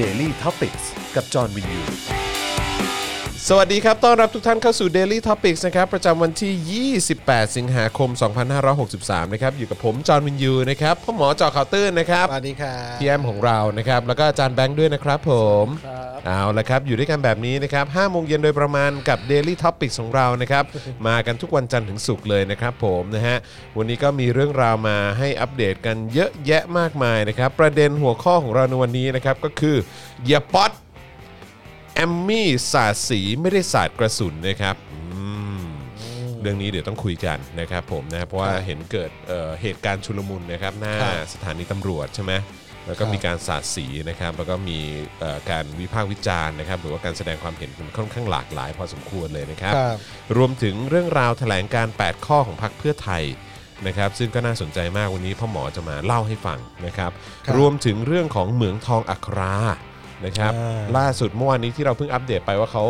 Daily t o p i c กกับจอห์นวินยู สวัสดีครับ ต้อนรับทุกท่านเข้าสู่ Daily Topics นะครับ ประจำวันที่ 28 สิงหาคม 2563 นะครับ อยู่กับผม จอห์นวินยู นะครับพ่อหมอจอข่าวตื้นนะครับ สวัสดีครับ พี่แอมของเรานะครับ แล้วก็อาจารย์แบงค์ด้วยนะครับผม เอาละครับ อยู่ด้วยกันแบบนี้นะครับ5โมงเย็นโดยประมาณกับ Daily Topics ของเรา นะครับ มากันทุกวันจันทร์ถึงศุกร์เลยนะครับผมนะฮะ วันนี้ก็มีเรื่องราวมาให้อัปเดตกันเยอะแยะมากมายนะครับ ประเด็นหัวข้อของเราในวันนี้นะครับก็คืออย่าป๊อต แอมมี่สาดสีไม่ได้สาดกระสุนนะครับอืมเรื่องนี้เดี๋ยวต้องคุยกันนะครับผมนะเพราะว่าเห็นเกิดเอ่อเหตุการณ์ชุลมุนนะครับหน้าสถานีตำรวจใช่ไหมแล้วก็มีการสาดสีนะครับ แล้วก็มีเอ่อการวิพากษ์วิจารณ์นะครับ หรือว่าการแสดงความเห็นค่อนข้างหลากหลายพอสมควรเลยนะครับ ครับ รวมถึงเรื่องราวแถลงการ 8 ข้อของพรรคเพื่อไทยนะครับ ซึ่งก็น่าสนใจมากวันนี้พ่อหมอจะมาเล่าให้ฟังนะครับ ครับ รวมถึงเรื่องของเหมืองทองอัครานะครับ อ่า ล่าสุดเมื่อวานนี้ที่เราเพิ่งอัปเดตไปว่าเขา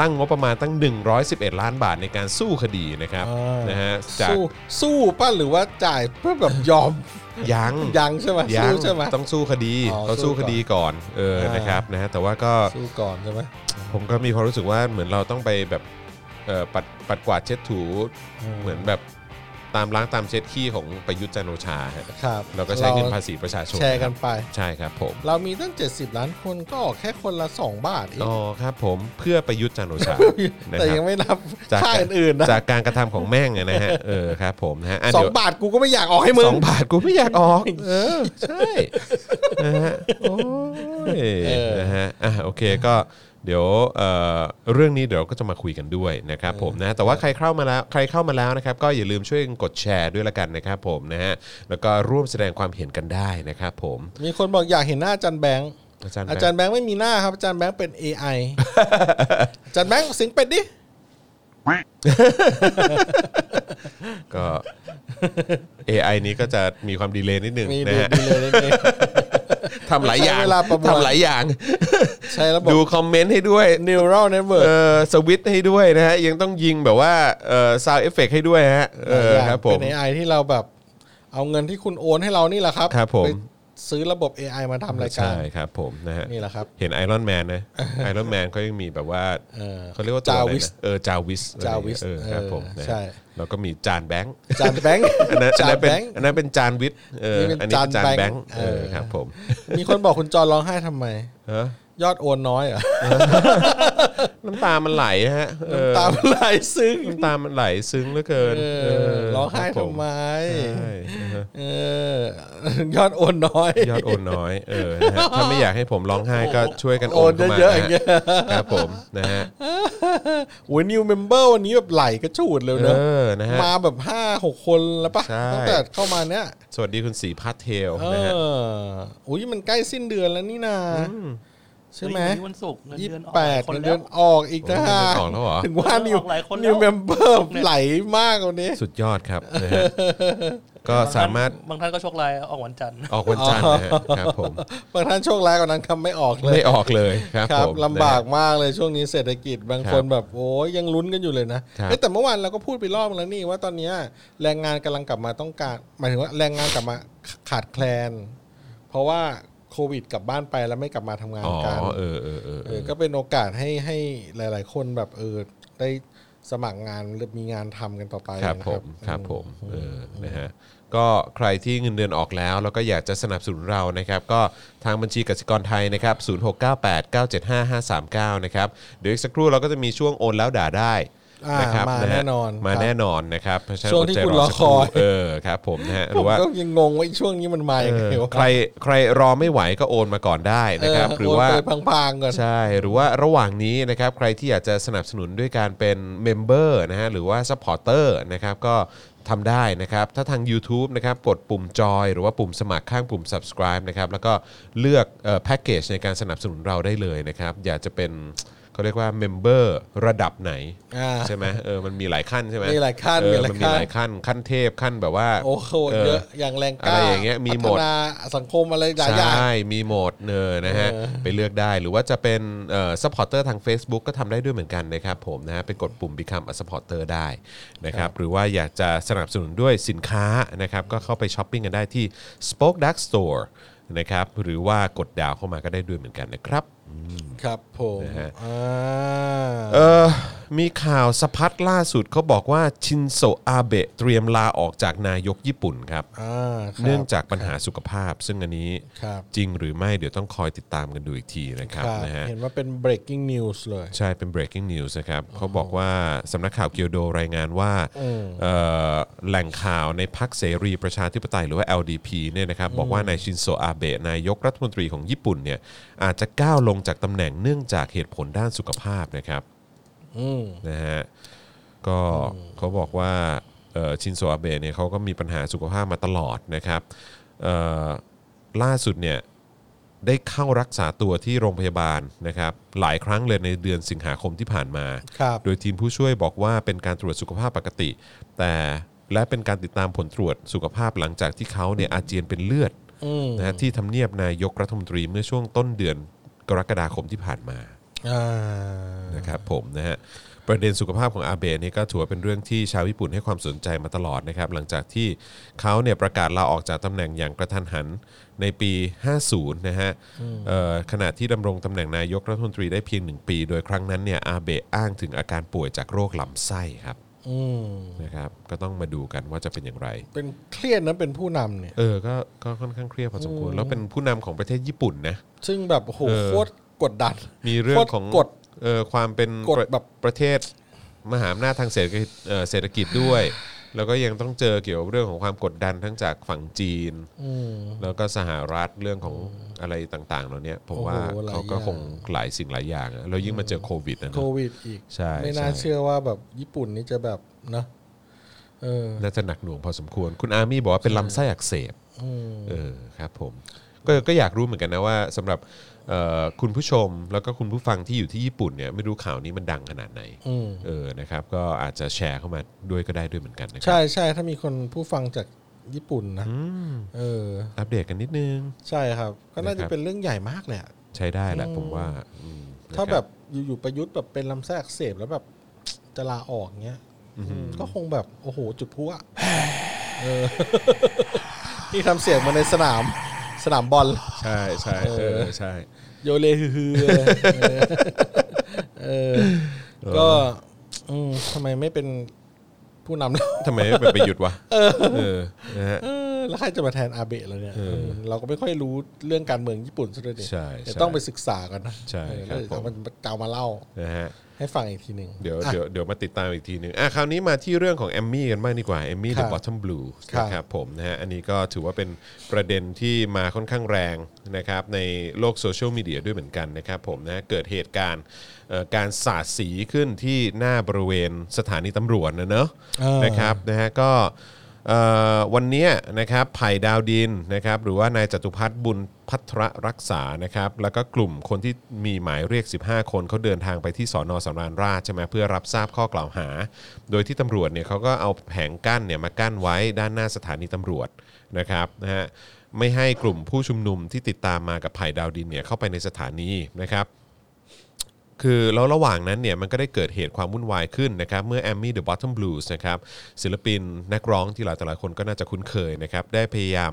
ตั้งงบประมาณตั้ง 111 ล้านบาทในการสู้คดีนะครับนะฮะจาก สู้สู้ป้ะหรือว่าจ่ายเพื่อแบบยอม ยัง ยังใช่ไหม ยั สู้ ง ใช่ไหม ต้องสู้คดี อ๋อ เขา สู้ สู้ ก่อน คดีก่อนเออ อ่าน นะครับนะฮะแต่ว่าก็ สู้ก่อนใช่ไหม ผมก็มีความรู้สึกว่าเหมือนเราต้องไปแบบเอ่อปัดปัดกวาดเช็ดถู อืม เหมือนแบบตามล้างตามเช็ดขี้ของประยุทธ์จันทร์โอชาฮะ ครับ เราก็ใช้เงินภาษีประชาชน แชร์กันไป ใช่ครับผม เรามีตั้ง 70 ล้านคนก็ออกแค่คนละ 2 บาทเอง อ๋อครับผมเพื่อประยุทธ์จันทร์โอชานะ แต่ ครั ยั บ งไม่นับ จาก ค่าอื่นๆนะ จากการกระทำของแม่งอะนะฮะ เออครับผมนะฮะอ่ะ สอ เดี๋ ง ยว บาทกูก็ไม่อยากออกให้มึ ส ง องบาทกูไม่อยากอ อก เออ ใช่นะฮะโอ้ย เออ นะฮะอ่ะโอเคก็เดี๋ยวเอ่อเรื่องนี้เดี๋ยวเราก็จะมาคุยกันด้วยนะครับผมนะแต่ว่าใครเข้ามาแล้วใครเข้ามาแล้วนะครับก็อย่าลืมช่วยกดแชร์ด้วยละกันนะครับผมนะฮะแล้วก็ร่วมแสดงความเห็นกันได้นะครับผม มีคนบอกอยากเห็นหน้าอาจารย์แบงค์ อาจารย์ อาจารย์แบงค์ไม่มีหน้าครับอาจารย์แบงค์เป็น AI อาจารย์แบงค์เสิงเป็ดดิ ก็ AI นี้ก็จะมีความดีเลย์นิดหนึง มี นะ ดู ฮะ ดีเลยนิดนึง ทำหลายอย่าง ใช้เวลาประมวล ทำหลายอย่าง ใช้ระบบ ดูคอมเมนต์ให้ด้วย neural network เออสวิตช์ให้ด้วยนะฮะ ยังต้องยิงแบบว่าเออซาวเอฟเฟกให้ด้วยฮะเออ หลายย่าง ครับผม เป็น AI ที่เราแบบ เอาเงินที่คุณโอนให้เรานี่แหละครับ ครับผม ไปซื้อระบบ AI มาทำรายกา ใช่ ร ครับผมนะฮะ นี่แหละครับ เห็นไอรอนแมน นะไอรอนแมนเขายังมีแบบว่า เออ เขาเรียกว่าตัวอะไร จาวิส นะเออจาวิส จาวิส เออครับผม เอนะอฮะ ใช่ แล้วก็มีจานแบงค์ อาจานแบงค์ อันนั้นอัน จา นั้น นเป็ แบ น งค์ อันนั้นเป็นจานวิทย์เออ นี่เป็น อันนี้เป็นจาน จาน แบ แบ ง งค์ ค์เออ เออ ครับผม มีคนบอกคุณจอร้องไห้ทำไม เออย อดโอนน้อยเหรอ น้ำตามันไหลฮะเออ ตามไหลายซึ้ง น้ำตามันไหลซึ้งเหลือเกิน เอ เ อร้องไห้ คบผ ทำไม ใช่นะฮะ เออย อดโอนน้อย ยอดโอนน้อย เออนะ ฮะถ้าไม่อยากให้ผมร้องไห้ก็ช่วยกันโอ โอน นเข้ามา เยอะๆ น อย่างเงี้ย ฮครับผมนะฮะ โอ้ย new member วันนี้แบบไหลก็ฉูดเลย เอ เนอะ อ นะฮะ มาแบบห้าหกคนแล้วปะ ใช่ ตั้งแต่เข้ามาเนี้ย สวัสดีคุณสีพัทเทล เอ นะฮะ ออุ้ยมันใกล้สิ้นเดือนแล้วนี่นาใช่ไหม เฮ้ยวันนี้วันศุกร์เงิน ยี่ เดือน สิ ออบก แปด คน เงิน แล้ เดื ว อนออกอีกนะฮะ เงินเดือนออกแล้วเหรอ ถึงว่านิว ออกหลายคนแล้ว นิวเมมเบอร์ เนี่ย ไหลมากกว่านี้ สุดยอดครับนะฮะ ก็สามารถ บางท่านก็โชคลายออกวันจันทร์ ออกวันจันทร์นะฮะครับผม บางท่านโชคร้ายกว่านั้นคำไม่ออก เลย ไม่ออกเลยครับ ค ผ รับ ม ลำบากมากเลยช่วงนี้เศรษฐกิจบาง ครับ คนแบบโอ้ยยังลุ้นกันอยู่เลยนะครับ เอ้ยแต่เมื่อวานเราก็พูดไปรอบนึงแล้วนี่ว่าตอนเนี้ยแรงงานกำลังกลับมาต้องการหมายถึงว่าแรงงานกลับมาขาดแคลน เพราะว่าโควิดกลับบ้านไปแล้วไม่กลับมาทำงาน อ๋อ กัน เออเออเออ เอ เอ อ อ ก็เป็นโอกาสให้ให้หลาย ๆ คนแบบเออได้สมัครงานหรือมีงานทำกันต่อไป ครับ นะ ผมครับผมเออนะฮะก็ใครที่เงินเดือนออกแล้ว แล้วก็อยากจะสนับสนุนเรานะครับ ก็ทางบัญชีกสิกรไทยนะครับ0698 975 539 นะครับ เดี๋ยวอีกสักครู่เราก็จะมีช่วงโอนแล้วด่าได้ อ่า ะครับ มา ะฮะ แน่นอน มา ครับ แน่นอนนะครับเพราะฉะนั้น ช่วงดที่ใจ คุณรอ สักรู่ คอย เออครับผมนะฮะห ผ รื ม อว่า ก็ยังงงว่าไอ้ช่วงนี้มันมาอย่างไง เออ วะ ใครใครรอไม่ไหวก็โอนมาก่อนได้นะครับ เห รือว่า โนไปพังๆก่อน ใช่ หรือว่าระหว่างนี้นะครับ ใครที่อยากจะสนับสนุนด้วยการเป็นเมมเบอร์นะฮะ หรือว่าซัพพอร์เตอร์นะครับ ก็ทำได้นะครับ ถ้าทาง YouTube นะครับ กดปุ่มจอย หรือว่าปุ่มสมัครข้างปุ่ม subscribe นะครับ แล้วก็เลือกแพ็กเกจในการสนับสนุนเราได้เลยนะครับ อยากจะเป็นเขาเรียกว่าเมมเบอร์ระดับไหน อ่า ใช่ไหมเออ มันมีหลายขั้นใช่ไหม มีหลายขั้น เออ มีหลาย มันมีหลายขั้น ขั้นเทพ ขั้นแบบว่า โอ้โหเยอะอย่างแรงก อะไร ล้า อย่างเงี้ยมีหมด พัฒนาสังคมอะไรหลายอย่าง ใช่ มีโหมดเนอนะฮะ ไปเลือกได้ หรือว่าจะเป็นซัพพอร์เตอร์ทาง Facebook ก็ทำได้ด้วยเหมือนกันนะครับผมนะฮะไปกดปุ่ม Become a supporter ได้นะครับ หรือว่าอยากจะสนับสนุนด้วยสินค้านะครับ ก็เข้าไปช้อปปิ้งกันได้ที่ Spoke Dark Store นะครับหรือว่ากดดาวเข้ามาก็ได้ด้วยเหมือนกันนะครับ ครับผม นะฮะ อ่า เออมีข่าวสะพัดล่าสุดเขาบอกว่าชินโซอาเบะเตรียมลาออกจากนายกญี่ปุ่นครับ อ่าครับ เนื่องจากปัญหาสุขภาพ ซึ่งอันนี้ ครับ จริงหรือไม่เดี๋ยวต้องคอยติดตามกันดูอีกทีนะครับ ครับ นะฮะ เห็นว่าเป็น breaking news เลย ใช่เป็น breaking news นะครับเขาบอกว่าสำนักข่าวเกียวโดรายงานว่าเอ่อแหล่งข่าวในพักเสรีประชาธิปไตยหรือว่า LDP เนี่ยนะครับบอกว่านายชินโซอาเบะนายกรัฐมนตรีของญี่ปุ่นเนี่ยอาจจะก้าวลงจากตำแหน่งเนื่องจากเหตุผลด้านสุขภาพนะครับ อืม นะฮะก็เขาบอกว่าเอ่อชินโซอาเบะเนี่ยเขาก็มีปัญหาสุขภาพมาตลอดนะครับเอ่อล่าสุดเนี่ย ได้เข้ารักษาตัวที่โรงพยาบาลนะครับหลายครั้งเลยในเดือนสิงหาคมที่ผ่านมา ครับ โดยทีมผู้ช่วยบอกว่าเป็นการตรวจสุขภาพปกติ แต่และเป็นการติดตามผลตรวจสุขภาพหลังจากที่เขาเนี่ยอาเจียนเป็นเลือด อืม นะฮะที่ทำเนียบนายกรัฐมนตรีเมื่อช่วงต้นเดือนกรกฎาคมที่ผ่านมา อ่า นะครับผมนะฮะประเด็นสุขภาพของอาเบะเนี่ยก็ถือว่าเป็นเรื่องที่ชาวญี่ปุ่นให้ความสนใจมาตลอดนะครับหลังจากที่เขาเนี่ยประกาศลาออกจากตำแหน่งอย่างกระทันหันในปี 50นะฮะเอ่อขณะที่ดำรงตำแหน่งนายกรัฐมนตรีได้เพียงหนึ่งปี โดยครั้งนั้นเนี่ยอาเบะอ้างถึงอาการป่วยจากโรคลำไส้ครับ อืม นะครับก็ต้องมาดูกันว่าจะเป็นอย่างไร เป็นเครียดนะเป็นผู้นำเนี่ย เออก็ก็ค่อนข้างเครียดพอสมควร แล้วเป็นผู้นำของประเทศญี่ปุ่นนะ ซึ่งแบบโอ้โห เออ โคตรกดดัน มีเรื่องของ กฎ เออความเป็น กฎ ประ แบบ ประเทศมหาอำนาจทางเศรษฐกิจเอ่อเศรษฐกิจด้วย แล้วก็ยังต้องเจอเกี่ยวกับเรื่องของความกดดันทั้งจากฝั่งจีน อืม แล้วก็สหรัฐเรื่องของอะไรต่างๆเหล่าเนี้ยผมว่า โอ้โหหลาย เขาก็ อย่าง คงหลายสิ่งหลายอย่างอะแล้วยิ่งมาเจอโควิดนะเน โค อะ วิดอีก ใช่ ไม่น่า ใช่ เชื่อว่าแบบญี่ปุ่นนี่จะแบบเนอะเออ น่าจะหนักหน่วงพอสมควร คุณอาร์มี่บอกว่าเป็นลำไส้อักเสบ อืม เออครับผมก็ก็อยากรู้เหมือนกันนะว่าสำหรับเอ่อคุณผู้ชมแล้วก็คุณผู้ฟังที่อยู่ที่ญี่ปุ่นเนี่ยไม่รู้ข่าวนี้มันดังขนาดไหน อืม เออนะครับก็อาจจะแชร์เข้ามาด้วยก็ได้ด้วยเหมือนกันนะครั ใช่ใช่ถ้ามีคนผู้ฟังจากญี่ปุ่นนะ อืม เออ อัปเดตกันนิดนึง ใช่ครับ ก็น่า นะค จะ รับ เป็นเรื่องใหญ่มากเลยอะ ใช้ได้แหละผมว่าอืม ถ้า นะค แบ รั บอยู่ๆประยุทธ์แบบเป็นลำไส้อักเสบแล้วแบบ จะลาออกเงี้ยก็คงแบบ โอ้โห จุดพลุอะเออ ที่ทำเสียงมาในสนาม สนามบอล ใช่ใช่เออใช่ โยเลฮือฮือเลยเออ ก็อืมทำไมไม่เป็นผู้นำเรา ทำไมไม่เป็นประยุทธ์วะเออนะฮะ เออแล้วใครจะมาแทนอาเบะเราเนี่ยเออเราก็ไม่ค่อยรู้เรื่องการเมืองญี่ปุ่นซะด้วยเนี่ย ใช่ เดี๋ยว ใช่ ต้องไปศึกษากันนะ ใช่ เออ ครับแล้วเดี๋ยว ผม มันจะเอามาเล่า นะฮะ ให้ฟังอีกทีหนึ่ง เดี๋ยวเดี๋ยวเดี๋ยวมาติดตามอีกทีหนึ่งอ่ะคราวนี้มาที่เรื่องของแอมมี่กันบ้างดีกว่าแอมมี่ The ครับ Bottom Blue ครับ นะครับผมนะฮะอันนี้ก็ถือว่าเป็นประเด็นที่มาค่อนข้างแรงนะครับในโลกโซเชียลมีเดียด้วยเหมือนกันนะครับผมนะเกิดเหตุการณ์เอ่อการสาดสีขึ้นที่หน้าบริเวณสถานีตำรวจนะเนอะ อ่าน นะครับนะฮะก็เอ่อวันเนี้ยนะครับไผ่ดาวดินนะครับหรือว่านายจตุพัฒน์บุญพัทรรักษานะครับแล้วก็กลุ่มคนที่มีหมายเรียก 15 คนเขาเดินทางไปที่สอนอสำราญราชใช่ไหมเพื่อรับทราบข้อกล่าวหา โดยที่ตำรวจเนี่ยเขาก็เอาแผงกั้นเนี่ยมากั้นไว้ด้านหน้าสถานีตำรวจนะครับนะฮะไม่ให้กลุ่มผู้ชุมนุมที่ติดตามมากับไผ่ดาวดินเนี่ยเข้าไปในสถานีนะครับ คือแล้วระหว่างนั้นเนี่ยมันก็ได้เกิดเหตุความวุ่นวายขึ้นนะครับเมื่อแอมมี่เดอะบอทเทิลบลูส์นะครับศิลปินนักร้องที่หลายต่อหลายคนก็น่าจะคุ้นเคยนะครับได้พยายาม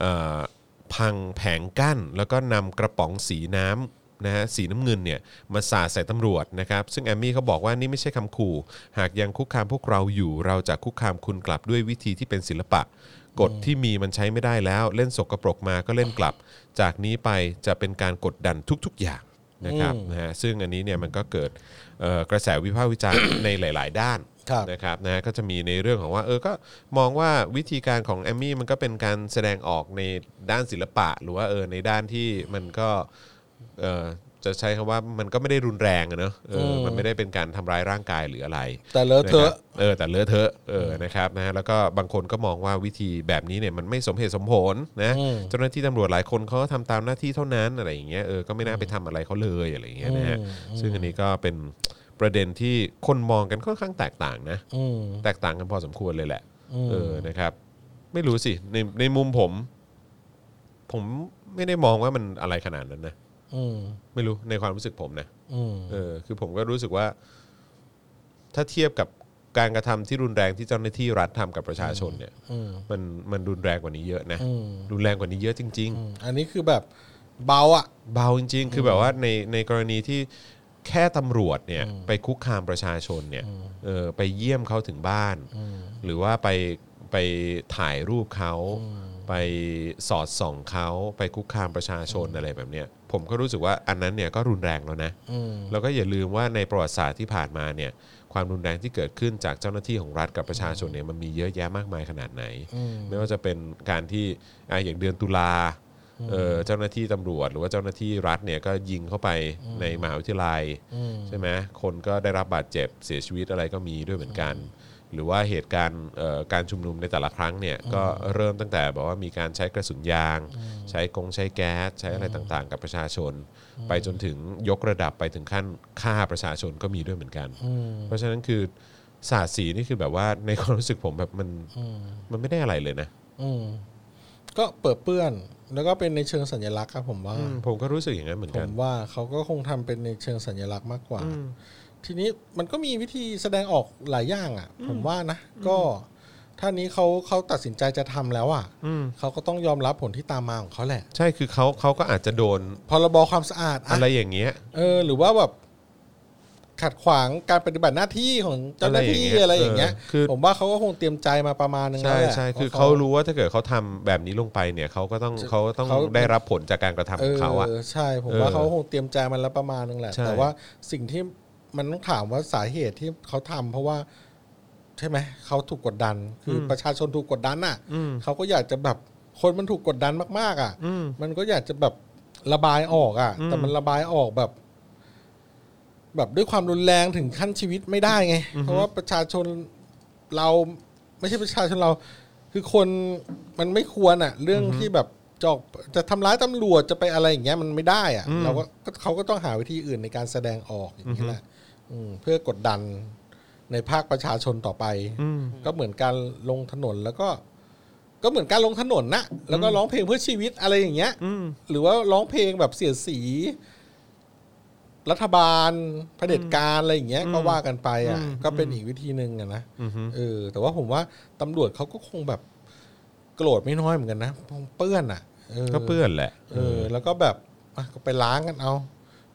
เอ่อพังแผงกั้น แล้วก็นำกระป๋องสีน้ำนะฮะสีน้ำเงินเนี่ยมาสาดใส่ตำรวจนะครับซึ่งแอมมี่เขาบอกว่านี่ไม่ใช่คำขู่ หากยังคุกคามพวกเราอยู่เราจะคุกคามคุณกลับด้วยวิธีที่เป็นศิลปะ กฎที่มีมันใช้ไม่ได้แล้ว เล่นสกปรกมาก็เล่นกลับ จากนี้ไปจะเป็นการกดดันทุกๆอย่าง นะครับนะฮะซึ่งอันนี้เนี่ยมันก็เกิดเอ่อกระแสวิพากษ์วิจารณ์ ในหลาย ๆ ด้าน ครับ นะครับนะฮะก็จะมีในเรื่องของว่าเออก็มองว่าวิธีการของแอมมี่มันก็เป็นการแสดงออกในด้านศิลปะ หรือว่าเออในด้านที่มันก็เออจะใช้คำว่ามันก็ไม่ได้รุนแรงอะเนอะเออมันไม่ได้เป็นการทำร้ายร่างกายหรืออะไร แต่เลอะเทอะ นะครับเออแต่เลอะเทอะเออนะครับนะฮะแล้วก็บางคนก็มองว่าวิธีแบบนี้เนี่ยมันไม่สมเหตุสมผลนะ อืม เจ้าหน้าที่ตำรวจหลายคนเขาก็ทำตามหน้าที่เท่านั้นอะไรอย่างเงี้ยเออก็ไม่น่าไปทำอะไรเขาเลยอะไรอย่างเงี้ยนะฮะซึ่งอันนี้ก็เป็นประเด็นที่คนมองกันค่อนข้างแตกต่างนะ อืม แตกต่างกันพอสมควรเลยแหละ อืม เออนะครับ ไม่รู้สิในในมุมผม ผมไม่ได้มองว่ามันอะไรขนาดนั้นนะ อืม ไม่รู้ในความรู้สึกผมนะ อืม เออคือผมก็รู้สึกว่า ถ้าเทียบกับ การกระทำที่รุนแรงที่เจ้าหน้าที่รัฐทำกับประชาชนเนี่ยมันมันรุนแรงกว่านี้เยอะนะ รุนแรงกว่านี้เยอะจริง อืมอันนี้คือแบบเบาอ่ะ ๆ เบาจริง ๆ คือแบบว่าในในกรณีที่แค่ตำรวจเนี่ยไปคุกคามประชาชนเนี่ยเออไปเยี่ยมเขาถึงบ้าน หรือว่าไปไปถ่ายรูปเขาไปสอดส่องเขาไปคุกคามประชาชนอะไรแบบเนี้ยผมก็รู้สึกว่าอันนั้นเนี่ยก็รุนแรงแล้วนะ อืม แล้วก็อย่าลืมว่าในประวัติศาสตร์ที่ผ่านมาเนี่ยความรุนแรงที่เกิดขึ้นจากเจ้าหน้าที่ของรัฐกับประชาชนเนี่ยมันมีเยอะแยะมากมายขนาดไหน ไม่ว่าจะเป็นการที่อ่ะอย่างเดือนตุลาเอ่อเจ้าหน้าที่ตำรวจ หรือว่าเจ้าหน้าที่รัฐเนี่ยก็ยิงเข้าไปในมหาวิทยาลัยใช่ไหมคนก็ได้รับบาดเจ็บเสียชีวิตอะไรก็มีด้วยเหมือนกัน หรือว่าเหตุการณ์เอ่อการชุมนุมในแต่ละครั้งเนี่ยก็เริ่มตั้งแต่แบบว่ามีการใช้กระสุนยาง ใช้กงใช้แก๊สใช้อะไรต่างๆ กับประชาชน ไปจนถึงยกระดับไปถึงขั้นฆ่าประชาชนก็มีด้วยเหมือนกัน เพราะฉะนั้นคือศาสตร์สีนี่คือแบบว่าในความรู้สึกผมแบบมันมันไม่ได้อะไรเลยนะ อืมก็เปิดเปื้อน แล้วก็เป็นในเชิงสัญลักษณ์ครับผมว่า อืมผมก็รู้สึกอย่างนั้นเหมือน ผ กัน มว่าเขาก็คงทำเป็นในเชิงสัญลักษณ์มากกว่า ทีนี้มันก็มีวิธีแสดงออกหลายอย่างอ่ะ ผมว่านะ ก็ถ้านี้เขาเขาตัดสินใจจะทำแล้วอ่ะเขาก็ต้องยอมรับผลที่ตามมาของเขาแหละ ใช่คือเขาเขาก็อาจจะโดน พรบความสะอาดอะ อะไรอย่างเงี้ย เออ หรือว่าแบบขัดขวางการปฏิบัติหน้าที่ของเจ้าหน้าที่ อะ อะไร ไรอย่อา ย่างง เงี้ เงี้ ย ย คือ ผมว่าเขาก็คงเตรียมใจมาประมาณนึงแล้ ใช่ วแหละ ใช่คือเขารู้ว่าถ้าเกิดเขาทำแบบนี้ลงไปเนี่ยเขาก็ต้องเขาก็ต้อง เขา ได้รับผลจากการกระทำของเขาอะ เออใช่ ผม เออ ว่าเขาคงเตรียมใจมันแล้วประมาณนึงแหละ ใช่ แต่ว่าสิ่งที่มันต้องถามว่าสาเหตุที่เขาทำเพราะว่า ใช่ไหมเขาถูกกดดัน คืออประชาชนถูกกดดันน่ะเขาก็อยากจะแบบคนมันถูกกดดันมากๆ อ่ะมันก็อยากจะแบบระบายออกอ่ะ แต่มันระบายออกแบบ แบบด้วยความรุนแรงถึงขั้นชีวิตไม่ได้ไง เพราะว่าประชาชนเราไม่ใช่ประชาชนเรา คือคนมันไม่ควรอ่ะ เรื่องที่แบบจะออกจะทำร้ายตำรวจจะไปอะไรอย่างเงี้ยมันไม่ได้อ่ะเราก็เขาก็ต้องหาวิธีอื่นในการแสดงออกอย่างนี้แหละอืมเพื่อกดดันในภาคประชาชนต่อไป ก็เหมือนการลงถนนแล้วก็ ก็เหมือนการลงถนนนะแล้วก็ร้องเพลงเพื่อชีวิตอะไรอย่างเงี้ยหรือว่าร้องเพลงแบบเสียดสี รัฐบาลเผด็จการอะไรอย่างเงี้ยก็ว่ากันไปอ่ะ ก็เป็นอีกวิธีหนึ่งอะนะเออ แต่ว่าผมว่าตำรวจเขาก็คงแบบโกรธไม่น้อยเหมือนกันนะคงเปื้อนอ่ะ ก็เปื้อนแหละ เออ แล้วก็แบบอ่ะก็ไปล้างกันเอา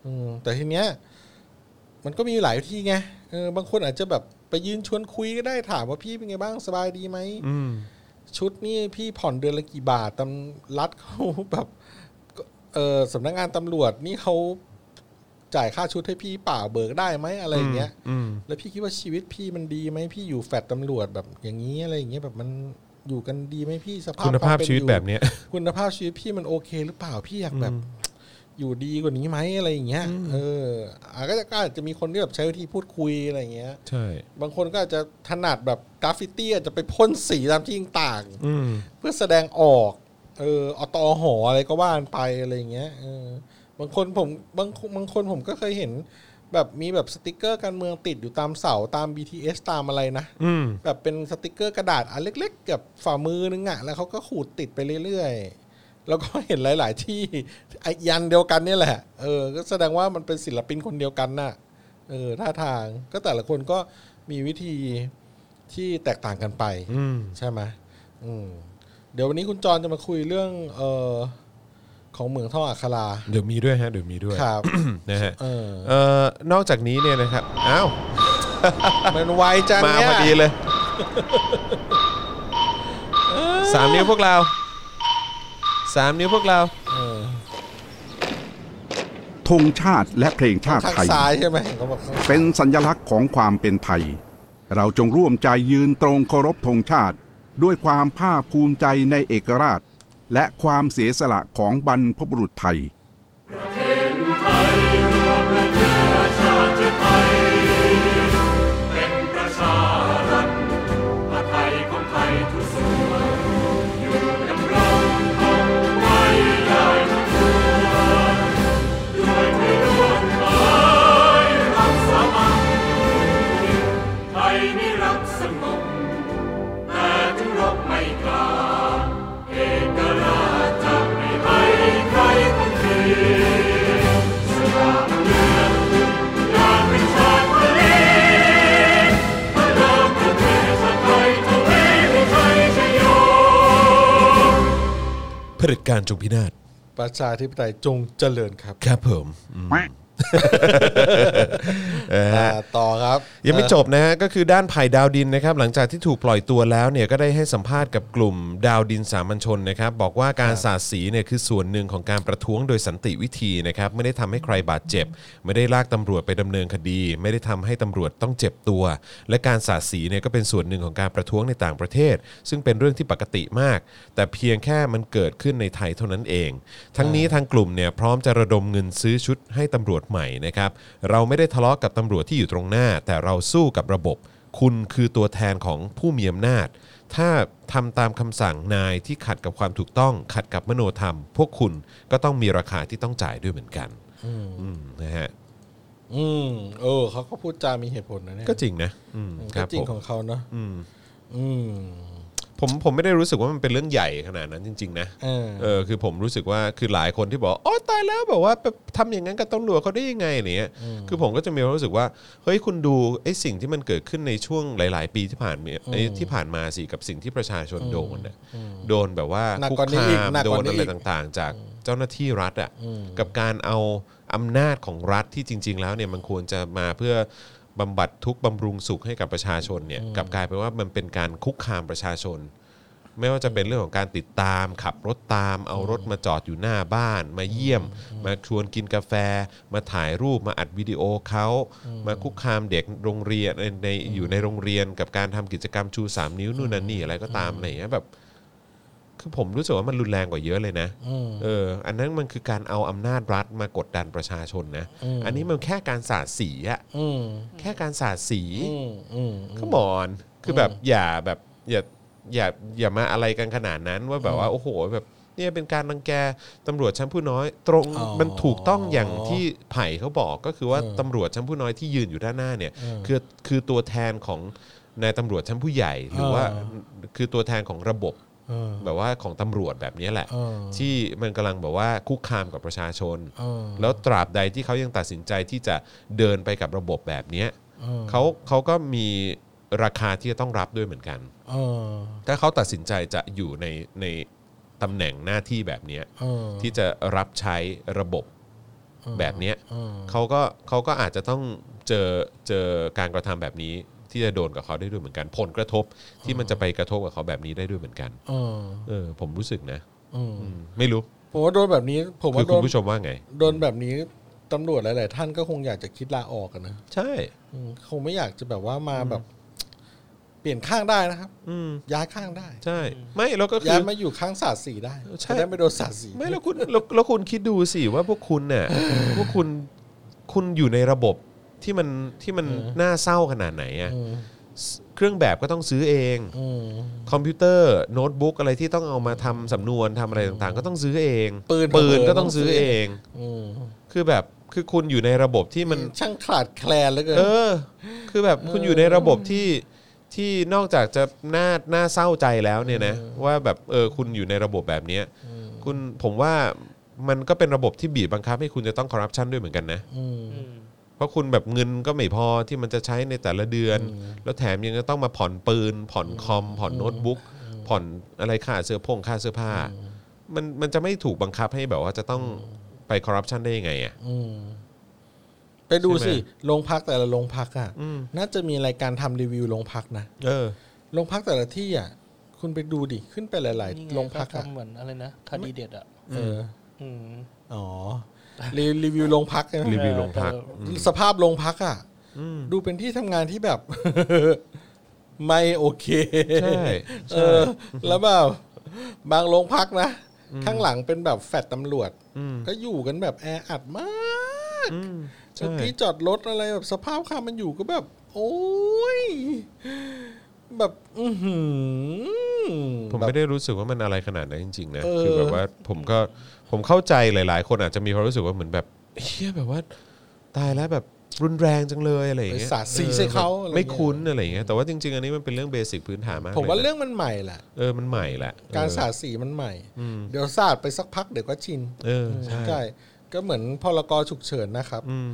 อืมแต่ทีเนี้ย มันก็มีหลายวิธีไงเออบางคนอาจจะแบบไปยืนชวนคุยก็ได้ถามว่าพี่เป็นไงบ้างสบายดีไหม อืม ชุดนี่พี่ผ่อนเดือนละกี่บาทตำรัฐเขา แบบเออสำนักงานตำรวจนี่เขาจ่ายค่าชุดให้พี่เปล่าเบิกได้ไหมอะไรอย่างเงี้ย อืม แล้วพี่คิดว่าชีวิตพี่มันดีไหมพี่อยู่แฟดตำรวจแบบอย่างนี้อะไรอย่างเงี้ยแบบมันอยู่กันดีไหมพี่สภาพ คุณภาพ มเป็น ชีวิต อยู่ แบบเนี้ย คุณภาพชีวิตพี่มันโอเคหรือเปล่าพี่อยากแบบ อยู่ดีกว่านี้ไหมอะไรอย่างเงี้ยเอออาจจะก็อาจจะมีคนที่แบบใช้วิธีพูดคุยอะไรอย่างเงี้ย ใช่ บางคนก็อาจจะถนัดแบบกราฟฟิตี้อาจจะไปพ่นสีตามที่ต่างๆ อืม เพื่อแสดงออก เอออตอหออะไรก็ว่ากันไปอะไรอย่างเงี้ยเออบางคนผมบางบางคนผมก็เคยเห็น แบบมีแบบสติกเกอร์การเมืองติดอยู่ตามเสาตาม BTS ตามอะไรนะ อืม แบบเป็นสติกเกอร์กระดาษอันเล็กๆกับฝ่ามือนึงอะแล้วเขาก็ขูดติดไปเรื่อยๆ แล้วก็เห็นหลาย ๆ ที่ไอ้ยันเดียวกันเนี่ยแหละ เออ ก็แสดงว่ามันเป็นศิลปินคนเดียวกันน่ะ เออท่าทางก็แต่ละคนก็มีวิธีที่แตกต่างกันไป อืม ใช่ไหมอืมเดี๋ยววันนี้คุณจรจะมาคุยเรื่องเออของเหมืองทองอัครา เดี๋ยวมีด้วยฮะ เดี๋ยวมีด้วย ครับ นะฮะ เออ เอ่อนอกจากนี้เนี่ยนะครับ อ้าว มันไวจัง มา เนี่ย พอดีเลยสามนิ้วพวกเราสามนิ้วพวกเรา เออ ธงชาติและเพลงชาติ ข้าง ไทย ซ้ายใช่ไหมเขาบอกข้าง เป็นสัญลักษณ์ของความเป็นไทย เราจงร่วมใจยืนตรงเคารพธงชาติ ด้วยความภาคภูมิใจในเอกราช และความเสียสละของบรรพบุรุษไทย ประชารัฐอาไทยของไทยทุกส่วน อยู่ดำรงคงไว้ได้ทุกตัวด้วยเพื่อนร่วมหมายรักสามัคคีไทยนิรักสงบแต่ถึงรบไม่กล้าเอกราชจะไม่ให้ใครคนเดี การจงพินาศ ประชาธิปไตยจงเจริญครับ ครับผมอื ม อ่าต่อครับ ยังไม่จบนะฮะก็คือด้านไผ่ดาวดินนะครับหลังจากที่ถูกปล่อยตัวแล้วเนี่ยก็ได้ให้สัมภาษณ์กับกลุ่มดาวดินสามัญชนนะครับบอกว่าการสาดสีเนี่ยคือส่วนหนึ่งของการประท้วงโดยสันติวิธีนะครับไม่ได้ทำให้ใครบาดเจ็บ ไม่ได้ลากตำรวจไปดำเนินคดี ไม่ได้ทำให้ตำรวจต้องเจ็บตัว และการสาดสีเนี่ยก็เป็นส่วนหนึ่งของการประท้วงในต่างประเทศ ซึ่งเป็นเรื่องที่ปกติมาก แต่เพียงแค่มันเกิดขึ้นในไทยเท่านั้นเอง ทั้งนี้ทางกลุ่มเนี่ยพร้อมจะระดมเงินซื้อชุดให้ตำรวจใหม่นะครับ เราไม่ได้ทะเลาะกับตำรวจที่อยู่ตรงหน้า แต่เราสู้กับระบบ คุณคือตัวแทนของผู้มีอำนาจ ถ้าทำตามคำสั่งนายที่ขัดกับความถูกต้อง ขัดกับมโนธรรม พวกคุณก็ต้องมีราคาที่ต้องจ่ายด้วยเหมือนกันอืมนะฮะ อืมเออเขาก็พูดจามีเหตุผลนะเนี่ย ก็จริงนะอืมค ก็ รับ จริ ผ ง ม ของเขาเนาะ อืม อืม ผมผมไม่ได้รู้สึกว่ามันเป็นเรื่องใหญ่ขนาดนั้นจริง ๆ นะ เออ เออคือผมรู้สึกว่าคือหลายคนที่บอกอ๋อตายแล้วแบบว่าไปทำอย่างนั้นกับตำรวจเขาได้ยังไงอะไรเนี่ยคือผมก็จะมีความรู้สึกว่าเฮ้ยคุณดูไอ้สิ่งที่มันเกิดขึ้นในช่วงหลาย ๆ ปีที่ผ่านมาไอ้ที่ผ่านมาสิกับสิ่งที่ประชาชนโดนน่ะโดนแบบว่า หนัก คุก กว่านี้ คา อีก ม หนัก โด ก น ว่า อะ นี้ ไร อีก ต่าง ๆ จากเจ้าหน้าที่รัฐอ่ะกับการเอาอำนาจของรัฐที่จริง ๆ แล้วเนี่ยมันควรจะมาเพื่อบำบัดทุกข์บำรุงสุขให้กับประชาชนเนี่ยกลับกลายเป็นว่ามันเป็นการคุกคามประชาชน ไม่ว่าจะเป็นเรื่องของการติดตาม ขับรถตามเอารถมาจอดอยู่หน้าบ้าน มาเยี่ยม มาชวนกินกาแฟ มาถ่ายรูปมาอัดวิดีโอเขามาคุกคามเด็กโรงเรียนในในอยู่ในโรงเรียนกับการทำกิจกรรมชู 3 นิ้วนู่นนั่นนี่อะไรก็ตามอะไรอย่างเงี้ยแบบ คือผมรู้สึกว่ามันรุนแรงกว่าเยอะเลยนะเออ อันนั้นมันคือการเอาอำนาจรัฐมากดดันประชาชนนะอันนี้มันแค่การสาดสีอะ อืม แค่การสาดสี อืมอืม ขมอนคือแบบอย่าแบบอย่าอย่าอย่ามาอะไรกันขนาดนั้นว่าแบบว่าโอ้โหแบบเนี่ยเป็นการรังแกตำรวจชั้นผู้น้อย ตรงมันถูกต้องอย่างที่ไผ่เขาบอกก็คือว่าตำรวจชั้นผู้น้อยที่ยืนอยู่ด้านหน้าเนี่ยคือคือตัวแทนของนายตำรวจชั้นผู้ใหญ่หรือว่าคือตัวแทนของระบบ เออ แบบว่าของตำรวจแบบนี้แหละ เออ ที่มันกำลังแบบว่าคุกคามกับประชาชน เออ แล้วตราบใดที่เขายังตัดสินใจที่จะเดินไปกับระบบแบบเนี้ย เออ เขาเขาก็มีราคาที่จะต้องรับด้วยเหมือนกัน เออ ถ้าเขาตัดสินใจจะอยู่ในในตำแหน่งหน้าที่แบบเนี้ย เออ ที่จะรับใช้ระบบแบบเนี้ยเขาก็เขาก็อาจจะต้องเจอเจอการกระทำแบบนี้ที่จะโดนกับเขาได้ด้วยเหมือนกัน ผลกระทบที่มันจะไปกระทบกับเขาแบบนี้ได้ด้วยเหมือนกัน เออ เออ ผมรู้สึกนะ อืม อืมไม่รู้ ผมว่าโดนแบบนี้ ผม คือ ว่าโด คุณ น ผู้ชมว่าไง โดนแบบนี้ตำรวจหลาย ๆ ท่านก็คงอยากจะคิดลาออกกันนะ ใช่ อืมคงไม่อยากจะแบบว่ามาแบบ เปลี่ยนข้างได้นะครับ อืม ย้ายข้างได้ ใช่ ไม่แล้วก็คื ย้าย อ มาอยู่ข้างศาสตร์สีได้ ใช่ จะได้ไม่โดนศาสตร์สี ไม่แล้วคุณแล้วแล้วคุณคิดดูสิว่าพวกคุณเนี่ย พวกคุณคุณอยู่ในระบบที่มันที่มันน่าเศร้าขนาดไหนอะ อืม เครื่องแบบก็ต้องซื้อเอง อืม คอมพิวเตอร์โน้ตบุ๊กอะไรที่ต้องเอามาทำสำนวนทำอะไรต่างๆ ก็ต้องซื้อเอง ปืน ปืนก็ต้องซื้อเอง อืม คือแบบคือคุณอยู่ในระบบที่มัน ช่างขาดแคลนเหลือเกิน เออ คือแบบคุณอยู่ในระบบที่ที่นอกจากจะน่าน่าเศร้าใจแล้วเนี่ยนะ ว่าแบบเออคุณอยู่ในระบบแบบเนี้ยคุณผมว่ามันก็เป็นระบบที่บีบบังคับให้คุณจะต้องคอร์รัปชันด้วยเหมือนกันนะ อืม เพราะคุณแบบเงินก็ไม่พอที่มันจะใช้ในแต่ละเดือน แล้วแถมยังจะต้องมาผ่อนปืน ผ่อนคอม ผ่อนโน้ตบุ๊กผ่อนอะไรค่าเสื้อผงค่าเสื้อผ้า มันมันจะไม่ถูกบังคับให้แบบว่าจะต้องไปคอร์รัปชันได้ยังไงอ่ะ อืมไปดู ใช่ สิ ไหม โรงพักแต่ละโรงพักอ่ะ อืม น่าจะมีรายการทำรีวิวโรงพักนะ เออ โรงพักแต่ละที่อ่ะ คุณไปดูดิขึ้นไปหลาย นี่ไ ๆ โรงพักอ่ะ ทำเหมือนอะไรนะคดีเด็ดอ่ะ เออ อืม อ๋อรีรีวิวโรงพักใช่ไหม รีวิวโรงพัก สภาพโรงพักอ่ะดูเป็นที่ทำงานที่แบบ ไม่โอเค ใช่ เออ แล้วแบบบางโรงพักนะข้างหลังเป็นแบบแฟดตำรวจ อืม ก็อยู่กันแบบแออัดมาก อืมใช่ ที่จอดรถอะไรแบบสภาพความมันอยู่ก็แบบ โอ้ย แบบอือหือ ผม แบบ ไม่ได้รู้สึกว่ามันอะไรขนาดนั้นจริงๆนะ เออ คือแบบว่าผมก็ผมเข้าใจหลาย ๆ คนอาจจะมีความรู้สึกว่าเหมือนแบบเฮียแบบว่าตายแล้วแบบรุนแรงจังเลยอะไรอย่างเงี้ย ไปสาดสีใส่เขา ออ อะไรเงี้ย ไม่คุ้นอะไรอย่างเงี้ยแต่ว่าจริง ๆ อันนี้มันเป็นเรื่องเบสิกพื้นฐานมาก ผมว่า ลยนะ เรื่องมันใหม่แหละ เออมันใหม่แหละ การสา เออ ดสีมันใหม่ เดี๋ยวสาดไปสักพักเดี๋ยวก็ชิน เออใช่ ใช่ก็เหมือนพรกฉุกเฉินนะครับ อืม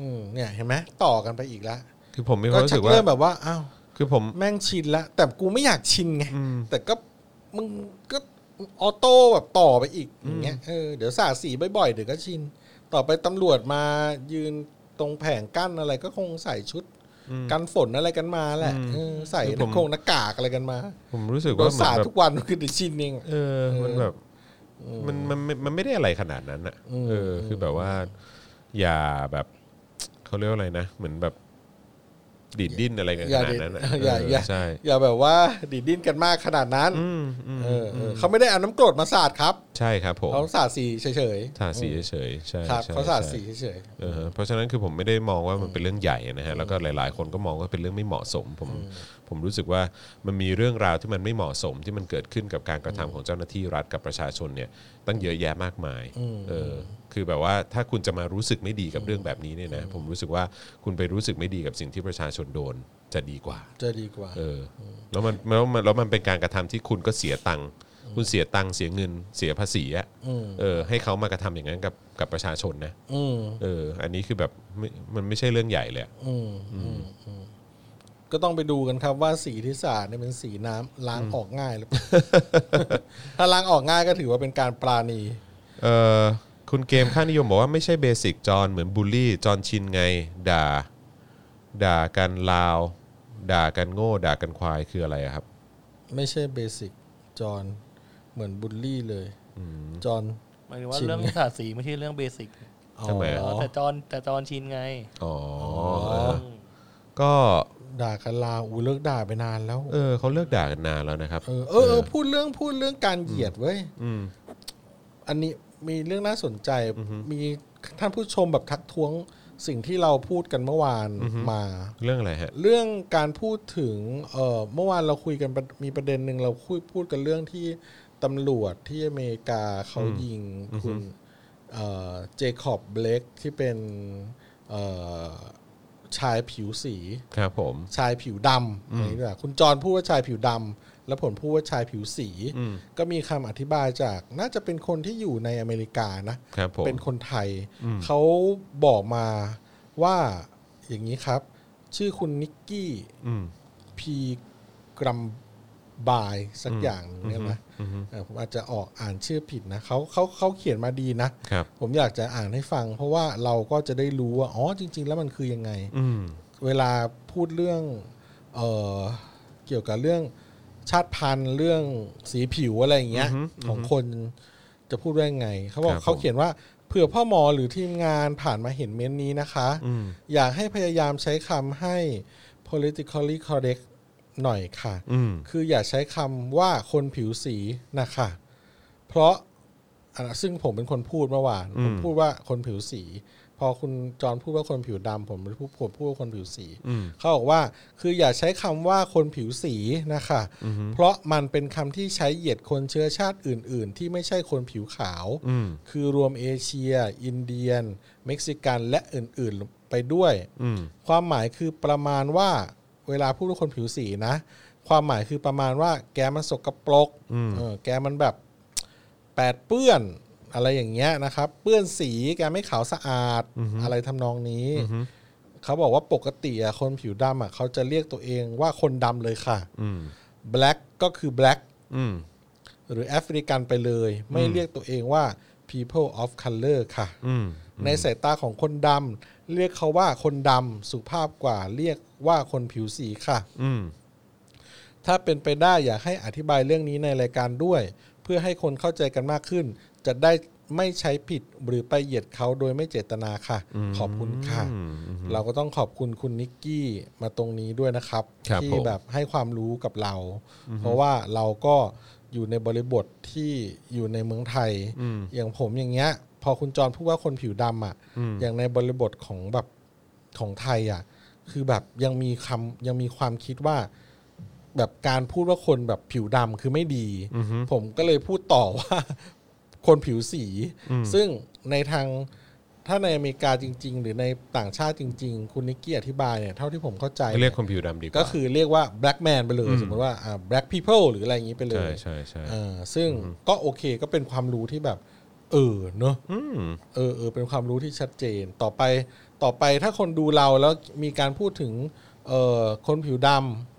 อืมเนี่ยเห็นไหมต่อกันไปอีกละ คือผมมีค ก็ วามรู้ ชั สึ ก กว่า เริ่มแบบว่าอ้าว คือผม แม่งชินละแต่กูไม่อยากชินไง อืม แต่ก็มึงก็ ออโต้แบบต่อไปอีกอย่างเงี้ยเออเดี๋ยวสาดสีบ่อยๆเดี๋ยวก็ชิน ต่อไปตำรวจมายืนตรงแผงกั้นอะไรก็คงใส่ชุด กันฝนอะไรกันมาแหละเออใส่ คือผหน้าม กงหน้ากากอะไรกันมา ผมรู้สึก โด ว่าน เหมือ สาน ด แบบ ทุกวันคือเดี๋ยวชินเอง เออมันแบบมันมันมันมันไม่ได้อะไรขนาดนั้นอ่ะ อืม เออ คือแบบว่า อย่าแบบเขาเรียกว่าอะไรนะเหมือนแบบดีดดิ้นอะไรกันข อย่า นาด เด็ด นั้นอะ อย่า เออ อย่า ใช่ อย่าแบบว่าดิดดิ้นกันมากขนาดนั้น อืมอืม เออเออเขาไม่ได้เอาน้ำกรดมาสาดครับ ใช่ครับผม เขาสาดสีเฉยๆ ทาสีเฉยๆใช่ ครับ ใช่ เขาสาด ใช่ สีเฉย เออเพราะฉะนั้นคือผมไม่ได้มองว่ามันเป็นเรื่องใหญ่นะฮะแล้วก็หลาย ๆ คนก็มองว่าเป็นเรื่องไม่เหมาะสม ผมผมรู้สึกว่ามันมีเรื่องราวที่มันไม่เหมาะสมที่มันเกิดขึ้นกับการกระทำของเจ้าหน้าที่รัฐกับประชาชนเนี่ยตั้งเยอะแยะมากมายเออคือแบบว่าถ้าคุณจะมารู้สึกไม่ดีกับเรื่องแบบนี้เนี่ยนะผมรู้สึกว่าคุณไปรู้สึกไม่ดีกับสิ่งที่ประชาชนโดนจะดีกว่า ๆจะดีกว่า เออแล้วมันแล้วมันแล้วมันเป็นการกระทำที่คุณก็เสียตังค์คุณเสียตังค์เสียเงินเสียภาษีอะ อืม เออให้เขามากระทำอย่างนั้นกับกับประชาชนนะ อืม เออ อันนี้คือแบบไม่มันไม่ใช่เรื่องใหญ่เลยอะ อืมอืมอืมก็ต้องไปดูกันครับว่าสีที่สาดเนี่ยเป็นสีน้ำล้างออกง่ายห รือเปล่า ถ้าล้างออกง่ายก็ถือว่าเป็นการปราณี เออคุณเกมค่านิยมบอกว่าไม่ใช่เบสิกจอนเหมือนบูลลี่จอนชินไง ด่า ด่ากันลาว ด่ากันโง่ ด่ากันควายคืออะไรอะครับ ไม่ใช่เบสิกจอนเหมือนบุลลี่เลยจอน หมายถึงว่า ชิน เรื่องศาสตร์สีไม่ใช่เรื่องเบสิก ทำไมอะ อ๋อแต่จอนแต่จอนชินไง อ๋อ อ๋อ เออก็ ด่ากันลาอูเลิกด่าไปนานแล้ว เออเขาเลิกด่ากันนานแล้วนะครับ เออเออเออพูดเรื่องพูดเรื่องการเหยียดเว้ย อืม อันนี้มีเรื่องน่าสนใจ มีท่านผู้ชมแบบทักท้วงสิ่งที่เราพูดกันเมื่อวานมา เรื่องอะไรฮะ เรื่องการพูดถึงเอ่อเมื่อวานเราคุยกันประมีประเด็นหนึ่งเราคุยพูดกันเรื่องที่ตำรวจที่อเมริกาเขายิงคุณเจคอบเบลกที่เป็นเอ่อชายผิวสี ครับผม ชายผิวดำอะไรอย่างเงี้ยดีกว่าคุณจรพูดว่าชายผิวดำแล้วผมพูดว่าชายผิวสี ก็มีคำอธิบายจากน่าจะเป็นคนที่อยู่ในอเมริกานะ ครับผม เป็นคนไทย เขาบอกมาว่าอย่างนี้ครับ ชื่อคุณนิกกี้ อืม พีกรัมบายสักอย่างหนึ่งเนี่ยนะเอ่อผมอาจจะออกอ่านชื่อผิดนะเขาเขาเขาเขียนมาดีนะ ครับ ผมอยากจะอ่านให้ฟัง เพราะว่าเราก็จะได้รู้ว่า อ๋อจริง ๆ แล้วมันคือยังไง อืม เวลาพูดเรื่องเออเกี่ยวกับเรื่องชาติพันธุ์เรื่องสีผิวอะไรอย่างเงี้ยของคนจะพูดว่ายังไงเขาบอ ค ก รับ เขา ผม เขียนว่าเผื่อพ่อหมอหรือทีมงานผ่านมาเห็นเม้นต์นี้นะคะ อืม อยากให้พยายามใช้คำให้ politically correct หน่อยค่ะ อืม คืออย่าใช้คำว่าคนผิวสีนะคะ เพราะอ่ะซึ่งผมเป็นคนพูดเมื่อวาน อืม ผมพูดว่าคนผิวสี พอคุณจรพูดว่าคนผิวดำผมพูดผมพูดว่าคนผิวสี อืม เขาบอกว่าคืออย่าใช้คำว่าคนผิวสีนะคะ เพราะมันเป็นคำที่ใช้เหยียดคนเชื้อชาติอื่น ๆ ที่ไม่ใช่คนผิวขาว อืม คือรวมเอเชีย อินเดียน เม็กซิกันและอื่น ๆ ไปด้วย อืม ความหมายคือประมาณว่าเวลาพูดว่าคนผิวสีนะ ความหมายคือประมาณว่าแกมันสกปรกเออแกมันแบบแปดเปื้อนอะไรอย่างเงี้ยนะครับ เปื้อนสีแกไม่ขาวสะอาดอะไรทำนองนี้ เขาบอกว่าปกติอะคนผิวดำอะเขาจะเรียกตัวเองว่าคนดำเลยค่ะ อืม black ก็คือ black อืม หรือแอฟริกันไปเลย ไม่เรียกตัวเองว่า people of color ค่ะ อืม ในสายตาของคนดำเรียกเขาว่าคนดำสุภาพกว่าเรียกว่าคนผิวสีค่ะ อืม ถ้าเป็นไปได้อยากให้อธิบายเรื่องนี้ในรายการด้วย เพื่อให้คนเข้าใจกันมากขึ้น จะได้ไม่ใช้ผิดหรือไปเหยียดเขาโดยไม่เจตนาค่ะ ขอบคุณค่ะ เราก็ต้องขอบคุณคุณนิกกี้มาตรงนี้ด้วยนะครับ ครับ ที่ ผม แบบให้ความรู้กับเรา เพราะว่าเราก็อยู่ในบริบทที่อยู่ในเมืองไทย อย่างผมอย่างเงี้ย พอคุณจรพูดว่าคนผิวดำอ่ะ อย่างในบริบทของแบบของไทยอ่ะ คือแบบยังมีคำยังมีความคิดว่า แบบการพูดว่าคนแบบผิวดำคือไม่ดี ผมก็เลยพูดต่อว่า คนผิวสี ซึ่งในทางถ้าในอเมริกาจริง ๆ หรือในต่างชาติจริง ๆ คุณนิกกี้อธิบายเนี่ยเท่าที่ผมเข้าใจ เรียกคนผิวดำดีกว่า ก็คือเรียกว่า black man ไปเลยสมมติว่าอ่า black people หรืออะไรอย่างนี้ไปเล ใช่ ย ใช่ใช่ อ่าซึ่งก็โอเคก็เป็นความรู้ที่แบบ เออเนอะ อืม เออเออเป็นความรู้ที่ชัดเจนต่อไปต่อไปถ้าคนดูเราแล้วมีการพูดถึงเอ่อคนผิวด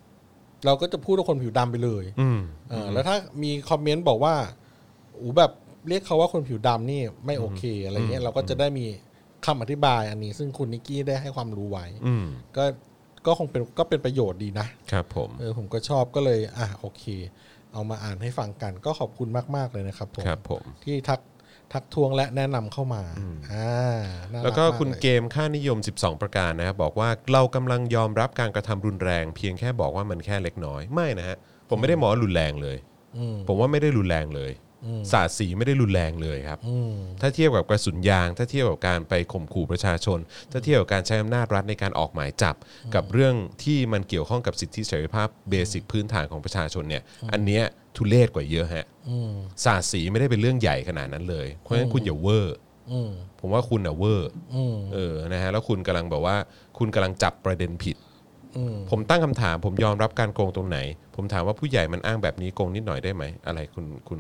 ำเราก็จะพูดว่าคนผิวดำไปเลย อืม เออแล้วถ้ามีคอมเมนต์บอกว่า อูแบบเรียกเขาว่าคนผิวดำนี่ไม่โอเคอะไรเงี้ยเราก็จะได้มีคำอธิบายอันนี้ ซึ่งคุณนิกกี้ได้ให้ความรู้ไว้ อืม ก็ก็คงเป็นก็เป็นประโยชน์ดีนะครับ ผม เออผมก็ชอบก็เลยอ่ะโอเค เอามาอ่านให้ฟังกัน ก็ขอบคุณมาก ๆ เลยนะครับผม ครับผม ที่ทักทักทวงและแนะนำเข้ามาอ่าน่ารั แล้วก็ มา คุณ เลย เกมค่านิยม 12 ประการนะครับบอกว่าเรากำลังยอมรับการกระทำรุนแรง เพียงแค่บอกว่ามันแค่เล็กน้อยไม่นะฮะผมไม่ได้หมอรุนแรงเลย อืม ผมว่าไม่ได้รุนแรงเลยสาดสีไม่ได้รุนแรงเลยครับ อืม ถ้าเทียบกับกระสุนยาง ถ้าเทียบกับการไปข่มขู่ประชาชน ถ้าเทียบกับการใช้อำนาจรัฐในการออกหมายจับ กับเรื่องที่มันเกี่ยวข้องกับสิทธิเสรีภาพเบสิกพื้นฐานของประชาชนเนี่ย อันเนี้ยทุเลศกว่าเยอะฮะ อืม ศาสตร์สีไม่ได้เป็นเรื่องใหญ่ขนาดนั้นเลย เพราะฉะนั้นคุณอย่าเวอร์ อืม ผมว่าคุณอะเวอร์ อืม เออนะฮะแล้วคุณกำลังแบบว่า คุณกำลังจับประเด็นผิด อืม ผมตั้งคำถาม ผมยอมรับการโกงตรงไหน ผมถามว่าผู้ใหญ่มันอ้างแบบนี้โกงนิดหน่อยได้ไหมอะไรคุณคุณ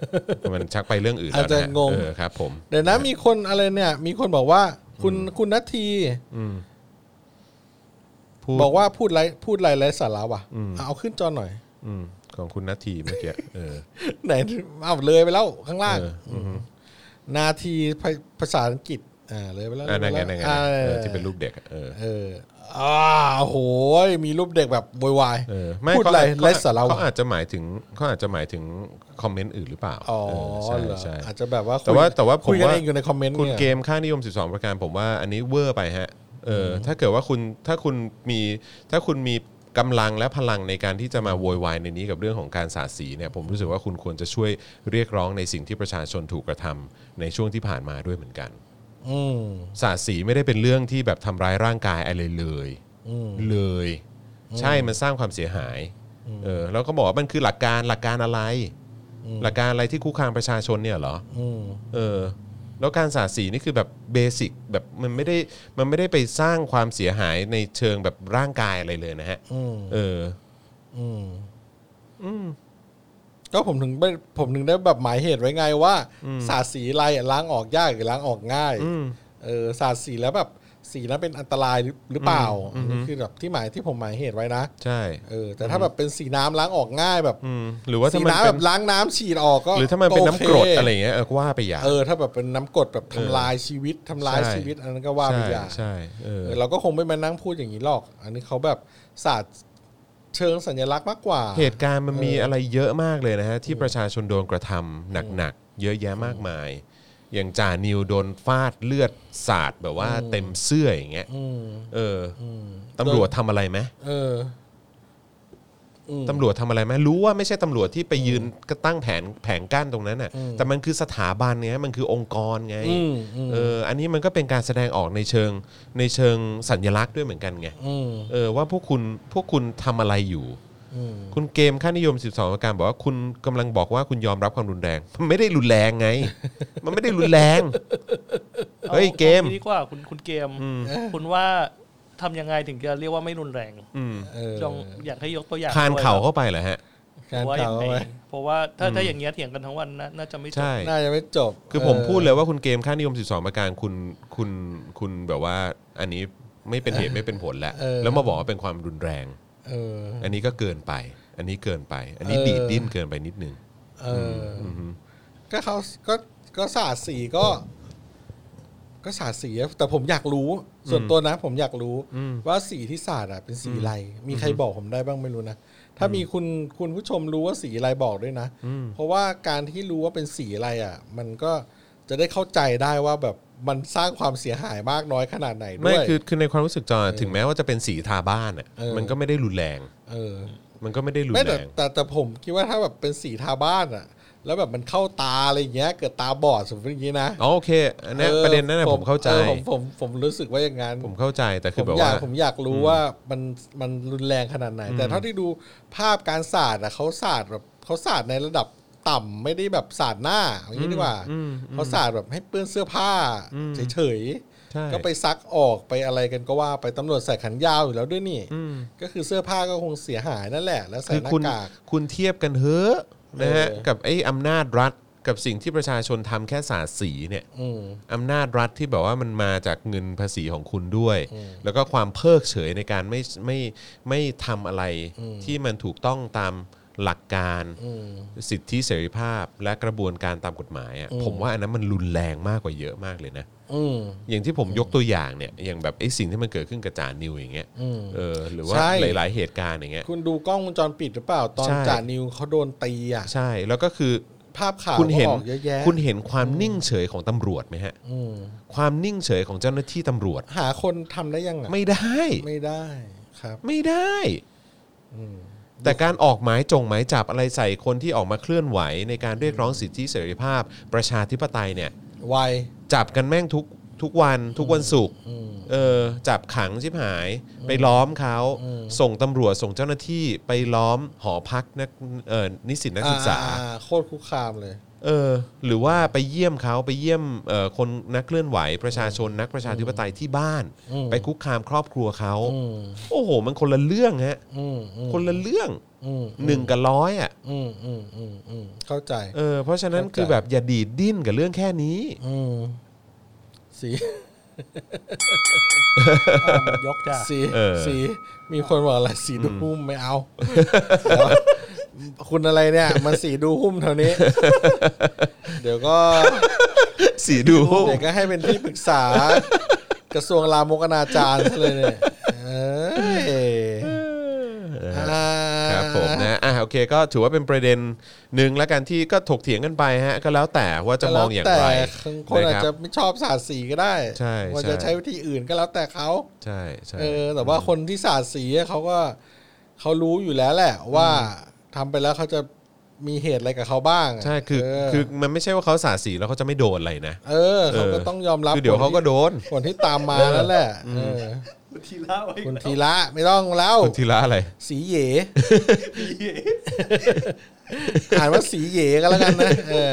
มันชักไปเรื่องอื่นแล้วนฮ อาจจะงง เออครับ ผม เดี๋ยวนะมีคนอะไรเนี่ย มีคนบอกว่าคุณคุณนัทที พูด บอกว่าพูดไรพูดไรไรสาระว่ะอ่ะเอาขึ้นจอหน่อย อืมของคุณนาทีเมื่อกี้เออ ไหนเอาเลยไปแล้วข้างล่าง เอออือฮึ นาทีภาภาษาอังกฤษอ่าเลยไปแล้ว อ่านั่นไงนั่นไงนั่นไง อ่า เออที่เป็นรูปเด็กอะเออ เอออ่าโหยมีรูปเด็กแบบโวยวาย เออไม่ พูด เขา ไร เขา ไรสาระวะ เขาอาจจะหมายถึงเขาอาจจะหมายถึงคอมเมนต์อื่นหรือเปล่า อ๋อ เออใช่ เหรอ ใช่ อาจจะแบบว่า แต่ว่า คุย แต่ว่าผ คุ ม ยกัน ว่า เองอยู่ในคอมเมนต์ คุณ นี่ย เกมค่านิยม 12 ประการผมว่าอันนี้เวอร์ไปฮะเอออถ้าเกิดว่าคุณถ้าคุณมีถ้าคุณมีกำลังและพลังในการที่จะมาโวยวายในนี้กับเรื่องของการสาดสีเนี่ยผมรู้สึกว่าคุณควรจะช่วยเรียกร้องในสิ่งที่ประชาชนถูกกระทำในช่วงที่ผ่านมาด้วยเหมือนกัน อืม สาดสีไม่ได้เป็นเรื่องที่แบบทำร้ายร่างกายอะไรเลย อืม เลย ใช่มันสร้างความเสียหายเออแล้วก็บอกว่ามันคือหลักการหลักการอะไร หลักการอะไรที่คุกคามประชาชนเนี่ยเหรอ อืม เออ แล้วการสาดสีนี่คือแบบเบสิกแบบมันไม่ได้มันไม่ได้ไปสร้างความเสียหายในเชิงแบบร่างกายอะไรเลยนะฮะ อืม เออ อืมก็ผมถึงไม่ผมถึงได้แบบหมายเหตุไว้ไงว่า ศาสตร์สีอะไรอ่ะล้างออกยากหรือล้างออกง่ายเออศาสตร์สีแล้วแบบสีนั้นเป็นอันตรายหรือหรือเปล่าอันนี้คือแบบที่หมายที่ผมหมายเหตุไว้นะ ใช่ เออแต่ถ้าแบบเป็นสีน้ำล้างออกง่ายแบบ อืมหรือว่า สี ถ้ามัน น้ำ เป็ แบ น บล้างน้ำฉีดออกก็ หรือถ้ามันเป็นน้ำกรด โเค อะไรอย่างเงี้ยเออก็ว่าไปอย่าง เออถ้าแบบเป็นน้ำกรดแบบทำ เออ ลายชีวิตทำลาย ใช่ ชีวิตอันนั้นก็ว่าไป ใช่ อย่าง ใช่เออ เออเราก็คงไม่มานั่งพูดอย่างนี้หรอก อันนี้เขาแบบศาสตร์เชิงสัญลักษณ์มากกว่า เหตุการณ์มันมีอะไรเยอะมากเลยนะฮะ ที่ประชาชนโดนกระทำหนักๆ เยอะแยะมากมาย อย่างจ่านิวโดนฟาดเลือดสาดแบบว่าเต็มเสื้ออย่างเงี้ย อืม เออ อืม ตำรวจทำอะไรไหม เอออืม ตำรวจทำอะไรไหมรู้ว่าไม่ใช่ตำรวจที่ไปยืนก็ตั้งแผนแผงกั้นตรงนั้นน่ะ อืม แต่มันคือสถาบันเนี้ยมันคือองค์กรไง อืมอืม เอออันนี้มันก็เป็นการแสดงออกในเชิงในเชิงสัญลักษณ์ด้วยเหมือนกันไง อืม เออว่าพวกคุณพวกคุณทำอะไรอยู่ อืม คุณเกมค่านิยม 12ประการบอกว่าคุณกำลังบอกว่าคุณยอมรับความรุนแรง มันไม่ได้รุนแรงไง มันไม่ได้รุนแรง เฮ้ย อา เกม อาดีกว่าคุณคุณเกม คุณว่าทำยังไงถึงจะเรียกว่าไม่รุนแรง อืม เออ ลองอยากให้ยกตัวอย่าง คานเข่า ด้วย เข้าไปเหรอฮะ ครั การบว่าอย่า เก่าง ไร ไว้ เพราะว่าถ้าถ้าอย่างเงี้ยเถียงกันทั้งวันนะน่าจะไม่จบ ใช่ น่าจะไม่จบ คือผมพูดเลยว่าคุณเกมค่านิยม 12ประการคุณคุณคุณแบบว่า อันนี้ไม่เป็นเหตุไม่เป็นผลแล้วแล้วมาบอกว่าเป็นความรุนแรง เออ อันนี้ก็เกินไป อันนี้เกินไป อันนี้ เออ ดีดดิ้นเกินไปนิดนึง เอออก็เขาก็ก็ศาสตร์สีก็ ก็ศาสตร์สีอะแต่ผมอยากรู้ ส่วนตัวนะ ผมอยากรู้ว่าสีที่ศาสตร์อะเป็นสีอะไร มีใครบอกผมได้บ้างไม่รู้นะ ถ้ามีคุณคุณผู้ชมรู้ว่าสีอะไรบอกด้วยนะ เพราะว่าการที่รู้ว่าเป็นสีอะไรอ่ะ มันก็จะได้เข้าใจได้ว่าแบบมันสร้างความเสียหายมากน้อยขนาดไหนด้ ไม่ วย คือคือในความรู้สึกจอถึงแม้ว่าจะเป็นสีทาบ้านอ่ะ เออ มันก็ไม่ได้รุนแรง เออ มันก็ไม่ได้รุน ไม่ แร แต่ ง แต่แต่ผมคิดว่าถ้าแบบเป็นสีทาบ้านอ่ะ แล้วแบบมันเข้าตาอะไรอย่างเงี้ย เกิดตาบอดสมมติอย่างงี้นะ อ๋อโอเคอันเนี้ย ออ ประเด็นนั้นนะผมเข้าใจ ออผมผมผมรู้สึกว่าอย่างนั้น ผมเข้าใจแต่คือ ผม แบบ อยา ว่าก ผมอยากรู้ว่ามันมันรุนแรงขนาดไหน แต่เท่าที่ดูภาพการสาดอะเขาสาดแบบเขาสาดในระดับต่ำไม่ได้แบบสาดหน้าอย่างนี้ดีกว่าเขาสาดแบบให้เปื้อนเสื้อผ้าเฉย ใช่ ๆก็ไปซักออกไปอะไรกันก็ว่าไปตำรวจใส่ขันยาวอยู่แล้วด้วยนี่ก็คือเสื้อผ้าก็คงเสียหายนั่นแหละ แล้วใส่ คือ หคุณน้ากาก คุณเทียบกันเฮ้อะนะฮะ เออ กับไอ้อำนาจรัฐกับสิ่งที่ประชาชนทำแค่สาดสีเนี่ย อืม อำนาจรัฐที่แบบว่ามันมาจากเงินภาษีของคุณด้วย อืม แล้วก็ความเพิกเฉยในการไม่ไม่ไม่ทำอะไรที่มันถูกต้องตาม หลักการสิทธิเสรีภาพและกระบวนการตามกฎหมายอะผมว่าอันนั้นมันรุนแรงมากกว่าเยอะมากเลยนะ อืม อย่างที่ผมยกตัวอย่างเนี่ยอย่างแบบไอ้สิ่งที่มันเกิดขึ้นกับจานิวอย่างเงี้ยเออหรือว่า ใช่ หลาย ๆ เหตุการณ์อย่างเงี้ย คุณดูกล้องวงจรปิดหรือเปล่าตอน ใช่ จ่านิวเขาโดนตีอ่ะ ใช่แล้วก็คือ ภาพข่าว คุณเห็น ก็ออกเยอะแยะ คุณเห็นความนิ่งเฉยของตำรวจไหมฮะ อืม ความนิ่งเฉยของเจ้าหน้าที่ตำรวจ หาคนทำได้ยังไง ไม่ได้ ไม่ได้ครับ ไม่ได้ อืม แต่การออกหมายจงหมายจับอะไรใส่คนที่ออกมาเคลื่อนไหว ในการเรียกร้องสิทธิเสรีภาพ ประชาธิปไตยเนี่ย ไว จับกันแม่งทุกทุกวันทุกวันศุกร์ อืม เออจับขังชิบหาย ไปล้อมเขา อืม ส่งตำรวจส่งเจ้าหน้าที่ไปล้อมหอพักนักเอ่อนิสิตนักศึกษา อ่อ่อ่โคตรคุกคามเลย เออหรือว่าไปเยี่ยมเขาไปเยี่ยมเอ่อคนนักเคลื่อนไหว ประชาชนนักประชาธิปไตยที่บ้าน อืม ไปคุกคามครอบครัวเขา อืม โอ้โห มันคนละเรื่องฮะ อืมอืม คนละเรื่อง อืม หนึ่งกับร้อยอ่ะ อืมอืมอืมอืมเข้าใจ เออเพราะฉะนั้น เข้าใจ คือแบบอย่าดีดดิ้นกับเรื่องแค่ นี้ อืมสี อ้าวหมดยกจ้ะ สี เออ สี มีคนบอกอะไรสีดูหุ้มไม่เอา คุณอะไรเนี่ย มันสีดูหุ้มเท่านี้ เดี๋ยวก็ สีดู เด็กก็ให้เป็นที่ปรึก ษา กระทรวงลามกอนาจารซะเลยเนี่ยเอ้ยอ่า ครับผมนะอ่ะโอเคก็ถือว่าเป็นประเด็นหนึ่งแล้วกันที่ก็ถกเถียงกันไปฮะก็แล้วแต่ว่าจะมองอย่างไร แล้วแต่คนอาจ นะค จะ รับ ไม่ชอบศาสตร์สีก็ได้ ใช่ ว่า ใช่ จะใช้วิธีอื่นก็แล้วแต่เขา ใช่ใช่ เออ แต่ว่าคนที่ศาสตร์สีเขาก็เขารู้อยู่แล้วแหละ ว่าทำไปแล้วเขาจะมีเหตุอะไรกับเขาบ้าง ใช่คือ เ คือมันไม่ใช่ว่าเขาสาดสีแล้วเขาจะไม่โดนอะไรนะ เออเขาก็ต้องยอมรับ คือเดี๋ยวเขาก็โดน ผลที่ตามมานั่นแหละเออคุณทีละไม่ต้องแล้ว คุณธีระอะไร สีเหยอ่านว่าสีเหยกันแล้วกันนะ เออ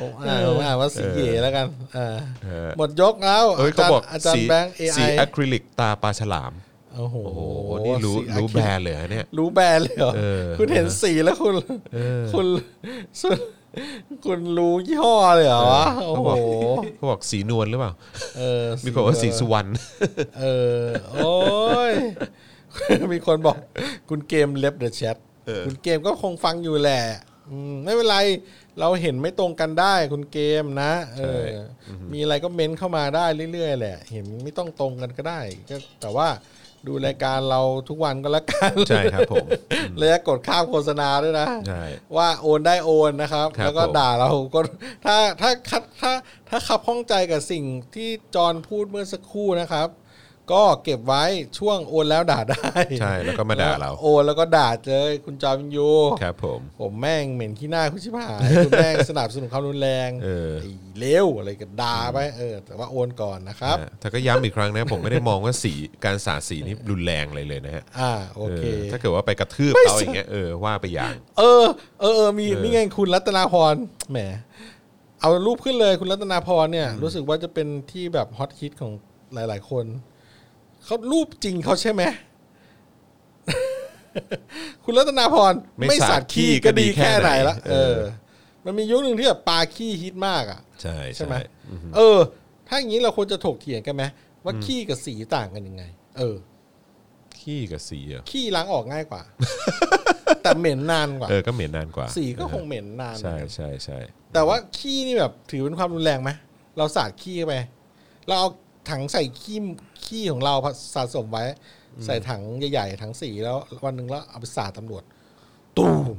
ผมอ่านผมอ่านว่าสีเหยแล้วกันอ่า เออ หมดยกแล้ว เอ้ยเขาบอก อาจาร สี ย์แบงค์เอไอ สีอะคริลิกตาปลาฉลาม โอ้โห โอ้โห นี่รู้ สีอะ รู้ ค แบรนด์เลยเหรอเนี่ย รู้แบรนด์เลยเหรอ เออ คุณเห็นสีแล้วคุณ คุณสุดคุณรู้ยี่ห้อเลยเหรอวะโอ้ เขา โห บอกเขาบอกสีนวลหรือเปล่า เออ มีคนว่าสีสุวรรณ เออ โอ้ย มีคนบอก คุณเกมเล็บเดอะแชท เออ คุณเกมก็คงฟังอยู่แหละอืมไม่เป็นไร เราเห็นไม่ตรงกันได้ คุณเกมนะเออมีอะไรก็เม้นเข้ามาได้เรื่อยๆแหละ เห็นไม่ต้องตรงกันก็ได้ก็แต่ว่าดูรายการเราทุกวันก็แล้วกัน ใช่ ครับผม และอย่ากดข้ามโฆษณาด้วยนะ ใช่ ว่าโอนได้โอนนะครับ ครับ แล้วก็ ผม ด่าเราก็ ถ้าถ้าคัดถ้าถ้าขับข้องใจกับสิ่งที่จอห์นพูดเมื่อสักครู่นะครับ ก็เก็บไว้ช่วงโอนแล้วด่าได้ ใช่แล้วก็มาด่าเรา โอนแล้วก็ด่าเลยคุณจอมยู ครับผม ผมแม่งเหม็นขี้หน้าคุณชิบหาย คุณแม่งสนับสนุนความรุนแรง เออ ไเลวอะไรก็ด่าไปเออ แต่ว่าโอนก่อนนะครับ นะแต่ก็ย้ำอีกครั้งนะ ผมไม่ได้มองว่าสีการสาดสีนี่รุนแรงอะไรเลยนะฮะ อ่าโอเค เออถ้าเกิดว่าไปกระทืบเขาอย่างเงี้ยเออว่าไปอย่าง เออเออเออมีนี่ไงคุณรัตนาพรแหม เอารูปขึ้นเลยคุณรัตนาพรเนี่ย รู้สึกว่าจะเป็นที่แบบฮอตฮิตของหลาย ๆ คนเขารูปจริงเขาใช่ไหม คุณรัตนาพร ไม่ ไม่ สา สา ด ด ขี้ ขี้ ก็ ก็ ดี ดี แค่ แค่ ไห ไห น นละเอ เออ อ มันมียุคหนึ่งที่แบบปลาขี้ฮิตมากอ่ะ ใช่ ใช่ไหม อืม เออ ถ้าอย่างนี้เราควรจะถกเถียงกันไหมว่าขี้กับสีต่างกันยังไง เออ ขี้กับสีเหรอ ขี้ล้างออกง่าย กว่า แต่เหม็นนานกว่า เออก็เหม็นนานกว่า สีก็คงเหม็นนานเหมือ ใช่ นกัน ใช่ใช่ แต่ว่าขี้นี่แบบถือเป็นความรุนแรงไหมเราสาดขี้เข้าไป เราเอาถังใส่ขี้ขี้ของเราสะสมไว้ ใส่ถังใหญ่ๆถังสีแล้ววันหนึ่งแล้วเอาไปสาดตำรวจตูม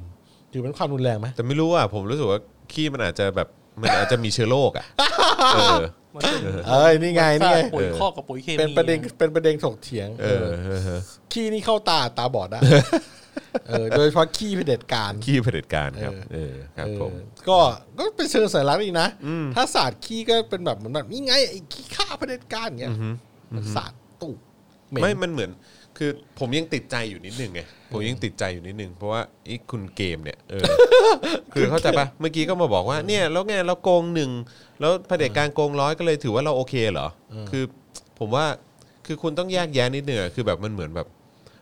ถือเป็นความรุนแรงไหม แต่ไม่รู้อ่ะผมรู้สึกว่าขี้มันอาจจะแบบมันอาจจะมีเชื้อโรคอ่ะเออ มันเป็น เอ้ยนี่ไงนี่ไง ปุ๋ย เออ คอกกับปุ๋ยเคมี เป็นประเด็นเป็นประเด็นถกเถียง เออเออเออ ขี้นี่เข้าตาตาบอดได้ เออโดยเฉพาะขี้เผด็จการ ขี้เผด็จการครับเออครับผม เออก็ก็เป็นเชิงสัญลักษณ์อีกนะ ถ้าศาสตร์ขี้ก็เป็นแบบเหมือนแบบนี่ไงไอ้ขี้ข้าเผด็จการเงี้ยศาสตร์ตู่เหน ไม่ มันเหมือน คือผมยังติดใจอยู่นิดนึงไง ผมยังติดใจอยู่นิดนึง เพราะว่าไอ้คุณเกมเนี่ย เออ คือเข้าใจปะเมื่อกี้ก็มาบอกว่า เนี่ย แล้วไงเราโกงหนึ่ง แล้วเผด็จการโกงร้อยก็เลยถือว่าเราโอเคเหรอ คือผมว่า คือคุณต้องแยกแยะนิดนึงอะคือแบบมันเหมือนแบบ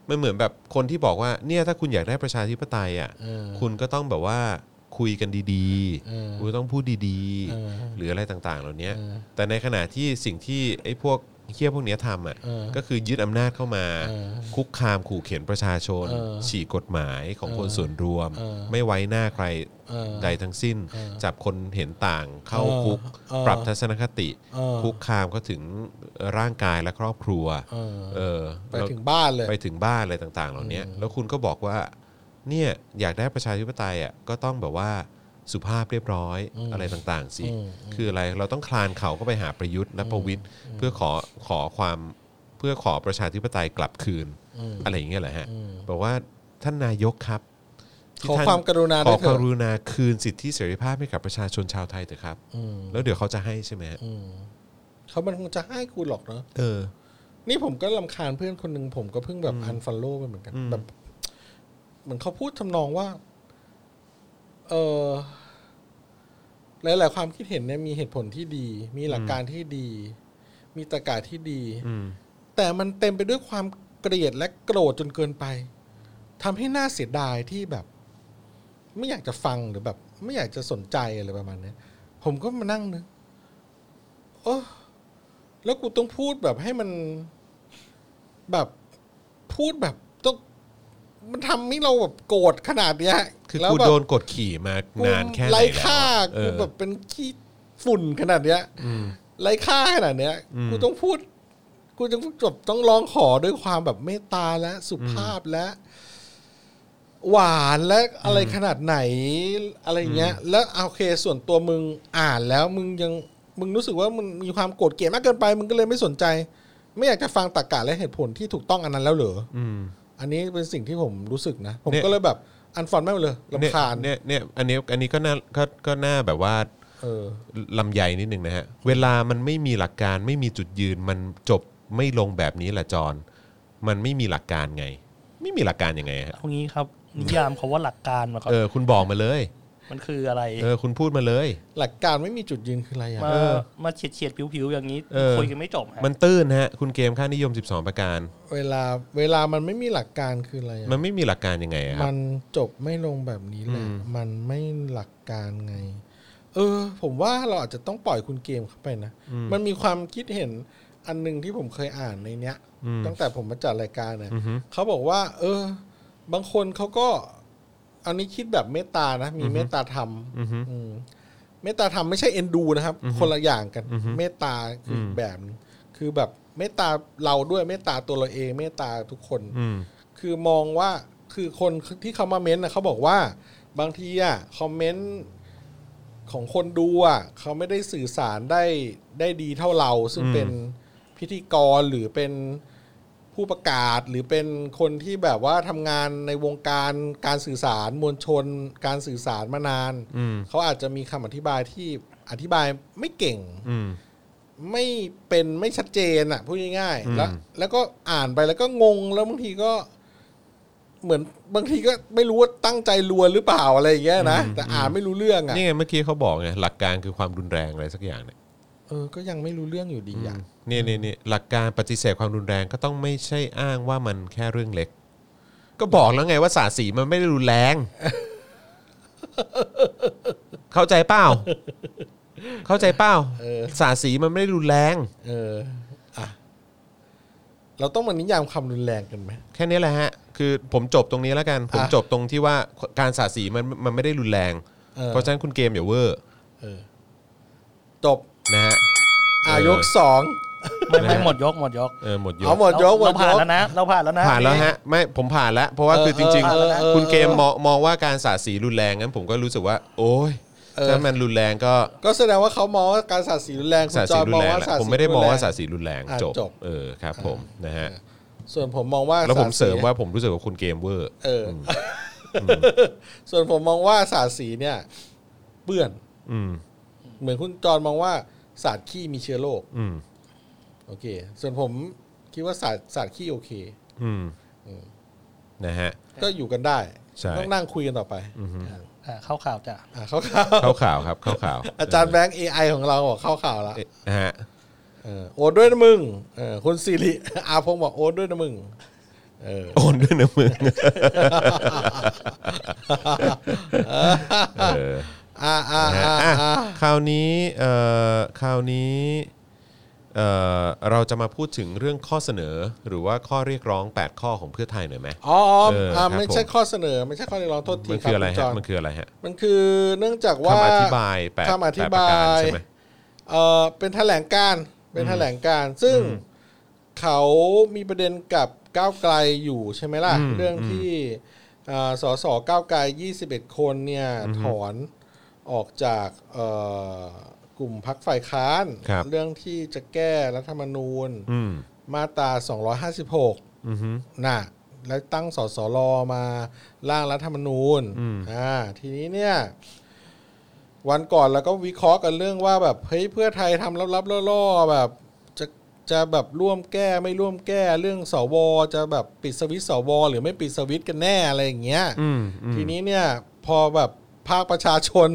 มันเหมือนแบบคนที่บอกว่า เนี่ย ถ้าคุณอยากได้ประชาธิปไตยอ่ะ เออ คุณก็ต้องแบบว่าคุยกันดี เออ ๆ คุณต้องพูดดี เออ ๆ หรืออะไรต่างๆ เหล่านี้ เออ แต่ในขณะที่สิ่งที่ไอ้พวก เฮี้ยพวกเนี้ยทำอ่ะ เออ ก็คือยึดอำนาจเข้ามา เออ คุกคามขู่เข็นประชาชน เออ ฉีกกฎหมายของคน เออ ส่วนรวม เออ ไม่ไว้หน้าใคร เออ ใดทั้งสิ้น เออ จับคนเห็นต่างเข้า เออ คุก เออ ปรับทัศนคติ เออ คุกคามเขาถึงร่างกายและครอบครัว เออ เออ ไป แล้ว ถึงบ้านเลย ไปถึงบ้านอะไรต่างๆ เหล่านี้แล้วคุณก็บอกว่า เนี่ยอยากได้ประชาธิปไตยอ่ะก็ต้องแบบว่าสุภาพเรียบร้อยอะไรต่างๆสิ อืม คืออะไรเราต้องคลานเขาก็ไปหาประยุทธ์และประวิทย์เพื่อขอขอความเพื่อขอประชาธิปไตยกลับคืน อะไรอย่างเงี้ยแหละฮะบอกว่าท่านนายกครับที่ ขอ ท่น ความกรุณา ข ด้ว อยค เถ วาม อะ กรุณาคืนสิทธิเสรีภาพให้กับประชาชนชาวไทยเถอะครับ อืม แล้วเดี๋ยวเขาจะให้ใช่ไหมฮะ อืมเขามันคงจะให้คุณหรอกเนาะ เออ นี่ผมก็ลำคาญเพื่อนคนหนึ่งผมก็เพิ่งแบบอันฟ l ลโล่ไปเหมือนกัน แบบ เหมือนเขาพูดทำนองว่า เออหลาย ๆ ความคิดเห็นเนี่ยมีเหตุผลที่ดี มีหลักการที่ดี มีตรรกะที่ดี อืม แต่มันเต็มไปด้วยความเกลียดและโกรธจนเกินไปทำให้น่าเสียดายที่แบบ ไม่อยากจะฟังหรือแบบ ไม่อยากจะสนใจอะไรประมาณเนี้ยผมก็มานั่งนึกโอ้แล้วกูต้องพูดแบบให้มันแบบพูดแบบต้อง มันทำให้เราแบบโกรธขนาดเนี้ย คือ แล้ว กู แบบ โดนกดขี่มานานแค่ไหน ไร้ แล้ว ค่า เอ กู อ แบบเป็นขี้ฝุ่นขนาดเนี้ย ไร้ค่าขนาดเนี้ย อืม กูต้องพูด กูจะจบต้องร้องขอด้วยความแบบเมตตาและสุภาพและ หวานและอะไรขนาดไหน อะไรเงี้ย แล้วโอเคส่วนตัวมึงอ่านแล้วมึงยังมึงรู้สึกว่ามึงมีความโกรธเกลียดมากเกินไป มึงก็เลยไม่สนใจ ไม่อยากจะฟังตรรกะและเหตุผลที่ถูกต้องอันนั้นแล้วเหรอ อืม อันนี้เป็นสิ่งที่ผมรู้สึกนะ ผม เนี่ย ก็เลยแบบอันฟอนไม่งเลยลำคาญ เนี่ยเนี่ยเนี่ยอันนี้อันนี้ก็น่าก็ก็น่าแบบว่า เออ ลำใหญ่นิดนึงนะฮะ เวลามันไม่มีหลักการไม่มีจุดยืนมันจบไม่ลงแบบนี้แหละจอนมันไม่มีหลักการไง ไม่มีหลักการยังไงฮะ เอางี้ครับ นิยามคาว่าหลักการมาก่อน เออคุณบอกมาเลย มันคืออะไร เออคุณพูดมาเลย หลักการไม่มีจุดยืนคืออะไรอ่ะ มามาเฉียดเฉียดๆผิวๆอย่างนี้ เออ คุยกันไม่จบฮะ มันตื้นฮะคุณเกมค่านิยม 12 ประการ เวลาเวลามันไม่มีหลักการคืออะไรอะ มันไม่มีหลักการยังไงอะครั มั บ นจบไม่ลงแบบนี้แหละ อืม มันไม่หลักการไง เออ ผมว่าเราอาจจะต้องปล่อยคุณเกมเข้าไปนะ มันมีความคิดเห็นอันหนึ่งที่ผมเคยอ่านในเนี้ย ตั้งแต่ผมมาจัดรายการเนี่ยเขาบอกว่า เออ บางคนเขาก็ อันนี้คิดแบบเมตตานะ มีเมตตาธรรมอืมเมตตาธรรมไม่ใช่เอ็นดูนะครับ คนละอย่างกัน เมตตาคืออีกแบบหนึ่งคือแบบเมตตาเราด้วยเมตตาตัวเราเอง เมตตาทุกคน อืม คือมองว่าคือคนที่เขามาเม้นต์นะเขาบอกว่าบางทีอ่ะคอมเมนต์ของคนดูอ่ะเขาไม่ได้สื่อสารได้ได้ดีเท่าเรา ซึ่ง อืม เป็นพิธีกรหรือเป็นผู้ประกาศ หรือเป็นคนที่แบบว่าทำงานในวงการการสื่อสารมวลชน การสื่อสารมานาน อืม เขาอาจจะมีคำอธิบายที่อธิบายไม่เก่ง อืม ไม่เป็นไม่ชัดเจนอ่ะพูดง่าย อืมๆแล้วแล้วก็อ่านไปแล้วก็งงแล้วบางทีก็เหมือนบางทีก็ไม่รู้ว่าตั้งใจลวนหรือเปล่าอะไรอย่างเงี้ยนะแต่อ่านไม่รู้เรื่องอ่ะ นี่ไงเมื่อกี้เขาบอกไงหลักการคือความรุนแรงอะไรสักอย่างเนี่ย เออก็ยังไม่รู้เรื่องอยู่ดีอ่ะ เนี่ยเนี่ยเนี่ยหลักการปฏิเสธความรุนแรงก็ต้องไม่ใช่อ้างว่ามันแค่เรื่องเล็ก ก็บอกแล้วไงว่าสาดสีมันไม่ได้รุนแรง เข้าใจเปล่าเข้าใจเปล่าสาดสีมันไม่ได้รุนแรง เอออ่ะเราต้องมานิยามคำรุนแรงกันไหม แค่นี้แหละฮะ คือผมจบตรงนี้แล้วกัน ผม อ่ะ จบตรงที่ว่าการสาดสีมันมันไม่ได้รุนแรง เออ เพราะฉะนั้นคุณเกมอย่าเวอร์ เออจบ นะฮะ อ่ะ เออ ยกสอง ไม่ไม่หมดยกหมดยก เออหมดย เอา ก หมดยกหม เรา ด ผ่าน ยก แล้วนะ เราผ่านแล้วนะ ผ่านแล้วฮะไม่ผมผ่านแล้ว เพราะว่า เออ คือจริง เออเออ ๆ คุณเกมมองมองว่าการสาดสีรุนแรงงั้นผมก็รู้สึกว่า โอ้ยถ้ามันรุนแรงก็ ก็แสดงว่าเขามองว่าการสาดสีรุนแรงคุณ สาด จ สี อย รุ ม น อง แรง ว่า แหละ สาดสี ผมไม่ได้มองว่าสาด รุนแร สีรุนแรง อ่ะ จบ จบ เออครับผมนะฮะ งส่วนผมมองว่า แล้วผม ด เสริมว่าผมรู้สึกว่าคุณเกมเวอร์ เอออ ส่วนผมมองว่าศาสตร์สีเนี่ย เปื้อน อืม เหมือนคุณจรมองว่าศาสตร์ขี้มีเชื้อโรค อืม โอเค ส่วนผมคิดว่าศาสตร์ศาสตร์ขี้โอเค อืมนะฮะ ก็อยู่กันได้ ใช่ ต้องนั่งคุยกันต่อไป อ่าเข้าข่าวจ้ะ อ่ะเข้าข่าว เข้าข่าวครับเข้า ข่าว อาจารย์แบงค์ AI ของเราบอกเข้าข่าวละ เอ๊ะนะฮะ เออโอนด้วยนะมึงเออคุณสิริ อาพงศ์บอกโอนด้วยนะมึงเออ โอนด้วยนะมึ งเออ อ่าอ่า นะฮะ อ่า อ่ะ อ่า คราวนี้เอ่อคราวนี้เ เอ่อเราจะมาพูดถึงเรื่องข้อเสนอ หรือว่าข้อเรียกร้อง 8 ข้อของเพื่อไทยหน่อยไหม อ๋อ เออครั อ่า บ ไม่ใช่ ผม ข้อเสนอ ไม่ใช่ข้อเรียกร้องโทษที มัน ครั คื บ ออะไร คุณจ ฮะ อน มันคืออะไรฮะ มันคือเนื่องจากว่า คำอธิบายแปด คำอธิ แปดประ บา การ ย ใช่ไหม เอ่อเป็นแถลงการณ์เป็นแถลงการณ์ซึ่งเขามีประเด็นกับก้าวไกลอยู่ใช่ไหมล่ะ อืม เรื่องที่เอ่อสสก้าวไกล 21 คนเนี่ยถอนออกจากเอ่อกลุ่มพักฝ่ายค้าน ครับ เรื่องที่จะแก้รัฐธรรมนูญ อืม มาตรา 256 อือฮึ น่ะแล้วตั้งสสรมาร่างรัฐธรรมนูญ อืม อ่าทีนี้เนี่ย วันก่อนเราก็วิเคราะห์กันเรื่องว่าแบบเฮ้ยเพื่อไทยทำลับๆล่อๆแบบจะจะแบบร่วมแก้ไม่ร่วมแก้เรื่องสวจะแบบปิดสวิตช์สวหรือไม่ปิดสวิตช์กันแน่อะไรอย่างเงี้ย อืมอืม ทีนี้เนี่ยพอแบบภาคประชาชน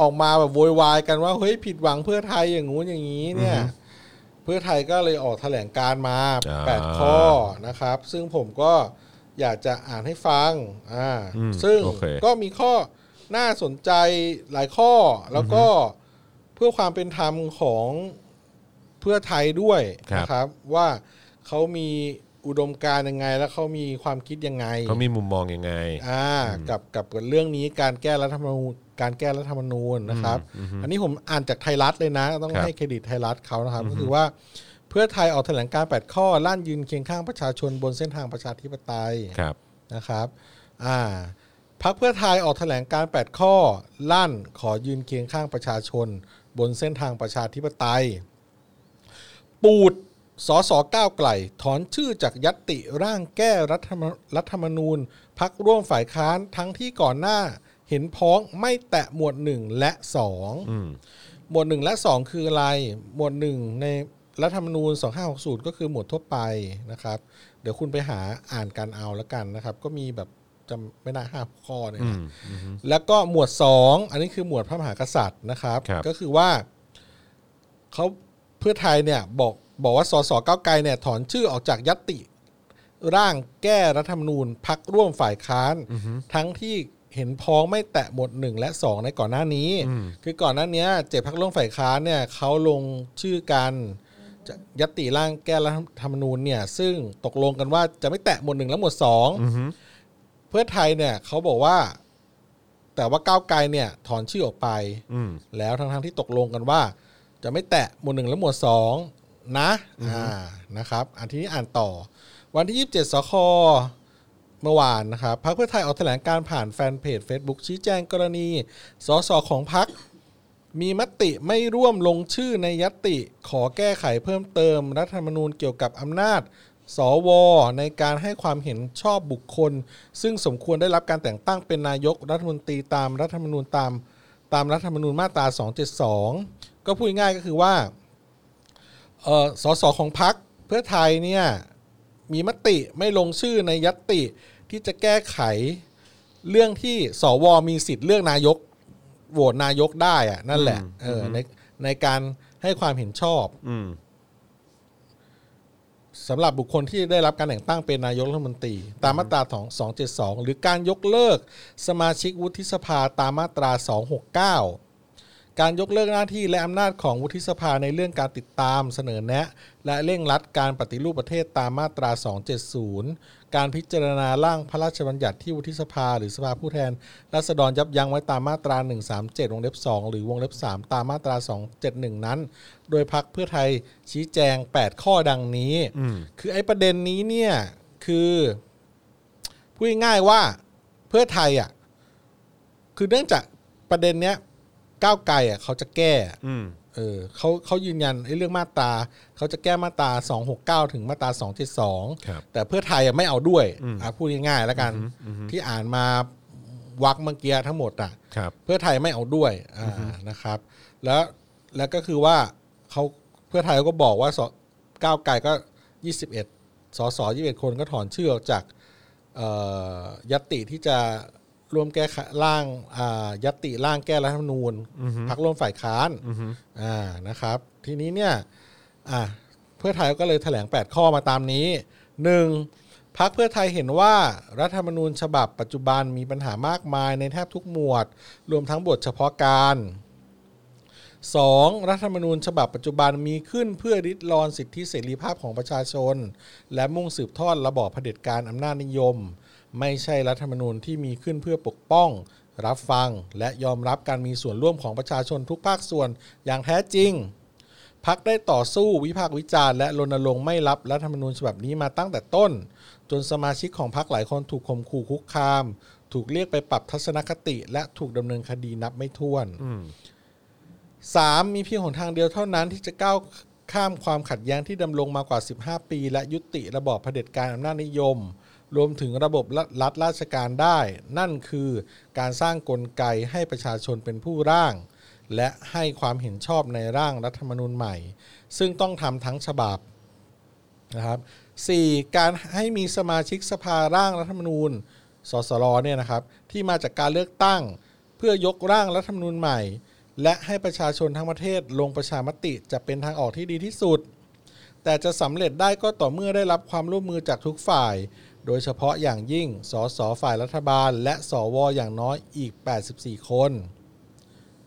ออกมาแบบโวยวายกันว่าเฮ้ยผิดหวังเพื่อไทยอย่างงู้นอย่างนี้เนี่ยเพื่อไทยก็เลยออกแถลงการณ์มา อ่า แปดข้อนะครับ ซึ่งผมก็อยากจะอ่านให้ฟังอ่า อืม ซึ่ง โอเค ก็มีข้อน่าสนใจหลายข้อแล้วก็เพื่อความเป็นธรรมของเพื่อไทยด้วยนะครับ ว่าเขามีอุดมการณ์ยังไง และเขามีความคิดยังไง เขามีมุมมองยังไง อ่ากับกับกับเรื่องนี้การแก้รัฐธรรมนูญการแก้รัฐธรรมนูญนะครับ อันนี้ผมอ่านจากไทยรัฐเลยนะ ต้อง ครับ ให้เครดิตไทยรัฐเขานะครับ ก็คือว่าเพื่อไทยออกแถลงการณ์8ข้อล้านยืนเคียงข้างประชาชนบนเส้นทางประชาธิปไตย ครับ นะครับอ่าพักเพื่อไทยออกแถลงการณ์8ข้อลั่นขอยืนเคียงข้างประชาชน บนเส้นทางประชาธิปไตย ปูดสสก้าวไกล ถอนชื่อจากยัตติร่างแก้รัฐธรรมรัฐธรรมนูญ พักร่วมฝ่ายค้านทั้งที่ก่อนหน้า เห็นพ้องไม่แตะหมวด 1 และ 2 อืม หมวด 1 และ 2 คืออะไร หมวด 1 ในรัฐธรรมนูญ 2560 ก็คือหมวดทั่วไปนะครับ เดี๋ยวคุณไปหาอ่านกันเอาแล้วกันนะครับ ก็มีแบบจำไม่ได้ห้าข้อเนี่ย อื นะ ม แล้วก็หมวด 2 อันนี้คือหมวดพระมหากษัตริย์นะครับ ครับ ก็คือว่าเขาเพื่อไทยเนี่ยบอกบอกว่าสสก้าวไกลเนี่ยถอนชื่อออกจากยัตติ ร่างแก้รัฐธรรมนูญพักร่วมฝ่ายค้าน ทั้งที่เห็นพ้องไม่แตะหมวด 1 และ 2 ในก่อนหน้านี้ อืม คือก่อนหน้าเนี้ยเจ็ดพักร่วมฝ่ายค้านเนี่ยเขาลงชื่อกันจะยัตติร่างแก้รัฐธรรมนูญเนี่ยซึ่งตกลงกันว่าจะไม่แตะหมวดหนึ่งและหมวดสอง อือฮึ เพื่อไทยเนี่ยเขาบอกว่า แต่ว่าก้าวไกลเนี่ยถอนชื่อออกไป อืม แล้วทั้งๆที่ตกลงกันว่า จะไม่แตะหมวดหนึ่งและหมวดสองนะอ่านะครับ อันที่นี้อ่านต่อ วันที่ 27สคเมื่อวานนะครับพรรคเพื่อไทยออกแถลงการผ่านแฟนเพจ Facebook ชี้แจงกรณีสสของพรรคมีมติไม่ร่วมลงชื่อในยตติ ขอแก้ไขเพิ่มเติม รัฐธรรมนูญเกี่ยวกับอำนาจ สว ในการให้ความเห็นชอบบุคคล ซึ่งสมควรได้รับการแต่งตั้งเป็นนายกรัฐมนตรีตามรัฐธรรมนูญตาม ตามรัฐธรรมนูญมาตรา 272 ก็พูดง่ายๆก็คือว่าเอ่อสสของพักเพื่อไทยเนี่ยมีมติไม่ลงชื่อในยัตติที่จะแก้ไขเรื่องที่สวมีสิทธิ์เลือกนายกโหวตนายกได้อะนั่นแหละเออในในการให้ความเห็นชอบ อืม สำหรับบุคคลที่ได้รับการแต่งตั้งเป็นนายกรัฐมนตรี ตามมาตรา272 หรือการยกเลิกสมาชิกวุฒิสภาตามมาตรา 269 การยกเลิกหน้าที่และอำนาจของวุฒิสภาในเรื่องการติดตามเสนอแนะ และเร่งรัดการปฏิรูปประเทศตามมาตรา 270 การพิจารณาร่างพระราชบัญญัติที่วุฒิสภา หรือสภาผู้แทนราษฎรยับยั้งไว้ตามมาตรา 137 วงเล็บ 2 หรือวงเล็บ 3 ตามมาตรา 271 นั้น โดยพักเพื่อไทยชี้แจง 8 ข้อดังนี้ คือไอ้ประเด็นนี้เนี่ยคือพูดง่ายๆว่าเพื่อไทยอ่ะคือเนื่องจากประเด็นเนี้ย ก้าวไกลอ่ะเขาจะแก้ อืม เออเขาเขายืนยันไอ้เรื่องมาตราเขาจะแก้มาตรา 269 ถึงมาตรา ครับ 272 แต่เพื่อไทยอ่ะไม่เอาด้วยอ่ะพูดง่ายๆแล้วกัน ที่อ่านมาวักเมื่อกี้ทั้งหมดอ่ะ ครับ เพื่อไทยไม่เอาด้วยอ่านะครับ แล้วแล้วก็คือว่าเขาเพื่อไทยก็บอกว่าสก้าวไกลก็ 21สส21 คนก็ถอนชื่อออกจากเอ่อยัตติที่จะร่วมแก้ไขร่างอ่ายัตติร่างแก้รัฐธรรมนูญพักร่วมฝ่ายค้านอ่านะครับ ทีนี้เนี่ยอ่ะเพื่อไทยก็เลยแถลง 8 ข้อมาตามนี้หนึ่ง พักเพื่อไทยเห็นว่ารัฐธรรมนูญฉบับปัจจุบันมีปัญหามากมายในแทบทุกหมวด รวมทั้งบทเฉพาะการ 2. รัฐธรรมนูญฉบับปัจจุบันมีขึ้นเพื่อริดรอนสิทธิเสรีภาพของประชาชน และมุ่งสืบทอดระบอบเผด็จการอำนาจนิยม ไม่ใช่รัฐธรรมนูญที่มีขึ้นเพื่อปกป้อง รับฟัง และยอมรับการมีส่วนร่วมของประชาชนทุกภาคส่วนอย่างแท้จริง พักได้ต่อสู้วิพากษ์วิจารณ์และรณรงค์ไม่รับรัฐธรรมนูญฉบับนี้มาตั้งแต่ต้น จนสมาชิกของพักหลายคนถูกข่มขู่คุกคาม ถูกเรียกไปปรับทัศนคติ และถูกดำเนินคดีนับไม่ถ้วน สามมีเพียงหนทางเดียวเท่านั้นที่จะก้าวข้ามความขัดแย้งที่ดำรงมากว่า 15 ปี และยุติระบอบเผด็จการอำนาจนิยม รวมถึงระบบรัฐราชการได้ นั่นคือการสร้างกลไกให้ประชาชนเป็นผู้ร่าง และให้ความเห็นชอบในร่างรัฐธรรมนูญใหม่ ซึ่งต้องทำทั้งฉบับ นะครับ 4. การให้มีสมาชิกสภาร่างรัฐธรรมนูญ สสรเนี่ยนะครับ ที่มาจากการเลือกตั้ง เพื่อยกร่างรัฐธรรมนูญใหม่ และให้ประชาชนทั้งประเทศลงประชามติจะเป็นทางออกที่ดีที่สุด แต่จะสำเร็จได้ก็ต่อเมื่อได้รับความร่วมมือจากทุกฝ่าย โดยเฉพาะอย่างยิ่ง สสฝ่ายรัฐบาล และสวอย่างน้อยอีก 84 คน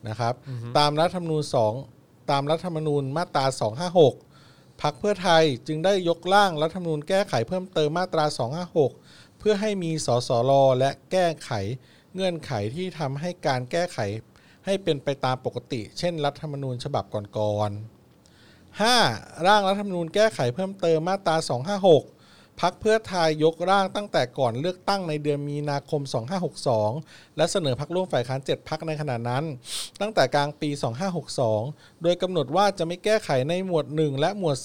นะครับ ตามรัฐธรรมนูญ2ตามรัฐธรรมนูญมาตรา 256 พักเพื่อไทยจึงได้ยกร่างรัฐธรรมนูญแก้ไขเพิ่มเติมมาตรา 256 เพื่อให้มีสสรและแก้ไขเงื่อนไขที่ทำให้การแก้ไขให้เป็นไปตามปกติ เช่น รัฐธรรมนูญฉบับก่อนๆ 5. ร่างรัฐธรรมนูญแก้ไขเพิ่มเติมมาตรา 256 พักเพื่อไทยยกร่างตั้งแต่ก่อนเลือกตั้งในเดือนมีนาคม 2562 และเสนอพักร่วมฝ่ายค้าน 7 พักในขณะนั้น ตั้งแต่กลางปี 2562 โดยกำหนดว่าจะไม่แก้ไขในหมวด 1 และหมวด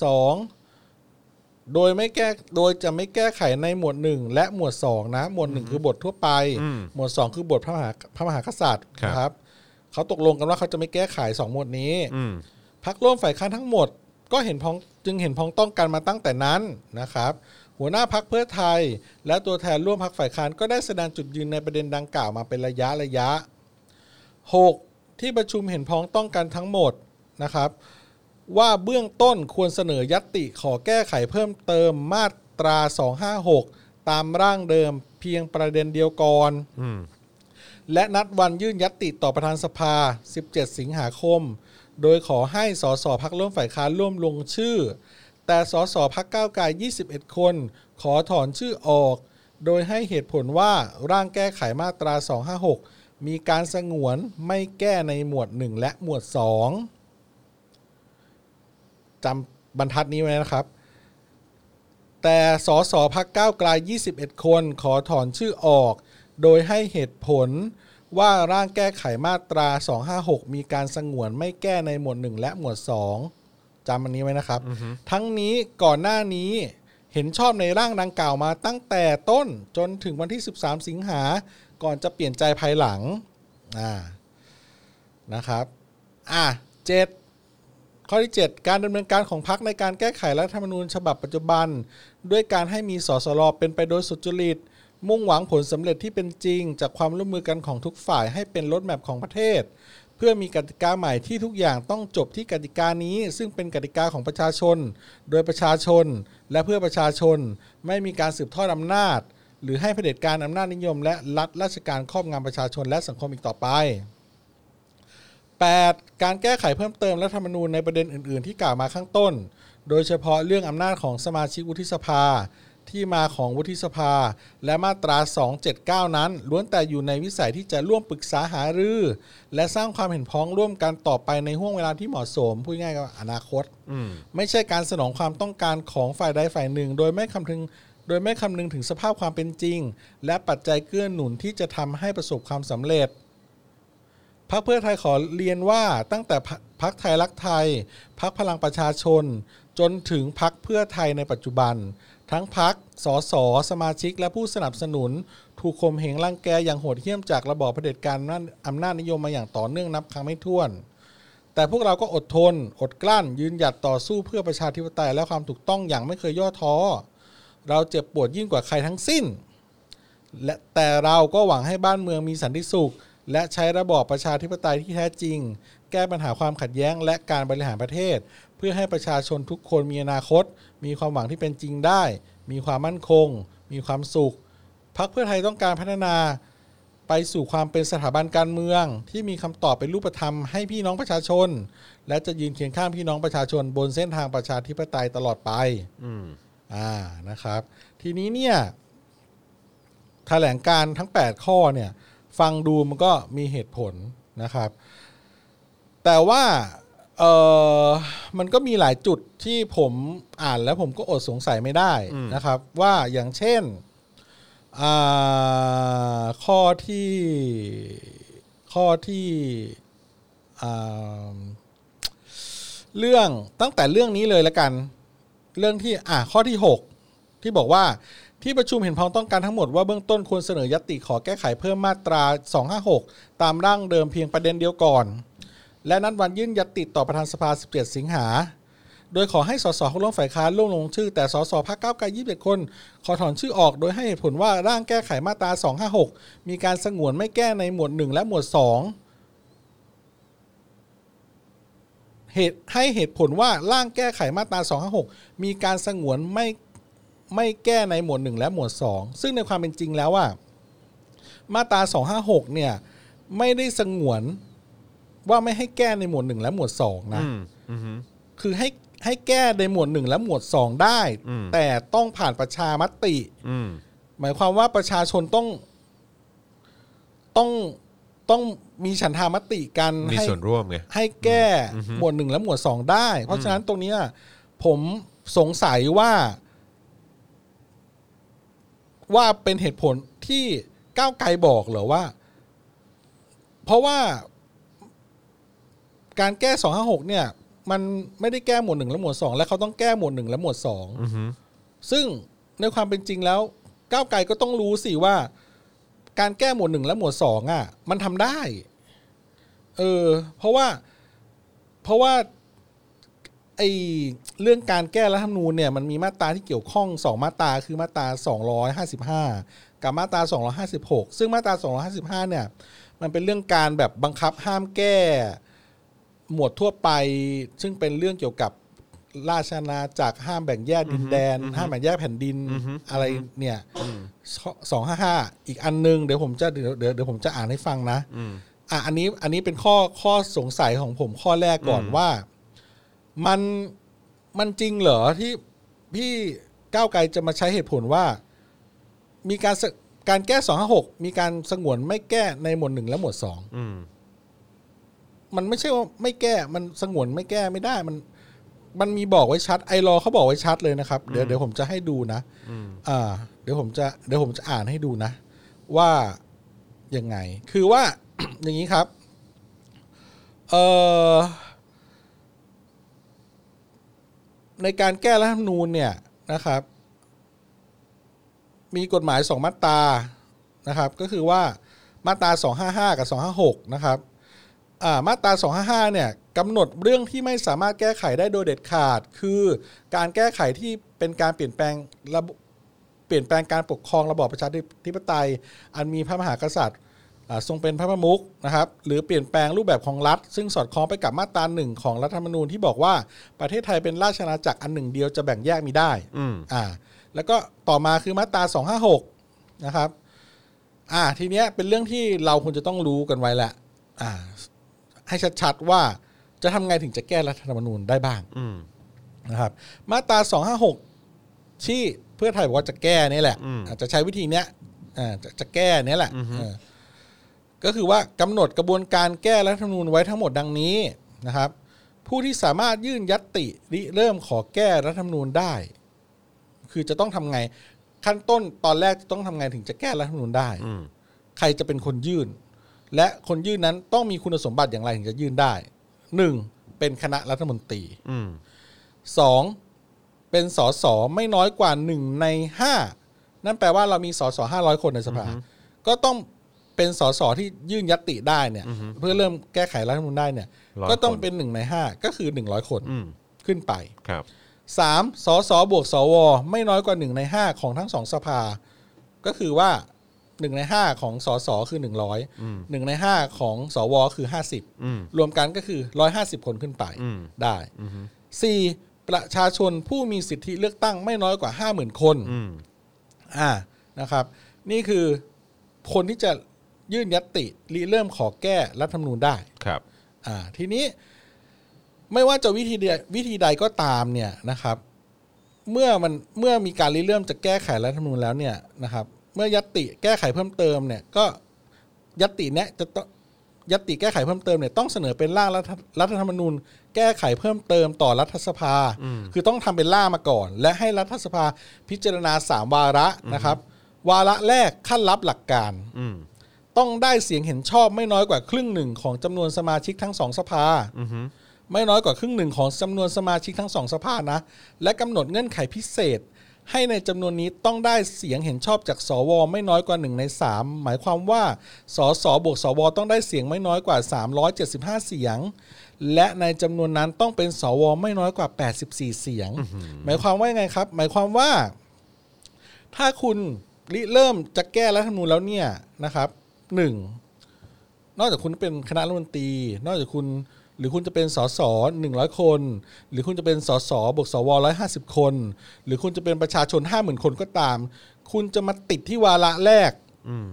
2 โดยไม่แก้โดยจะไม่แก้ไขในหมวด 1 และหมวด 2 นะ หมวด 1 คือบททั่วไป หมวด 2 คือบทพระมหาพระมหากษัตริย์ ครับ นะครับ เขาตกลงกันว่าเขาจะไม่แก้ไข 2 หมวดนี้ อืม พักร่วมฝ่ายค้านทั้งหมด ก็เห็นพ้องจึงเห็นพ้องต้องกันมาตั้งแต่นั้นนะครับ หัวหน้าพักเพื่อไทย และตัวแทนร่วมพักฝ่ายค้านก็ได้แสดงจุดยืนในประเด็นดังกล่าวมาเป็นระยะระยะ 6. ที่ประชุมเห็นพ้องต้องกันทั้งหมดนะครับ ว่าเบื้องต้นควรเสนอยัตติขอแก้ไขเพิ่มเติมมาตรา 256 ตามร่างเดิมเพียงประเด็นเดียวก่อน อืม และนัดวันยื่นยัตติต่อประธานสภา 17 สิงหาคม โดยขอให้สสพักร่วมฝ่ายค้านร่วมลงชื่อ แต่สสพักก้าวไกล21 คน ขอถอนชื่อออก โดยให้เหตุผลว่าร่างแก้ไขมาตรา 256 มีการสงวนไม่แก้ในหมวด 1 และหมวด 2จำบรรทัดนี้ไว้นะครับ แต่สสพักก้าวไกล 21 คนขอถอนชื่อออก โดยให้เหตุผลว่าร่างแก้ไขมาตรา 256 มีการสงวนไม่แก้ในหมวด 1 และหมวด 2จำอันนี้ไว้นะครับ ทั้งนี้ก่อนหน้านี้เห็นชอบในร่างดังกล่าวมาตั้งแต่ต้นจนถึงวันที่ 13 สิงหา ก่อนจะเปลี่ยนใจภายหลังอ่านะครับอ่ะเจ็ด ข้อที่ 7 การดำเนินการของพรรคในการแก้ไขรัฐธรรมนูญฉบับปัจจุบัน ด้วยการให้มีสสรเป็นไปโดยสุจริต มุ่งหวังผลสำเร็จที่เป็นจริง จากความร่วมมือกันของทุกฝ่ายให้เป็นรถแมพของประเทศ เพื่อมีกติกาใหม่ที่ทุกอย่างต้องจบที่กติกานี้ ซึ่งเป็นกติกาของประชาชน โดยประชาชน และเพื่อประชาชน ไม่มีการสืบทอดอำนาจ หรือให้เผด็จการอำนาจนิยม และรัฐราชการครอบงำประชาชนและสังคมอีกต่อไป 8การแก้ไขเพิ่มเติมรัฐธรรมนูญในประเด็นอื่น ๆ ที่กล่าวมาข้างต้น โดยเฉพาะเรื่องอำนาจของสมาชิกวุฒิสภา ที่มาของวุฒิสภา และมาตรา 279 นั้น ล้วนแต่อยู่ในวิสัยที่จะร่วมปรึกษาหารือ และสร้างความเห็นพ้องร่วมกันต่อไปในห่วงเวลาที่เหมาะสมพูดง่ายๆก็อนาคต อืม ไม่ใช่การสนองความต้องการของฝ่ายใดฝ่ายหนึ่ง โดยไม่คำนึงโดยไม่คำนึงถึงสภาพความเป็นจริง และปัจจัยเกื้อหนุนที่จะทำให้ประสบความสำเร็จ พักเพื่อไทยขอเรียนว่าตั้งแต่พรรพักไทยรักไทย พักพลังประชาชน จนถึงพักเพื่อไทยในปัจจุบัน ทั้งพักสสสมาชิกและผู้สนับสนุน ถูกข่มเหงรังแกอย่างโหดเหี้ยมจากระบอบเผด็จการอำนาจอำนาจนิยมมาอย่างต่อเนื่องนับครั้งไม่ถ้วน แต่พวกเราก็อดทน อดกลั้น ยืนหยัดต่อสู้เพื่อประชาธิปไตยและความถูกต้องอย่างไม่เคยย่อท้อ เราเจ็บปวดยิ่งกว่าใครทั้งสิ้น และแต่เราก็หวังให้บ้านเมืองมีสันติสุข และใช้ระบอบประชาธิปไตยที่แท้จริง แก้ปัญหาความขัดแย้งและการบริหารประเทศ เพื่อให้ประชาชนทุกคนมีอนาคต มีความหวังที่เป็นจริงได้ มีความมั่นคง มีความสุขพรรคเพื่อไทยต้องการพัฒนา ไปสู่ความเป็นสถาบันการเมือง ที่มีคำตอบเป็นรูปธรรมให้พี่น้องประชาชน และจะยืนเคียงข้างพี่น้องประชาชน บนเส้นทางประชาธิปไตยตลอดไป อืม อ่านะครับ ทีนี้เนี่ยแถลงการทั้ง 8 ข้อเนี่ย ฟังดูมันก็มีเหตุผลนะครับ แต่ว่าเออมันก็มีหลายจุดที่ผมอ่านแล้วผมก็อดสงสัยไม่ได้นะครับ ว่าอย่างเช่นอ่าข้อที่ข้อที่อ่าเรื่องตั้งแต่เรื่องนี้เลยละกัน เรื่องที่อ่ะข้อที่ 6 ที่บอกว่าที่ประชุมเห็นพ้องต้องการทั้งหมดว่าเบื้องต้นควรเสนอยติขอแก้ไขเพิ่มมาตรา 256 ตามร่างเดิมเพียงประเด็นเดียวก่อน และนัดวันยื่นยติต่อประธานสภา 17 สิงหา โดยขอให้สสของร่วมฝ่ายค้านร่วมลงชื่อ แต่สสพักก้าวไกล21 คน ขอถอนชื่อออกโดยให้เหตุผลว่าร่างแก้ไขมาตรา 256 มีการสงวนไม่แก้ในหมวด 1 และหมวด 2 เหตุให้เหตุผลว่าร่างแก้ไขมาตรา 256 มีการสงวนไม่ไม่แก้ในหมวด 1 และหมวด 2 ซึ่งในความเป็นจริงแล้วว่า มาตรา 256 เนี่ย ไม่ได้สงวนว่าไม่ให้แก้ในหมวด 1 และหมวด 2 นะ อืมอืม คือให้ให้แก้ในหมวด 1 และหมวด 2 ได้ อืม แต่ต้องผ่านประชามติ อืม หมายความว่าประชาชนต้องต้องต้องมีฉันทามติกัน มี ให้ ส่วนร่วมไง ให้แก้หมวดหนึ่งและหมวดสองได้ เพราะฉะนั้นตรงเนี้ยผมสงสัยว่า ว่าเป็นเหตุผลที่ก้าวไกลบอกเหรอว่า เพราะว่าการแก้สองห้าหกเนี่ย มันไม่ได้แก้หมวดหนึ่งและหมวดสองและเขาต้องแก้หมวดหนึ่งและหมวดสอง อือฮึ ซึ่งในความเป็นจริงแล้ว ก้าวไกลก็ต้องรู้สิว่า การแก้หมวดหนึ่งและหมวดสองอ่ะ มันทำได้ เออ เพราะว่าเพราะว่าไอเรื่องการแก้รัฐธรรมนูญเนี่ยมันมีมาตราที่เกี่ยวข้องสองมาตราคือมาตรา 255 กับมาตรา 256 ซึ่งมาตรา 255 เนี่ย มันเป็นเรื่องการแบบบังคับห้ามแก้ หมวดทั่วไป ซึ่งเป็นเรื่องเกี่ยวกับราชอาณาจากรห้ามแบ่งแยกดินแดน ห้ามแบ่งแยกแผ่นดินอะไรเนี่ยสองห้าห้าอีกอันนึงเดี๋ยวผมจะเดี๋ยวเดี๋ยวเดี๋ยวผมจะอ่านให้ฟังนะ อืม อ่ะอันนี้อันนี้เป็นข้อข้อสงสัยของผมข้อแรกก่อนว่า มันมันจริงเหรอที่พี่ก้าวไกลจะมาใช้เหตุผลว่า มีการสการแก้สองห้าหกมีการสงวนไม่แก้ในหมวดหนึ่งและหมวดสอง อืม มันไม่ใช่ว่าไม่แก้มันสงวนไม่แก้ไม่ได้มันมันมีบอกไว้ชัดไอรอว์เขาบอกไว้ชัดเลยนะครับ เดี๋ยวเดี๋ยวผมจะให้ดูนะ อืม อ่าเดี๋ยวผมจะเดี๋ยวผมจะอ่านให้ดูนะ ว่ายังไง คือว่า อย่างนี้ครับเอ่อในการแก้รัฐธรรมนูญเนี่ยนะครับ มีกฎหมายสองมาตรานะครับ ก็คือว่ามาตรา255 กับ 256 นะครับอ่ามาตรา255เนี่ยกำหนดเรื่องที่ไม่สามารถแก้ไขได้โดยเด็ดขาด คือการแก้ไขที่เป็นการเปลี่ยนแปลงระบบ เปลี่ยนแปลงการปกครองระบอบประชาธิปไตย อันมีพระมหากษัตริย์อ่าทรงเป็นพระประมุขนะครับ หรือเปลี่ยนแปลงรูปแบบของรัฐ ซึ่งสอดคล้องไปกับมาตราหนึ่งของรัฐธรรมนูญที่บอกว่าประเทศไทยเป็นราชอาณาจักรอันหนึ่งเดียวจะแบ่งแยกมิได้ อืม อ่า แล้วก็ต่อมาคือมาตรา256 นะครับ อ่า ทีเนี้ยเป็นเรื่องที่เราควรจะต้องรู้กันไว้แหละ อ่า ให้ชัดๆว่าจะทำไงถึงจะแก้รัฐธรรมนูญได้บ้าง อืม นะครับมาตรา 256 ที่เพื่อไทยบอกว่าจะแก้นี่แหละ อืม อาจจะใช้วิธีเนี้ยอ่าจะจะแก้นี่แหละเออก็คือว่ากำหนดกระบวนการแก้รัฐธรรมนูญไว้ทั้งหมดดังนี้นะครับ ผู้ที่สามารถยื่นยัตติริเริ่มขอแก้รัฐธรรมนูญได้ คือจะต้องทำไงขั้นต้นตอนแรกจะต้องทำไงถึงจะแก้รัฐธรรมนูญได้ อืม ใครจะเป็นคนยื่น และคนยื่นนั้นต้องมีคุณสมบัติอย่างไรถึงจะยื่นได้หนึ่งเป็นคณะรัฐมนตรี อืม สองเป็นสสไม่น้อยกว่าหนึ่งในห้านั่นแปลว่าเรามีสสห้าร้อยคนในสภา ก็ต้องเป็นสสที่ยื่นยตติได้เนี่ยเพื่อเริ่มแก้ไขรัฐธรรมนูญได้เนี่ย 100 ก็ต้องเป็นหนึ่งในห้าก็คือหนึ่งร้อยคน อืม ขึ้นไป ครับ สามสสบวกสว ไม่น้อยกว่าหนึ่งในห้าของทั้งสองสภา ก็คือว่าหนึ่งในห้าของสสคือหนึ่งร้อย อืม หนึ่งในห้าของสวคือห้าสิบ อืม รวมกันก็คือร้อยห้าสิบคนขึ้นไป อืม ได้ อืม 4. ประชาชนผู้มีสิทธิเลือกตั้งไม่น้อยกว่า 50,000 คน อืม อ่า นะครับ นี่คือคนที่จะ ยื่นยตติริเริ่มขอแก้รัฐธรรมนูญได้ ครับ อ่าทีนี้ไม่ว่าจะวิธีใดวิธีใดก็ตามเนี่ยนะครับ เมื่อมันเมื่อมีการริเริ่มจะแก้ไขรัฐธรรมนูญแล้วเนี่ยนะครับ เมื่อยัตติแก้ไขเพิ่มเติมเนี่ยก็ยัตติเนี่ยจะต้องยัตติแก้ไขเพิ่มเติมเนี่ยต้องเสนอเป็นร่างรัฐรัฐธรรมนูญ แก้ไขเพิ่มเติมต่อรัฐสภา คือต้องทำเป็นร่างมาก่อน และให้รัฐสภาพิจารณาสามวาระนะครับ วาระแรกขั้นรับหลักการ อืม ต้องได้เสียงเห็นชอบไม่น้อยกว่าครึ่งหนึ่งของจำนวนสมาชิกทั้งสองสภา อือหือ ไม่น้อยกว่าครึ่งหนึ่งของจำนวนสมาชิกทั้งสองสภานะ และกำหนดเงื่อนไขพิเศษ ให้ในจำนวนนี้ต้องได้เสียงเห็นชอบจากสว ไม่น้อยกว่า1ใน 3 หมายความว่าสสบวกสว ต้องได้เสียงไม่น้อยกว่า 375 เสียง และในจำนวนนั้นต้องเป็นสว ไม่น้อยกว่า 84 เสียง หมายความว่ายังไงครับ หมายความว่า ถ้าคุณริเริ่มจะแก้รัฐธรรมนูญแล้วเนี่ยนะครับหนึ่ง นอกจากคุณเป็นคณะรัฐมนตรี นอกจากคุณหรือคุณจะเป็นสสหนึ่งร้อยคน หรือคุณจะเป็นสสบวกสวร้อยห้าสิบคน หรือคุณจะเป็นประชาชนห้าหมื่นคนก็ตาม คุณจะมาติดที่วาระแรก อืม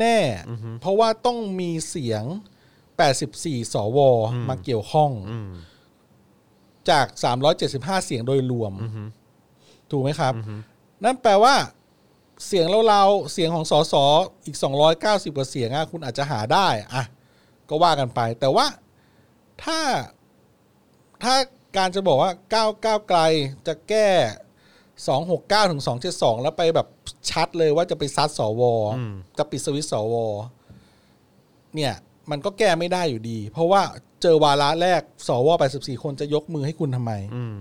แน่ๆ เพราะว่าต้องมีเสียง 84 สว มาเกี่ยวข้อง อืม จาก 375 เสียงโดยรวม อือหือ ถูกไหมครับ อือฮึ นั่นแปลว่า เสียงเราๆเสียงของสสอีก 290กว่าเสียงอะคุณอาจจะหาได้อะก็ว่ากันไป แต่ว่าถ้าถ้าการจะบอกว่าก้าวก้าวไกลจะแก้ 269ถึง272 แล้วไปแบบชัดเลยว่าจะไปซัดสว อืม จะปิดสวิตช์สว เนี่ย มันก็แก้ไม่ได้อยู่ดี เพราะว่าเจอวาระแรกสว84คนจะยกมือให้คุณทำไม อืม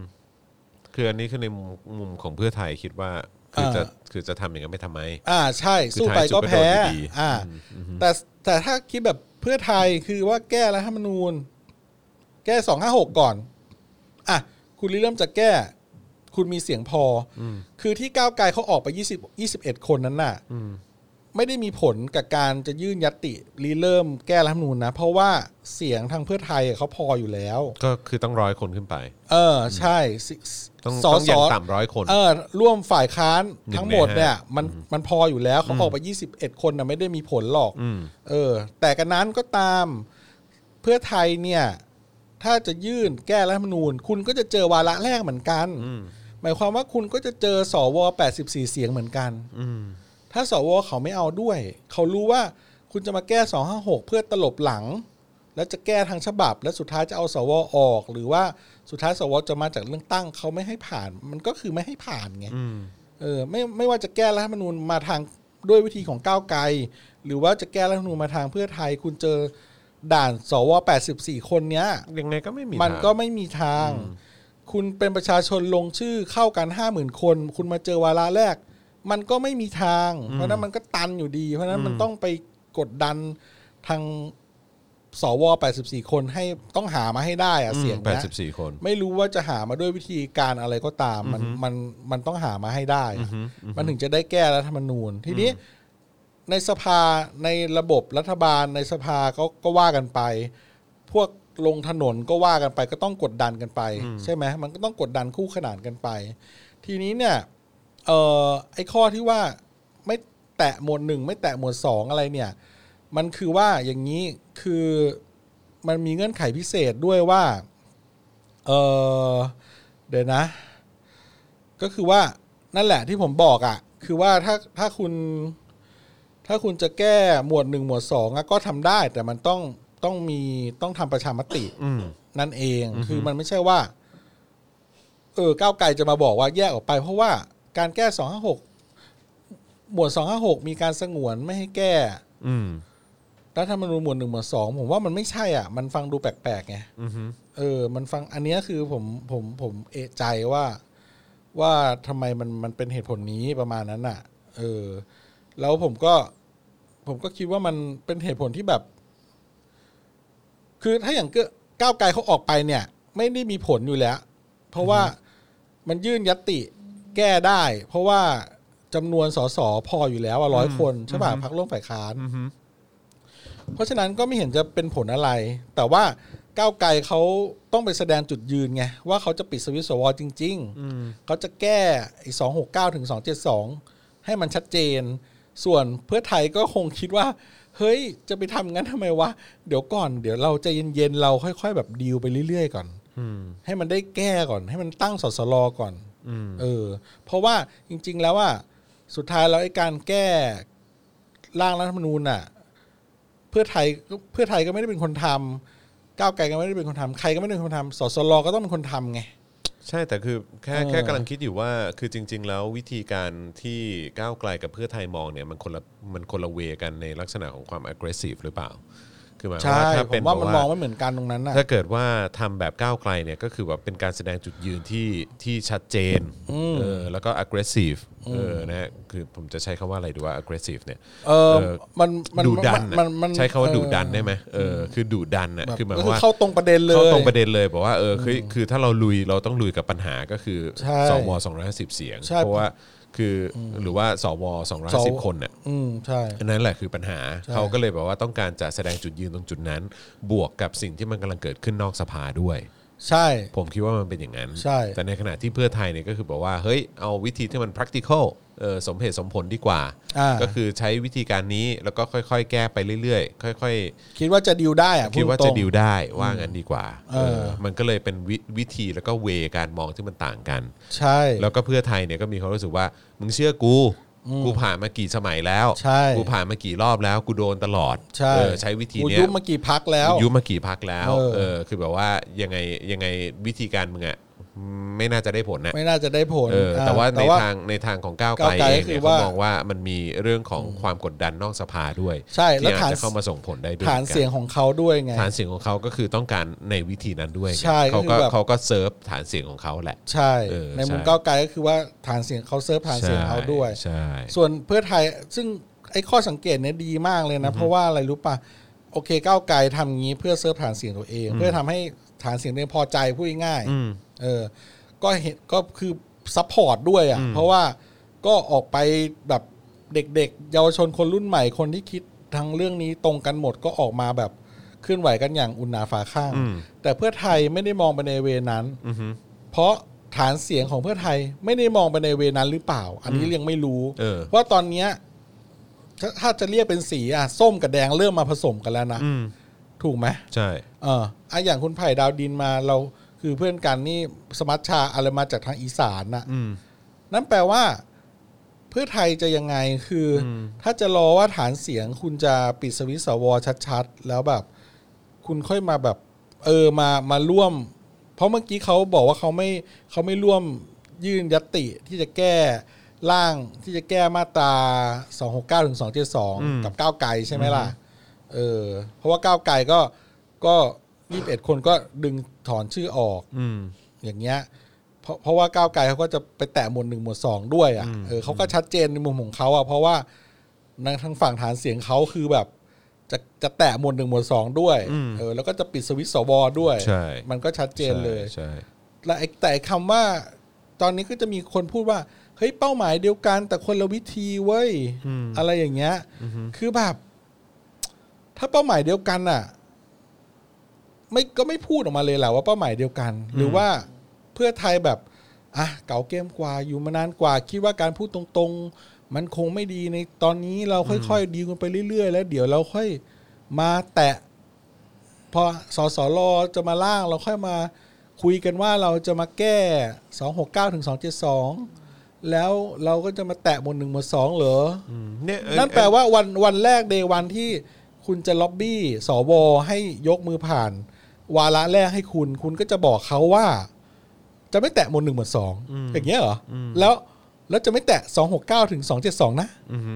คืออันนี้คือในมุมมุมของเพื่อไทยคิดว่า คือ เอ่อ จะคือจะทำอย่างนั้นไม่ทำไม อ่าใช่ คือ สู้ไปก็แพ้ ท้ายสุดก็โดนอยู่ดี อ่า แต่แต่ถ้าคิดแบบเพื่อไทยคือว่าแก้รัฐธรรมนูญ แก้สองห้าหกก่อน อ่ะ คุณริเริ่มจะแก้ คุณมีเสียงพออคือที่ก้าวไกลเขาออกไปยี่สิบยี่สิบเอ็ดคนนั้นน่ะไม่ได้มีผลกับการจะยื่นยัตติริเริ่มแก้รัฐธรรมนูญนะ เพราะว่าเสียงทางเพื่อไทยอ่ะเขาพออยู่แล้ว ก็คือต้องร้อยคนขึ้นไป เออ ใช่สิ ต้อง ส ต้องอย่าง ส ต่ำร้อยคน เออร่วมฝ่ายค้านทั้งหมด หนึ่งในห้า เนี่ยมันมันพออยู่แล้วเขาออกไป 21 คนนะไม่ได้มีผลหรอก อืม เออ แต่กันนั้นก็ตามเพื่อไทยเนี่ย ถ้าจะยื่นแก้รัฐธรรมนูญ คุณก็จะเจอวาระแรกเหมือนกัน หมายความว่าคุณก็จะเจอสว84 เสียงเหมือนกัน อืม ถ้าสวเขาไม่เอาด้วย เขารู้ว่าคุณจะมาแก้ 256 เพื่อตลบหลัง แล้วจะแก้ทางฉบับ และสุดท้ายจะเอาสวออก หรือว่าสุดท้ายสวจะมาจากเรื่องตั้งเขาไม่ให้ผ่าน มันก็คือไม่ให้ผ่านไง อืม เออไม่ไม่ว่าจะแก้รัฐธรรมนูญมาทางด้วยวิธีของก้าวไกล หรือว่าจะแก้รัฐธรรมนูญมาทางเพื่อไทย คุณเจอด่านสว84 คนเนี้ย ยังไงก็ไม่มี มันก็ ทาง ไม่มีทาง คุณเป็นประชาชนลงชื่อเข้ากันห้าหมื่นคน คุณมาเจอวาระแรก มันก็ไม่มีทาง เพราะฉะนั้นมันก็ตันอยู่ดี เพราะฉะนั้นมันต้องไปกดดันทางสว84 คนให้ต้องหามาให้ได้อะเสียง แป เนี้ ด ย สิบสี่คน ไม่รู้ว่าจะหามาด้วยวิธีการอะไรก็ตาม มันมันมันต้องหามาให้ได้อะมันถึงจะได้แก้รัฐธรรมนูญ ทีนี้ในสภาในระบบรัฐบาลในสภาก็ก็ว่ากันไป พวกลงถนนก็ว่ากันไปก็ต้องกดดันกันไป ใช่ไหมมันก็ต้องกดดันคู่ขนานกันไป ทีนี้เนี่ยเอ่อไอ้ข้อที่ว่าไม่แตะหมวดหนึ่งไม่แตะหมวดสองอะไรเนี่ย มันคือว่าอย่างนี้คือมันมีเงื่อนไขพิเศษด้วยว่าเออเดี๋ยวนะ ก็คือว่านั่นแหละที่ผมบอกอะ่ะ คือว่าถ้าถ้าคุณ ถ้าคุณจะแก้หมวดหนึ่งหมวดสองอะก็ทำได้แต่มันต้องต้องมีต้องทำประชามติ อืม นั่นเอง คือมันไม่ใช่ว่า เออก้าวไกลจะมาบอกว่าแยกออกไป เพราะว่าการแก้สองห้าหกหมวดสองห้าหกมีการสงวนไม่ให้แก้ อืม รัฐธรรมนูญหมวดหนึ่งหมวดสองผมว่ามันไม่ใช่อ่ะ มันฟังดูแปลกๆไง อือฮึ เออ มันฟังอันเนี้ยคือผมผมผมเอะใจว่า ว่าทำไมมันมันเป็นเหตุผลนี้ประมาณนั้นอ่ะ เออ แล้วผมก็ ผมก็คิดว่ามันเป็นเหตุผลที่แบบ คือถ้าอย่างเก้าก้าวไกลเขาออกไปเนี่ย ไม่ได้มีผลอยู่แล้ว เพราะว่ามันยื่นยตติแก้ได้ เพราะว่าจำนวนสสพออยู่แล้วร้อยคนใช่ป่ะพักร่วมฝ่ายค้าน อือฮึ เพราะฉะนั้นก็ไม่เห็นจะเป็นผลอะไร แต่ว่าก้าวไกลเขาต้องไปแสดงจุดยืนไง ว่าเขาจะปิดสวิตช์สวจริง อืม ๆ เขาจะแก้ไอ้สองหกเก้าถึงสองเจ็ดสองให้มันชัดเจน ส่วนเพื่อไทยก็คงคิดว่า เฮ้ยจะไปทำงั้นทำไมวะเดี๋ยวก่อนเดี๋ยวเราใจเย็นๆเราค่อย ๆ แบบดีลไปเรื่อยๆก่อน ให้มันได้แก้ก่อน ให้มันตั้งสสลอก่อนเออ เพราะว่าจริง ๆ แล้วว่าสุดท้ายแล้วไอ้การแก้ร่างรัฐธรรมนูญน่ะ เพื่อไทยก็เพื่อไทยก็ไม่ได้เป็นคนทำก้าวไกลก็ไม่ได้เป็นคนทำใครก็ไม่ได้เป็นคนทำสสลก็ต้องเป็นคนทำไง ใช่แต่คือแค่ เออ แค่กำลังคิดอยู่ว่าคือจริง ๆ แล้ววิธีการที่ก้าวไกลกับเพื่อไทยมองเนี่ยมันคนละมันคนละเวกันในลักษณะของความ aggressive หรือเปล่า คือหมายความ ใช่ ว่าถ้า ผ เป็น ม แบ ว่า บ มัน ว่าม องไม่เหมือนกันตรงนั้นน่ะ ถ้าเกิดว่าทำแบบก้าวไกลเนี่ยก็คือแบบเป็นการแสดงจุดยืนที่ที่ชัดเจนเออแล้วก็ aggressive เออนะฮะคือผมจะใช้คำว่าอะไรดีว่า aggressive เนี่ย เออ เออ มันมัน ดุดันอะ มันมัน ใช้คำว่า เออ ดุดันได้ไหมเออคือดุดันอ่ะ แบบ คือหมายความก็คือ ว่า เข้าตรงประเด็นเลย เข้าตรงประเด็นเลยบอกว่าเออคือคือถ้าเราลุยเราต้องลุยกับปัญหาก็คือ ใช่ สวสองร้อยห้าสิบเสียง ใช่ เพราะว่าคืออหรือว่าสวสองร้อยสิบคนเนี่ย อืมใช่ อันนั้นแหละคือปัญหาเขาก็เลยแบบว่าต้องการจะแสดงจุดยืนตรงจุดนั้น บวกกับสิ่งที่มันกำลังเกิดขึ้นนอกสภาด้วย ใช่ ผมคิดว่ามันเป็นอย่างนั้น ใช่ แต่ในขณะที่เพื่อไทยเนี่ยก็คือบอกว่า เฮ้ย เอาวิธีที่มัน practical เออสมเหตุสมผลดีกว่า อ่า ก็คือใช้วิธีการนี้แล้วก็ค่อยๆ แก้ไปเรื่อยๆ ค่อย ๆ คิดว่าจะดีลได้อะ คิดว่า พูต จะ รง ดิวได้ว่างั้นดีกว่า เออ เออมันก็เลยเป็นววิธีแล้วก็เวการมองที่มันต่างกัน ใช่ แล้วก็เพื่อไทยเนี่ยก็มีความรู้สึกว่า มึงเชื่อกูกูผ่านมากี่สมัยแล้ว ใช่ กูผ่านมากี่รอบแล้ว กูโดนตลอด ใช่ เออใช้วิธี กู เนี้ย ยุบมากี่พักแล้ว กูยุบมากี่พักแล้ว เออ เออคือแบบว่ายังไงยังไงวิธีการมึงอะไม่น่าจะได้ผลนะ ไม่น่าจะได้ผล เออแต่ อ่ ว่าใน แต่ว่า ทางในทางของก้าวไกล ก้าวไกล เองเนี่ย ก็คือ เขา ว่าม องว่ามันมีเรื่องของความกดดันนอกสภาด้วย ใช่แล้ว ที่อาจ ฐาน จะเข้ามาส่งผลได้ด้วย ฐาน หมือกั เสียงของเขาด้วยไง ฐานเสียงของเขาก็คือต้องการในวิธีนั้นด้วยไง ใช่ก็ เขา คือ ก็ แบบ เขาก็เซิร์ฟฐานเสียงของเขาแหละ ใช่ เออ ในมุม ใช่ ก้าวไกลก็คือว่าฐานเสียงเขาเซิร์ฟฐานเสียงเขาด้วย ใช่ ส่วนเพื่อไทยซึ่งไอ้ข้อสังเกตเนี่ยดีมากเลยนะ เพราะว่าอะไรรู้ป่ะ โอเคก้าวไกลทำงี้เพื่อเซิร์ฟฐานเสียงตัวเอง เพื่อทำให้ฐานเสียงตัวเองพอใจพูดง่ายๆเออ ก็เห็นก็คือซัพพอร์ตด้วยอ่ะ เพราะว่าก็ออกไปแบบเด็กๆ เยาวชนคนรุ่นใหม่คนที่คิดทางเรื่องนี้ตรงกันหมดก็ออกมาแบบเคลื่อนไหวกันอย่างอุณาฝาข้าง แต่เพื่อไทยไม่ได้มองไปในเวนั้น เพราะฐานเสียงของเพื่อไทยไม่ได้มองไปในเวนั้นหรือเปล่า อันนี้ยังไม่รู้ เออ ว่าตอนเนี้ยถ้าถ้าจะเรียกเป็นสีอ่ะส้มกับแดงเริ่มมาผสมกันแล้วนะ อืม ถูกไหม ใช่ เอออ่ะอย่างคุณไผ่ดาวดินมาเรา คือเพื่อนกันนี่สมัชชาอะไรมาจากทางอีสานน่ะ อืม นั่นแปลว่า เพื่อไทยจะยังไงคือ ถ้าจะรอว่าฐานเสียงคุณจะปิดสวิตช์สวชัดๆ แล้วแบบ คุณค่อยมาแบบ เออมามาร่วม เพราะเมื่อกี้เขาบอกว่าเขาไม่เขาไม่ร่วมยื่นยตติที่จะแก้ร่างที่จะแก้มาตรา269ถึง272 กับก้าวไกลใช่ไหมล่ะเออเพราะว่าก้าวไกลก็ก็21คนก็ดึงถอนชื่อออกอย่างเงี้ยเพราะเพราะว่าก้าวไกลเขาก็จะไปแตะหมวดหนึ่งหมวดสองด้วยอ่ะเออเขาก็ชัดเจนในมุมของเขาอ่ะเพราะว่า นทางฝั่งฐานเสียงเขาคือแบบ จะจะแตะหมวดหนึ่งหมวดสองด้วยเออแล้วก็จะปิดสวิตช์สวด้วย ใช่ มันก็ชัดเจนเลย ใช่ และไอ้แต่คำว่า ตอนนี้ก็จะมีคนพูดว่า เฮ้ยเป้าหมายเดียวกัน แต่คนละวิธีเว้ยอะไรอย่างเงี้ยคือแบบ ถ้าเป้าหมายเดียวกันอ่ะ ไม่ก็ไม่พูดออกมาเลยแหละว่าเป้าหมายเดียวกัน หรือว่าเพื่อไทยแบบอ่ะเก่าเกมกว่าอยู่มานานกว่า คิดว่าการพูดตรงๆ มันคงไม่ดีในตอนนี้เราค่อยๆ ดีลกันไปเรื่อยๆ แล้ว เดี๋ยวเราค่อยมาแตะ พอสสรจะมาล่างเราค่อยมาคุยกันว่าเราจะมาแก้ 269ถึง272 แล้วเราก็จะมาแตะหมวดหนึ่งหมวดสองเหรอ เนี่ยเอ้ย นั่นแปลว่าวันวันแรกเดวันที่คุณจะล็อบบี้สวให้ยกมือผ่าน วาระแรกให้คุณ คุณก็จะบอกเขาว่า จะไม่แตะหมวดหนึ่งหมวดสองอย่างเงี้ยเหรออแล้วแล้วจะไม่แตะสองหกเก้าถึงสองเจ็ดสองนะ อือฮึ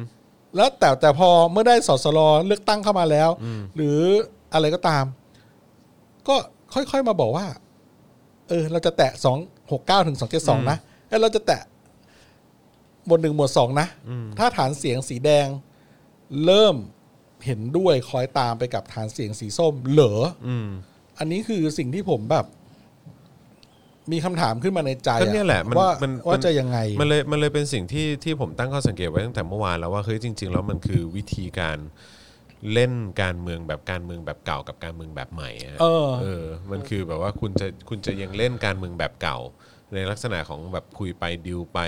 แล้วแต่แต่พอเมื่อได้สสรเลือกตั้งเข้ามาแล้ว หรืออะไรก็ตาม ก็ค่อยๆมาบอกว่า เออ เราจะแตะสองหกเก้าถึงสองเจ็ดสองนะเอ้ยเราจะแตะหมวดหนึ่งหมวดสองนะ ถ้าฐานเสียงสีแดง เริ่มเห็นด้วยคอยตามไปกับฐานเสียงสีส้ม เหรออ อืม อันนี้คือสิ่งที่ผมแบบ มีคำถามขึ้นมาในใจ ก็ อ เนี่ยแหละมัน ว่า มัน ว่า มัน จะยังไง มันเลยมันเลยเป็นสิ่งที่ที่ผมตั้งข้อสังเกตไว้ตั้งแต่เมื่อวานแล้วว่าเฮ้ยจริง ๆ แล้วมันคือวิธีการเล่นการเมืองแบบการเมืองแบบเก่ากับการเมืองแบบใหม่ะ เออ เออ มันคือแบบว่าคุณจะคุณจะยังเล่นการเมืองแบบเก่า ในลักษณะของแบบคุยไปดิวไป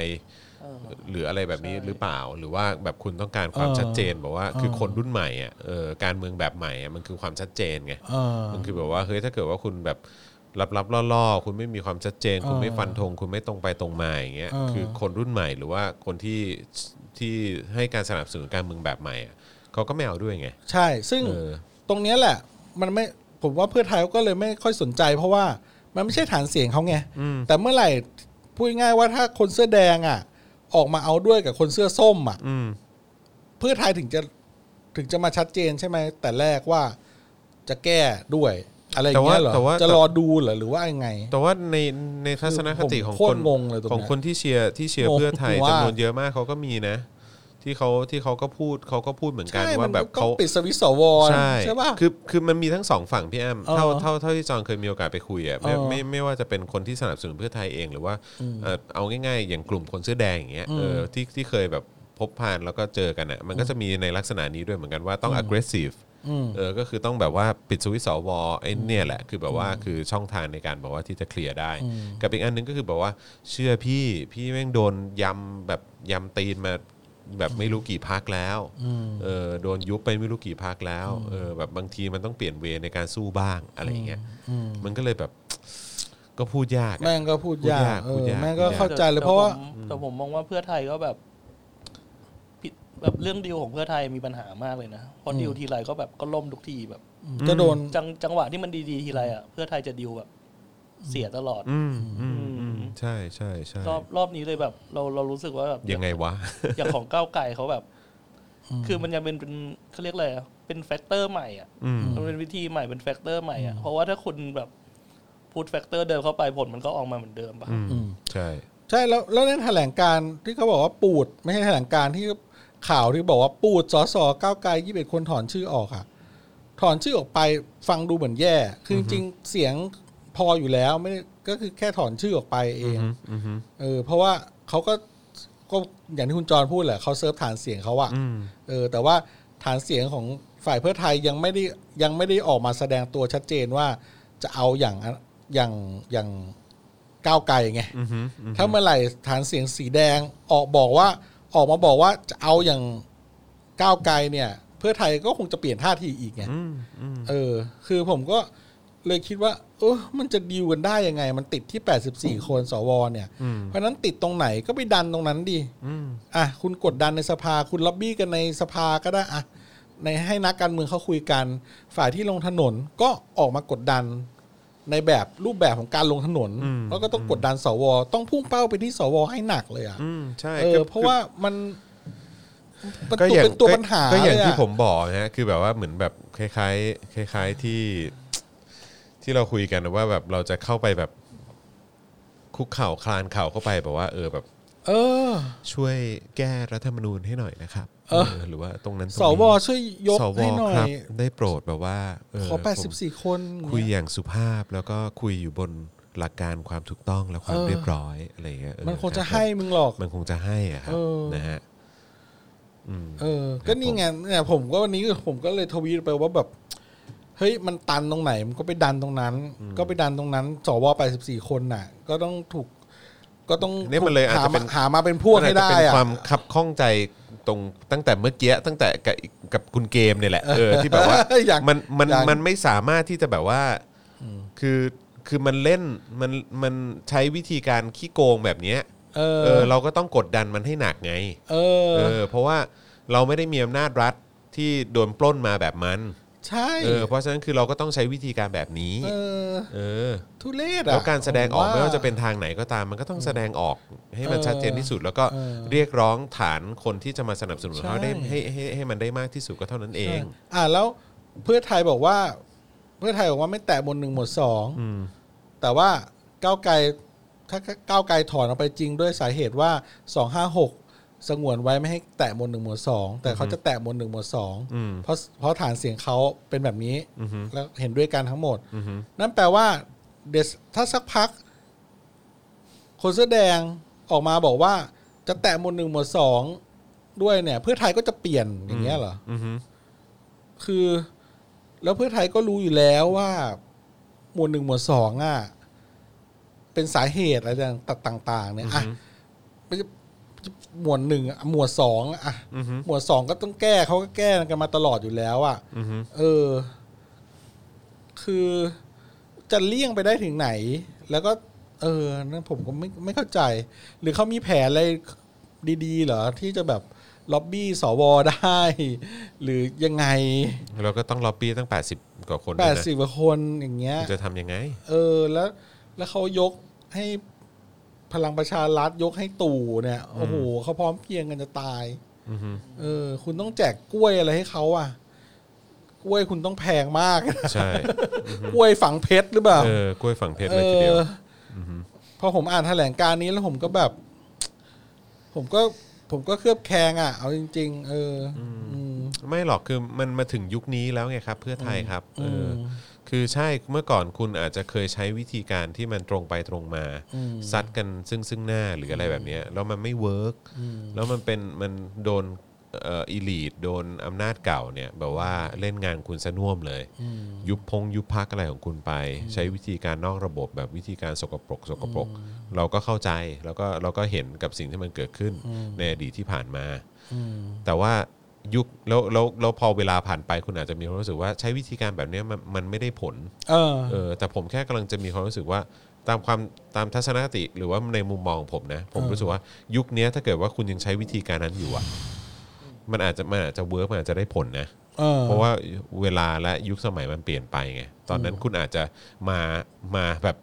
หรืออะไรแบบนี้หรือเปล่า หรือว่าแบบคุณต้องการความ เออ ชัดเจนบอกว่า เออ คือคนรุ่นใหม่อ่ะเออการเมืองแบบใหม่อ่ะมันคือความชัดเจนไง อ่า มันคือแบบว่าเฮ้ยถ้าเกิดว่าคุณแบบรับรับล่อล่อๆคุณไม่มีความชัดเจน คุณไม่ฟันธงคุณไม่ตรงไปตรงมาอย่างเงี้ย เออ คือคนรุ่นใหม่หรือว่าคนที่ที่ให้การสนับสนุนการเมืองแบบใหม่อ่ะเขาก็ไม่เอาด้วยไง ใช่ ซึ่ง เออ ตรงเนี้ยแหละ มันไม่ ผมว่าเพื่อไทยก็เลยไม่ค่อยสนใจ เพราะว่ามันไม่ใช่ฐานเสียงเขาไง แต่เมื่อไหร่พูดง่ายๆว่าถ้าคนเสื้อแดงอ่ะ ออกมาเอาด้วยกับคนเสื้อส้มอ่ะ อืม เพื่อไทยถึงจะถึงจะมาชัดเจนใช่ไหม แต่แรกว่าจะแก้ด้วย อะไรอย่างเงี้ยเหรอ แต่ว่าแต่ว่า จะรอดูเหรอหรือว่ายังไง แต่ว่าในในทัศนคติขผมอง โค ค ต น รงงเลยตรงเนี้ย ของคนที่เชียร์ที่เชียร์ งง เพื่อไทย ว่า จำนวนเยอะมากเขาก็มีนะ ที่เขาที่เขาก็พูดเขาก็พูดเหมือนกัน ใช่ ว่าแบบ ก็ เขา ปิดสวิตช์สวนะ ใช่ ใช่ป่ะ คือคือมันมีทั้งสองฝั่งพี่แอม เออ เท่าเท่าเท่าที่จอนเคยมีโอกาสไปคุยอ่ะไม่ เออ ไม่ไม่ว่าจะเป็นคนที่สนับสนุนเพื่อไทยเองหรือว่าเอ่อเอาง่ายๆ อย่างกลุ่มคนเสื้อแดงอย่างเงี้ย อืม เออที่ที่เคยแบบพบผ่านแล้วก็เจอกันอ่ะมันก็จะมีในลักษณะนี้ด้วยเหมือนกันว่าต้อง aggressive ม เออ ก็คือต้องแบบว่าปิดสวิตช์สวไอ้เนี่ยแหละ คือแบบว่าคือช่องทางในการบอกว่าที่จะเคลียร์ได้ กับอีกอันหนึงก็คือแบบว่าเชื่อพี่พี่แม่งโดนยำแบบยำตีนมาแบบไม่รู้กี่พักแล้วเออโดนยุบไปไม่รู้กี่พักแล้วเออแบบบางทีมันต้องเปลี่ยนเวรในการสู้บ้างอะไรอย่างเงี้ยมันก็เลยแบบ ก็พูดยากอะ แม่งก็พูดยาก พูดยากพูดยาก เออแม่งก็เข้าใจเลยเพราะว่า แต่ผมแต่ผมมองว่าเพื่อไทยก็แบบผิดแบบเรื่องดีลของเพื่อไทยมีปัญหามากเลยนะเพราะดีลทีไรก็แบบก็ล่มทุกทีแบบ ก็โดน จังจังหวะที่มันดีๆทีไรอ่ะเพื่อไทยจะดีลแบบเสียตลอด อืมอืมอืมใช่ใช่ใช่ รอบรอบนี้เลยแบบ เราเรารู้สึกว่าแบบ ยังไงวะ อย่างของก้าวไก่เขาแบบ คือมันยังเป็นเป็นเขาเรียกอะไรอะเป็นแฟกเตอร์ใหม่อ่ะ อืม มันเป็นวิธีใหม่เป็นแฟกเตอร์ใหม่อ่ะเพราะว่าถ้าคุณแบบพูดแฟกเตอร์เดิมเข้าไปผลมันก็ออกมาเหมือนเดิมป่ะ อืมใช่ ใช่แล้วแล้วในแถลงการณ์ที่เขาบอกว่าปูด ไม่ใช่แถลงการณ์ที่ข่าวที่บอกว่าปูดสสก้าวไกลยี่สิบเอ็ดคนถอนชื่อออกอะถอนชื่อออกไปฟังดูเหมือนแย่ คือจริงๆเสียงพออยู่แล้วไม่ได้ก็คือแค่ถอนชื่อออกไปเอง อืมอืม เออเพราะว่าเขาก็ก็อย่างที่คุณจรพูดแหละเขาเซิร์ฟฐานเสียงเขาอะ อืม เออแต่ว่าฐานเสียงของฝ่ายเพื่อไทยยังไม่ได้ยังไม่ได้ออกมาแสดงตัวชัดเจนว่าจะเอาอย่างอะอย่างอย่างก้าวไกลไง อืมอืม ถ้าเมื่อไหร่ฐานเสียงสีแดงออกบอกว่าออกมาบอกว่าจะเอาอย่างก้าวไกลเนี่ย เพื่อไทยก็คงจะเปลี่ยนท่าทีอีกไง อืมอืม เออ คือผมก็เลยคิดว่า เออมันจะดีลกันได้ยังไง มันติดที่ 84 คนสวเนี่ย อืม เพราะฉะนั้นติดตรงไหนก็ไปดันตรงนั้นดี อืม อ่ะคุณกดดันในสภาคุณล็อบบี้กันในสภาก็ได้อ่ะในให้นักการเมืองเขาคุยกัน ฝ่ายที่ลงถนนก็ออกมากดดัน ในแบบรูปแบบของการลงถนน อืม แล้วก็ต้องกดดันสว ต้องพุ่งเป้าไปที่สวให้หนักเลยอ่ะ อืมใช่ เออ ก็ เพราะว่ามันมัน ก็ ตัอวย่าง เป็นตัวปัญหา ก็อย่าง เล ที่ อะ ผมบอกนะฮะคือแบบว่าเหมือนแบบคล้ายๆคล้าย ๆที่ ที่เราคุยกันนะว่าแบบเราจะเข้าไปแบบคุกเข่าคลานเข่าเข้าไปแบบว่า เออแบบ เออ ช่วยแก้รัฐธรรมนูญให้หน่อยนะครับ เออ หรือว่าตรงนั้นตรง ส นี้ วช่วยยก สว ให้หน่อ ครับ ย ได้โปรดแบบว่าเ ขอ ผม 84 คน คุยอย่างสุภาพแล้วก็คุยอยู่บนหลักการความถูกต้องและความเรียบร้อยอะไรอย่างเงี้ยเออ มันคงจะ รับ ให้มึงหรอก มันคงจะให้อะครับ เออ นะฮะอืม เออ ก็นี่ไงเนี่ยผมก็วันนี้ผมก็เลยทวีตไปว่าแบบ เฮ้ยมันตันตรงไหนมันก็ไปดันตรงนั้น ก็ไปดันตรงนั้นสวไปสิบสี่คนน่ะ ก็ต้องถูก ก็ต้อง เนี่ยมันเลยอาจจะ หา เป็ มาน หามาเป็นพวกให้ได้ มันอาจจะเป็น อ่ะ ความขับข้องใจตรงตั้งแต่เมื่อกี้ตั้งแต่กับกับคุณเกมเนี่ยแหละ เออที่แบบว่า อย่าง มันมัน อย่าง มันไม่สามารถที่จะแบบว่าคือคือมันเล่นมันมันใช้วิธีการขี้โกงแบบเนี้ย เออ เออเราก็ต้องกดดันมันให้หนักไง เอ เอ อ อเพราะว่าเราไม่ได้มีอำนาจรัฐที่โดนปล้นมาแบบมัน ใช่ เออเพราะฉะนั้นคือเราก็ต้องใช้วิธีการแบบนี้ เออ เออ ทุเรศ แล้วอ่ะการแสดงออก ผ ไม่ว่าจะเป็นทางไหนก็ตามมันก็ต้องแสดงออกให้มัน เออ ชัดเจนที่สุด แล้วก็ เออ เรียกร้องฐานคนที่จะมาสนับสนุนเขา ใช่ ได้ให้ให้ให้มันได้มากที่สุดก็เท่านั้นเอง อ่าแล้วเพื่อไทยบอกว่า เพื่อไทยบอกว่าไม่แตะบนหนึ่งหมวดสอง อืม แต่ว่าก้าวไกลถ้าก้าวไกลถอนออกไปจริงด้วยสาเหตุว่าสองห้าหกสงวนไว้ไม่ให้แตะหมวดหนึ่งหมวดสองแต่เขาจะแตะหมวดหนึ่งหมวดสอง อืม เพราะเพราะฐานเสียงเขาเป็นแบบนี้ อือฮึ แล้วเห็นด้วยกันทั้งหมด อือฮึ นั่นแปลว่าเดี๋ยวถ้าสักพัก คนเสื้อแดงออกมาบอกว่า จะแตะหมวดหนึ่งหมวดสองด้วยเนี่ย เพื่อไทยก็จะเปลี่ยนอย่างเงี้ยเหรอ อือฮึ คือ แล้วเพื่อไทยก็รู้อยู่แล้วว่า หมวดหนึ่งหมวดสองอ่ะเป็นสาเหตุอะไรต่างๆเนี่ยอ่ะ หมวดหนึ่งอะหมวดสองอะหมวดสองก็ต้องแก้เขาก็แก้กันมาตลอดอยู่แล้วอะเออ คือจะเลี่ยงไปได้ถึงไหน แล้วก็ เออนั่นผมก็ไม่ไม่เข้าใจ หรือเขามีแผนอะไรดีๆเหรอ ที่จะแบบล็อบบี้สวได้ หรือยังไง เราก็ต้องล็อบบี้ตั้ง 80 กว่าคนด้วแปย ด นะ สิบกว่าคนอย่างเงี้ย จะทำยังไง เออแล้วแล้วเขายกให้พลังประชารัฐยกให้ตู่เนี่ยโอ้โหเขาพร้อมเพรียงกันจะตาย อือฮึ เออ คุณต้องแจกกล้วยอะไรให้เขาอ่ะ กล้วยคุณต้องแพงมาก ใช่ กล้วยฝังเพชรหรือเปล่า เออกล้วยฝังเพชรเลยทีเดียว ออพอผมอ่านแถลงการณ์นี้แล้วผมก็แบบ ผมก็ผมก็เคลือบแคลงอ่ะ เอาจริง ๆ เออออืม ไม่หรอกคือมันมาถึงยุคนี้แล้วไงครับ เพื่อไทยครับเอออ ม คือใช่เมื่อก่อนคุณอาจจะเคยใช้วิธีการที่มันตรงไปตรงมา ซัดกันซึ่งซึ่งหน้าหรืออะไรแบบเนี้ยแล้วมันไม่เวิร์กแล้วมันเป็นมันโดนเอ่ออีลีดโดนอำนาจเก่าเนี่ยแบบว่าเล่นงานคุณสะน่วมเลย ยุบพงยุบพักอะไรของคุณไป ใช้วิธีการนอกระบบแบบวิธีการสกปรกสกปรก เราก็เข้าใจแล้วก็เราก็เห็นกับสิ่งที่มันเกิดขึ้นในอดีตที่ผ่านมา แต่ว่ายุคแล้วแล้วแล้วพอเวลาผ่านไปคุณอาจจะมีความรู้สึกว่าใช้วิธีการแบบเนี้ยมันมันไม่ได้ผล เออ เออแต่ผมแค่กำลังจะมีความรู้สึกว่าตามความตามทัศนคติหรือว่าในมุมมองของผมนะ ผมรู้สึกว่ายุคเนี้ยถ้าเกิดว่าคุณยังใช้วิธีการนั้นอยู่อะมันอาจจะมันอาจจะเวิร์กมันอาจจะได้ผลนะ เออ เพราะว่าเวลาและยุคสมัยมันเปลี่ยนไปไงตอนนั้นคุณอาจจะมามาแบบ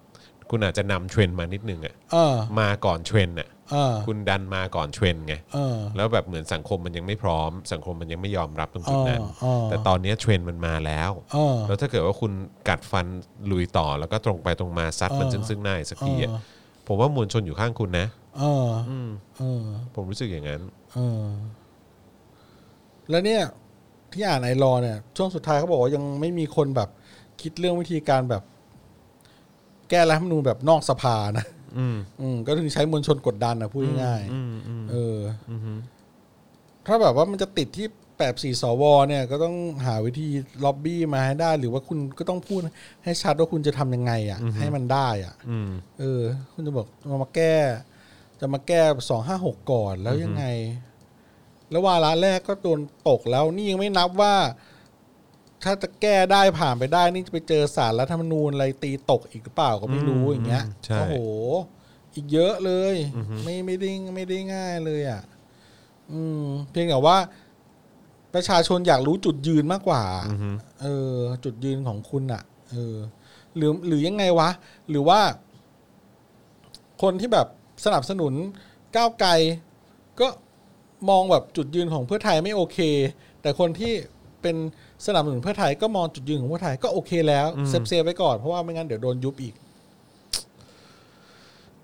คุณอาจจะนำเทรนด์มานิดนึงอะ เออ มาก่อนเทรนด์อะ เออ คุณดันมาก่อนเทรนด์ไง เออ แล้วแบบเหมือนสังคมมันยังไม่พร้อม สังคมมันยังไม่ยอมรับตรงจุดนั้น อ๋ออ๋อ แต่ตอนเนี้ยเทรนด์มันมาแล้ว เออ แล้วถ้าเกิดว่าคุณกัดฟันลุยต่อแล้วก็ตรงไปตรงมาซัดมัน เออ ซึ่งซึ่งหน้าอีกสักทีอ่ะ เออ ผมว่ามวลชนอยู่ข้างคุณนะ เออเออ ผมรู้สึกอย่างนั้น เออแล้วเนี่ยที่อ่านไอรอว์เนี่ย ช่วงสุดท้ายเขาบอกว่ายังไม่มีคนแบบ คิดเรื่องวิธีการแบบ แก้รัฐธรรมนูญแบบนอกสภานะ อืม อืมก็ถึงใช้มวลชนกดดันนะพูดง่าย อืมอืม ๆเอออถ้าแบบว่ามันจะติดที่แปดสี่สวเนี่ย ก็ต้องหาวิธีล็อบบี้มาให้ได้ หรือว่าคุณก็ต้องพูดให้ชัดว่าคุณจะทำยังไงอะ่ะ ให้มันได้อะ่ะ อืม เออ คุณจะบอกมามาแก้ จะมาแก้สองห้าหกก่อนแล้วยังไง แล้ววาระแรกก็โดนตกแล้วนี่ยังไม่นับว่า ถ้าจะแก้ได้ผ่านไปได้ นี่จะไปเจอสารรัฐธรรมนูญอะไรตีตกอีกหรือเปล่าก็ไม่รู้อย่างเงี้ย ใช่ โอ้โห อีกเยอะเลย ไม่ไม่ได้ไม่ได้ง่ายเลยอ่ะอืม เพียงแต่ว่า ประชาชนอยากรู้จุดยืนมากกว่า อืม เออจุดยืนของคุณอะเออหรือหรือยังไงวะ หรือว่า คนที่แบบสนับสนุนก้าวไกล ก็มองแบบจุดยืนของเพื่อไทยไม่โอเค แต่คนที่เป็นสนับสนุนเพื่อไทยก็มองจุดยืนของเพื่อไทยก็โอเคแล้วเซฟเซฟไว้ก่อนเพราะว่าไม่งั้นเดี๋ยวโดนยุบอีก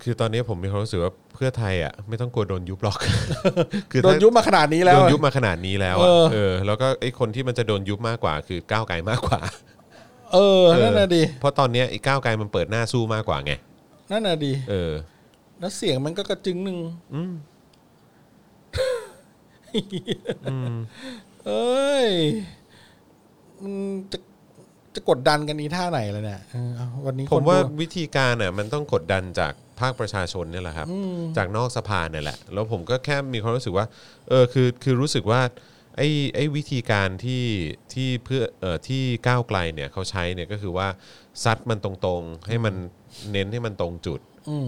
คือตอนนี้ผมมีความรู้สึกว่าเพื่อไทยอ่ะไม่ต้องกลัวโดนยุบหรอก คือ โดน ถ้า ยุบมาขนาดนี้แล้ว โดน อะ ยุบมาขนาดนี้แล้ว เอ อะ อ เออ แล้วก็ไอ้คนที่มันจะโดนยุบมากกว่า คือก้าวไกลมากกว่า เออนั่นน่ะดี เพราะตอนเนี้ยไอ้ก้าวไกลมันเปิดหน้าสู้มากกว่าไง นั่นน่ะดี เออ แล้วเสียงมันก็กระจึงหนึ่ง อืม เอ้ยมันจะจะกดดันกันนี้ท่าไหนแล้วเนี่ยเออเอาวันนี้ ผมว่า คนดู วิธีการอ่ะมันต้องกดดันจากภาคประชาชนเนี่ยแหละครับ จากนอกสภาเนี่ยแหละ แล้วผมก็แค่มีความรู้สึกว่า เออ คือ คือรู้สึกว่า ไอ้ ไอ้วิธีการที่ ที่เพื่อ เอ่อ ที่ก้าวไกลเนี่ยเขาใช้เนี่ยก็คือว่าซัดมันตรงๆ ให้มันเน้นให้มันตรงจุด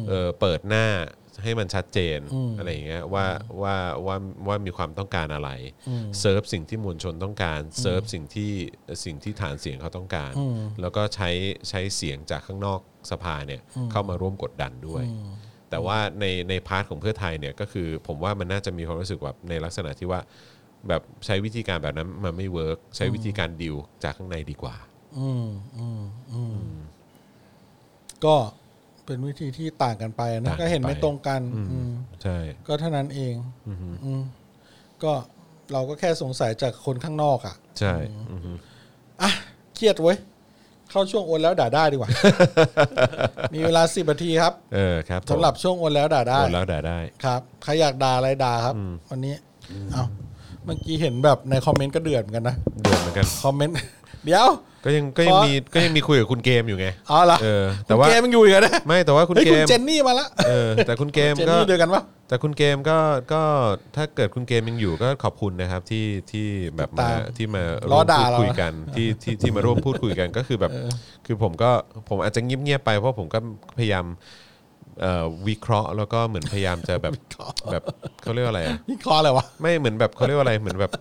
เออ เปิดหน้าให้มันชัดเจน อะไรอย่างเงี้ย ว่า ว่า ว่า ว่ามีความต้องการอะไร เซิร์ฟสิ่งที่มวลชนต้องการ เซิร์ฟสิ่งที่ สิ่งที่ฐานเสียงเขาต้องการ แล้วก็ใช้ ใช้เสียงจากข้างนอกสภาเนี่ยเข้ามาร่วมกดดันด้วย แต่ว่าในในพาร์ทของเพื่อไทยเนี่ยก็คือผมว่ามันน่าจะมีความรู้สึกแบบในลักษณะที่ว่าแบบใช้วิธีการแบบนั้นมันไม่เวิร์กใช้วิธีการดิวจากข้างในดีกว่า อืมอืมอืมก็เป็นวิธีที่ต่างกันไปนะ ต่างกันไป ก็เห็นไม่ตรงกันอืม ใช่ ก็เท่านั้นเองอืมก็เราก็แค่สงสัยจากคนข้างนอกอ่ะ ใช่ อ่ะเครียดเว้ย เข้าช่วงโอนแล้วด่าได้ ดีกว่า มีเวลาสิบนาทีครับ เออครับผม สำหรับช่วงโอนแล้วด่าได้ โดนแล้วด่าได้ ครับใครอยากด่าอะไรด่าครับ วันนี้ เอาเมื่อกี้เห็นแบบในคอมเมนต์ก็เดือดเหมือนกันนะ เดือดเหมือนกัน คอมเมนต์ เดี๋ยว ก็ยังก็ยัง เพราะ มีก็ยังมีคุยกับคุณเกมอยู่ไง อ๋อเหรอ เออแต่ว่า คุณเกมยังอยู่อีกเหรอนะ ไม่แต่ว่าคุณ เฮ้ย เก คุณ ม เจนนี่มาละ เออแต่คุณเกม เจน ก็ นี่เดียวกันปะ แต่คุณเกมก็ก็ถ้าเกิดคุณเกมยังอยู่ก็ขอบคุณนะครับที่ที่แบบมา ตาม ที่มา ล้ ร่ อ วม ด่า พูด เรา คุยกันที่ที่ที่มาร่วมพูดคุยกันก็คือแบบ คือผมก็ผมอาจจะเงียบๆไปเพราะผมก็พยายามเอ่อวิเคราะห์แล้วก็เหมือนพยายามจะแบบ วิเคราะห์ แบบเขาเรียกว่าอะไรอะ นี่คออะไรวะ ไม่เหมือนแบบเขาเรียกว่าอะไรเหมือนแบบ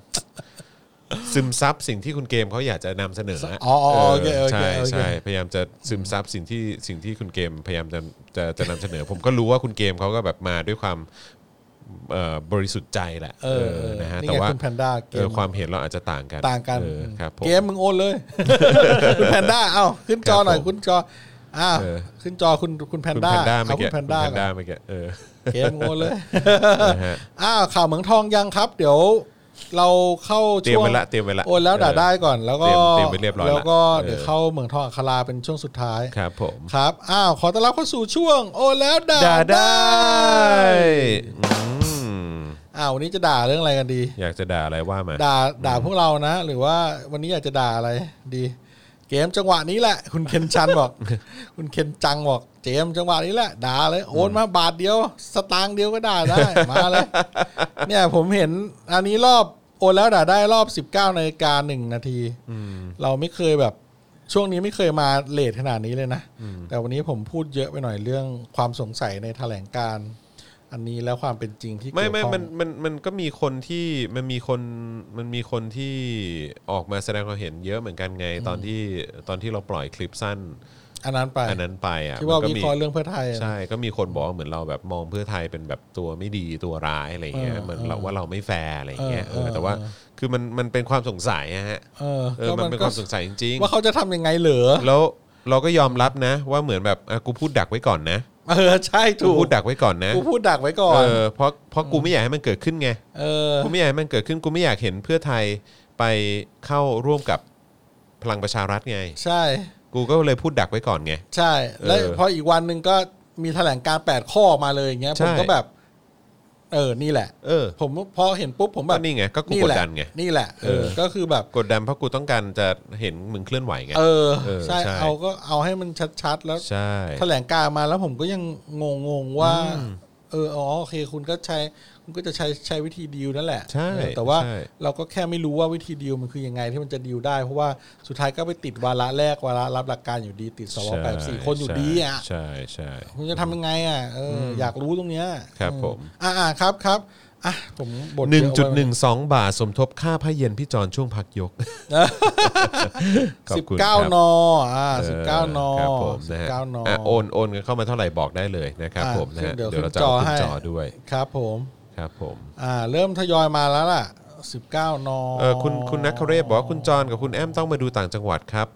ซึมซับสิ่งที่คุณเกมเขาอยากจะนำเสนออะ อ๋ออ๋อโอเคโอเค ใช่ โอเค ใช่พยายามจะซึมซับสิ่งที่สิ่งที่คุณเกมพยายามจะจะจะนำเสนอ ผมก็รู้ว่าคุณเกมเขาก็แบบมาด้วยความเอ่อบริสุทธิ์ใจแหละ เออ เออนะฮะ นี่ แต่ ไง ว่า คุณแพนด้าเก เออ ม ความเห็นเราอาจจะต่างกัน ต่างกัน เออครับผม เกมมึงโอน เลย คุณแพนด้าเอ้าขึ้นจอหน่อย ครับผม คุณจออ้าว เออ ขึ้นจอคุณคุณแพน คุณ ด้า แพนด้า เอา เมื่อ คุ กี้ ณแพ คุณ น แพ ด้าน ก่ ด้า อน เมื่อกี้เออ เกมมึงโอนเลย นะฮะ อ้าวข่าวเหมืองทองยังครับ เดี๋ยวเราเข้า เตรียม ช่วง ไว้ละเตรียมไว้ละ โอนแล้วด่า เ ได้ก่อน แล้วก็ เตรียมเตรียมไว้เรียบร้อยละ แล้วก็เดี๋ยว เออ เข้าเหมืองทองอัคราเป็นช่วงสุดท้าย ครับผม ครับ อ้าว ขอต้อนรับเข้าสู่ช่วง โอนแล้วด่า ด่า ได้ ได้อืม อ้าววันนี้จะด่าเรื่องอะไรกันดี อยากจะด่าอะไรว่ามา ด่าด่าพวกเรานะ หรือว่าวันนี้อยากจะด่าอะไรดี เกมจังหวะนี้แหละ คุณเคนชัน บอก คุณเคนจังบอก เจมส์จังหวะนี้แหละด่าเลยโอนมาบาทเดียว สตางค์เดียวก็ด่าได้ มาเลย เนี่ยผมเห็นอันนี้รอบโอนแล้วด่าได้รอบ 19นาฬิกาหนึ่งนาทีเราไม่เคยแบบช่วงนี้ไม่เคยมาเลทขนาดนี้เลยนะ แต่วันนี้ผมพูดเยอะไปหน่อยเรื่องความสงสัยในแถลงการณ์อันนี้และความเป็นจริงที่เกี่ ไม่ ยว ไม่ ข้อง มันมันมันก็มีคนที่มันมีคนมันมีคนที่ออกมาแสดงความเห็นเยอะเหมือนกันไง ตอนที่ตอนที่เราปล่อยคลิปสั้น อันนั้นไป อันนั้นไปอ่ะ ที่ว่า มันก็ วิ มี เคราะห์เรื่องเพื่อไทยอะ ใช่ก็มีคนบอกว่าเหมือนเราแบบมองเพื่อไทยเป็นแบบตัวไม่ดีตัวร้ายอะไรอย่างเงี้ย เออ เหมือนเราว่าเราไม่แฟร์อะไรอย่างเงี้ย เอ เอ อเออ อแต่ว่าคือมันมันเป็นความสงสัยอะฮะ เออ เออมันเป็นความสงสัยจริง ว่าเขาจะทำยังไงเหรอ ๆแล้วเราก็ยอมรับนะ ว่าเหมือนแบบอ่ะกูพูดดักไว้ก่อนนะ เออใช่ กู ถูก พูดดักไว้ก่อนนะ กูพูดดักไว้ก่อน เออเพราะเพราะกูไม่อยากให้มันเกิดขึ้นไง เออ กูไม่อยากให้มันเกิดขึ้นกูไม่อยากเห็นเพื่อไทยไปเข้าร่วมกับพลังประชารัฐไง ใช่ กูก็เลยพูดดักไว้ก่อนไง ใช่แล้ว เออ พออีกวันหนึ่งก็มีแถลงการณ์แปดข้อมาเลยอย่างเงี้ย ใช่ ผมก็แบบ เออนี่แหละ เออ ผมพอเห็นปุ๊บผมแบ ก็ บ นี่ไงก็กู นี่ กด แหละ ดันไง นี่แหละเอเอออ ก็คือแบบ กดดันเพราะกูต้องการจะเห็นมึงเคลื่อนไหวไง เออ เออ ใช่ ใช่ เอาก็เอาให้มันชัดๆ แล้ว ใช่ แถลงการณ์มาแล้วผมก็ยังงงงๆว่า เอออ๋อโอเค คุณก็ใช้คุณก็จะใช้ใช้วิธีดีลนั่นแหละ ใช่ เออแต่ว่า ใช่ เราก็แค่ไม่รู้ว่าวิธีดีลมันคือยังไงที่มันจะดีลได้ เพราะว่าสุดท้ายก็ไปติดวาระแรกวาระรับหลักการอยู่ดี ติดสวแปดสี่คนอยู่ดีอ่ะ ใช่ใช่ใช่ คุณจะทำยังไงอ่ะเออออยากรู้ตรงเนี้ย ครับผม อ่าอ่าครับครับอ่ะผมบท หนึ่ง เยอะ จุด ไป หนึ่งสองบาทสมทบค่าผ้าเย็นพี่จอนช่วงพักยกขอบ สิบ คุณ เก้า ครับ นออ่าสิบเก้านอ ครับผมนะ สิบ ฮะ เก้านออ อ่ะโอนโอนกันเข้ามาเท่าไหร่บอกได้เลยนะครับ อ่ะ ผมนะฮะ เดี๋ยว เดี๋ยวเรา ขึ้น จะเอา จอ ขึ้ ให้ นจอด้วย ครับผม ครับผม อ่า เริ่มทยอยมาแล้วล่ะสิบเก้านอ เออคุณคุณนักเรศบอกว่าคุณจรกับคุณแอมต้องมาดูต่างจังหวัดครับ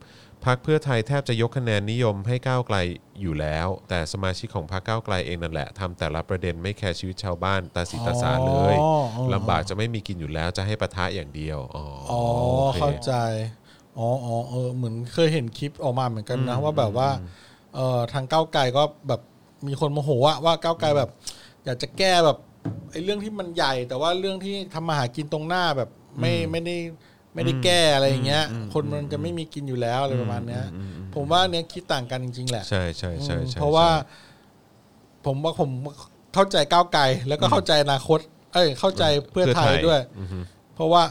พักเพื่อไทยแทบจะยกคะแนนนิยมให้ก้าวไกลอยู่แล้ว แต่สมาชิกของพรรคก้าวไกลเองนั่นแหละทำแต่ละประเด็นไม่แคร์ชีวิตชาวบ้านตาสีตาสาเลย อ๋อ ลำบากจะไม่มีกินอยู่แล้วจะให้ปะทะอย่างเดียวอ๋อ อ๋อ โอค เข้าใจอ๋ออ๋อเออเหมือนเคยเห็นคลิปออกมาเหมือนกันนะว่าแบบว่าเออทางก้าวไกลก็แบบมีคนโมโหอะว่าก้าวไกลแบบ อยากจะแก้แบบไอ้เรื่องที่มันใหญ่ แต่ว่าเรื่องที่ทำมาหากินตรงหน้าแบบไม่ไม่ได้ไม่ได้แก้อะไรอย่างเงี้ย คนมันจะไม่มีกินอยู่แล้วอะไรประมาณเนี้ย ผมว่าเนี้ยคิดต่างกันจริงๆแหละ ใช่ใช่ใช่ใช่ เพราะว่าผมว่าผมเข้าใจก้าวไกลแล้วก็เข้าใจอนาคต เอ้ยเข้าใจเพื่อไทยด้วย อือฮึ เพราะว่า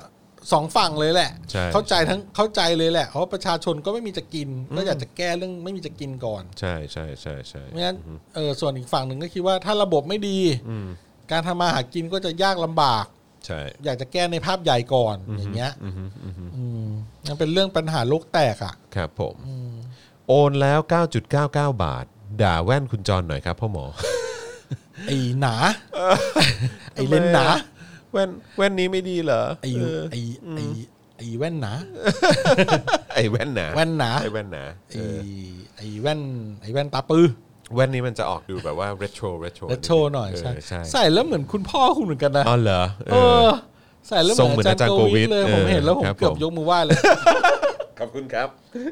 สองฝั่งเลยแหละ ใช่ เข้าใจทั้งเข้าใจเลยแหละ เพราะว่าประชาชนก็ไม่มีจะกินก็อยากจะแก้เรื่องไม่มีจะกินก่อน ใช่ใช่ใช่ใช่ ไม่งั้นเออส่วนอีกฝั่งหนึ่งก็คิดว่าถ้าระบบไม่ดี อืม การทำมาหากินก็จะยากลำบาก ใช่ อยากจะแก้ในภาพใหญ่ก่อนอย่างเงี้ย อือฮึอือฮึ อืมมันเป็นเรื่องปัญหาโลกแตกอ่ะ ครับผม โอนแล้ว 9.99 บาท ด่าแว่นคุณจรหน่อยครับพ่อหมอ ไอ้ห นาไอ้เลนหนา แว่นแว่นนี้ไม่ดีเหรอ ไอ้ เออ ไอ้ไอ้ไอ้แว่นหนา ไอ้แว่นหนา แว่นหนา ไอ้แว่นหนา ไอ้ เออ ไอ้แว่นไอ้แว่นตาปือ แว่นนี้มันจะออกดูแบบว่า retro retro และโชว์หน่อย เ ใช่ ใช่ ใส่แล้วเหมือนคุณพ่อคุณเหมือนกันนะ อ๋อเหรอ เอ เอ อ อ ใส่แล้วเห ทรงเหมื มือ อน น อาจารย์ อาจารย์ โกวิท โกวิท เลยผมเห็นแล้วผม ครับ เกือบ ผม ยกมือไหว้เลย ขอบคุณครับ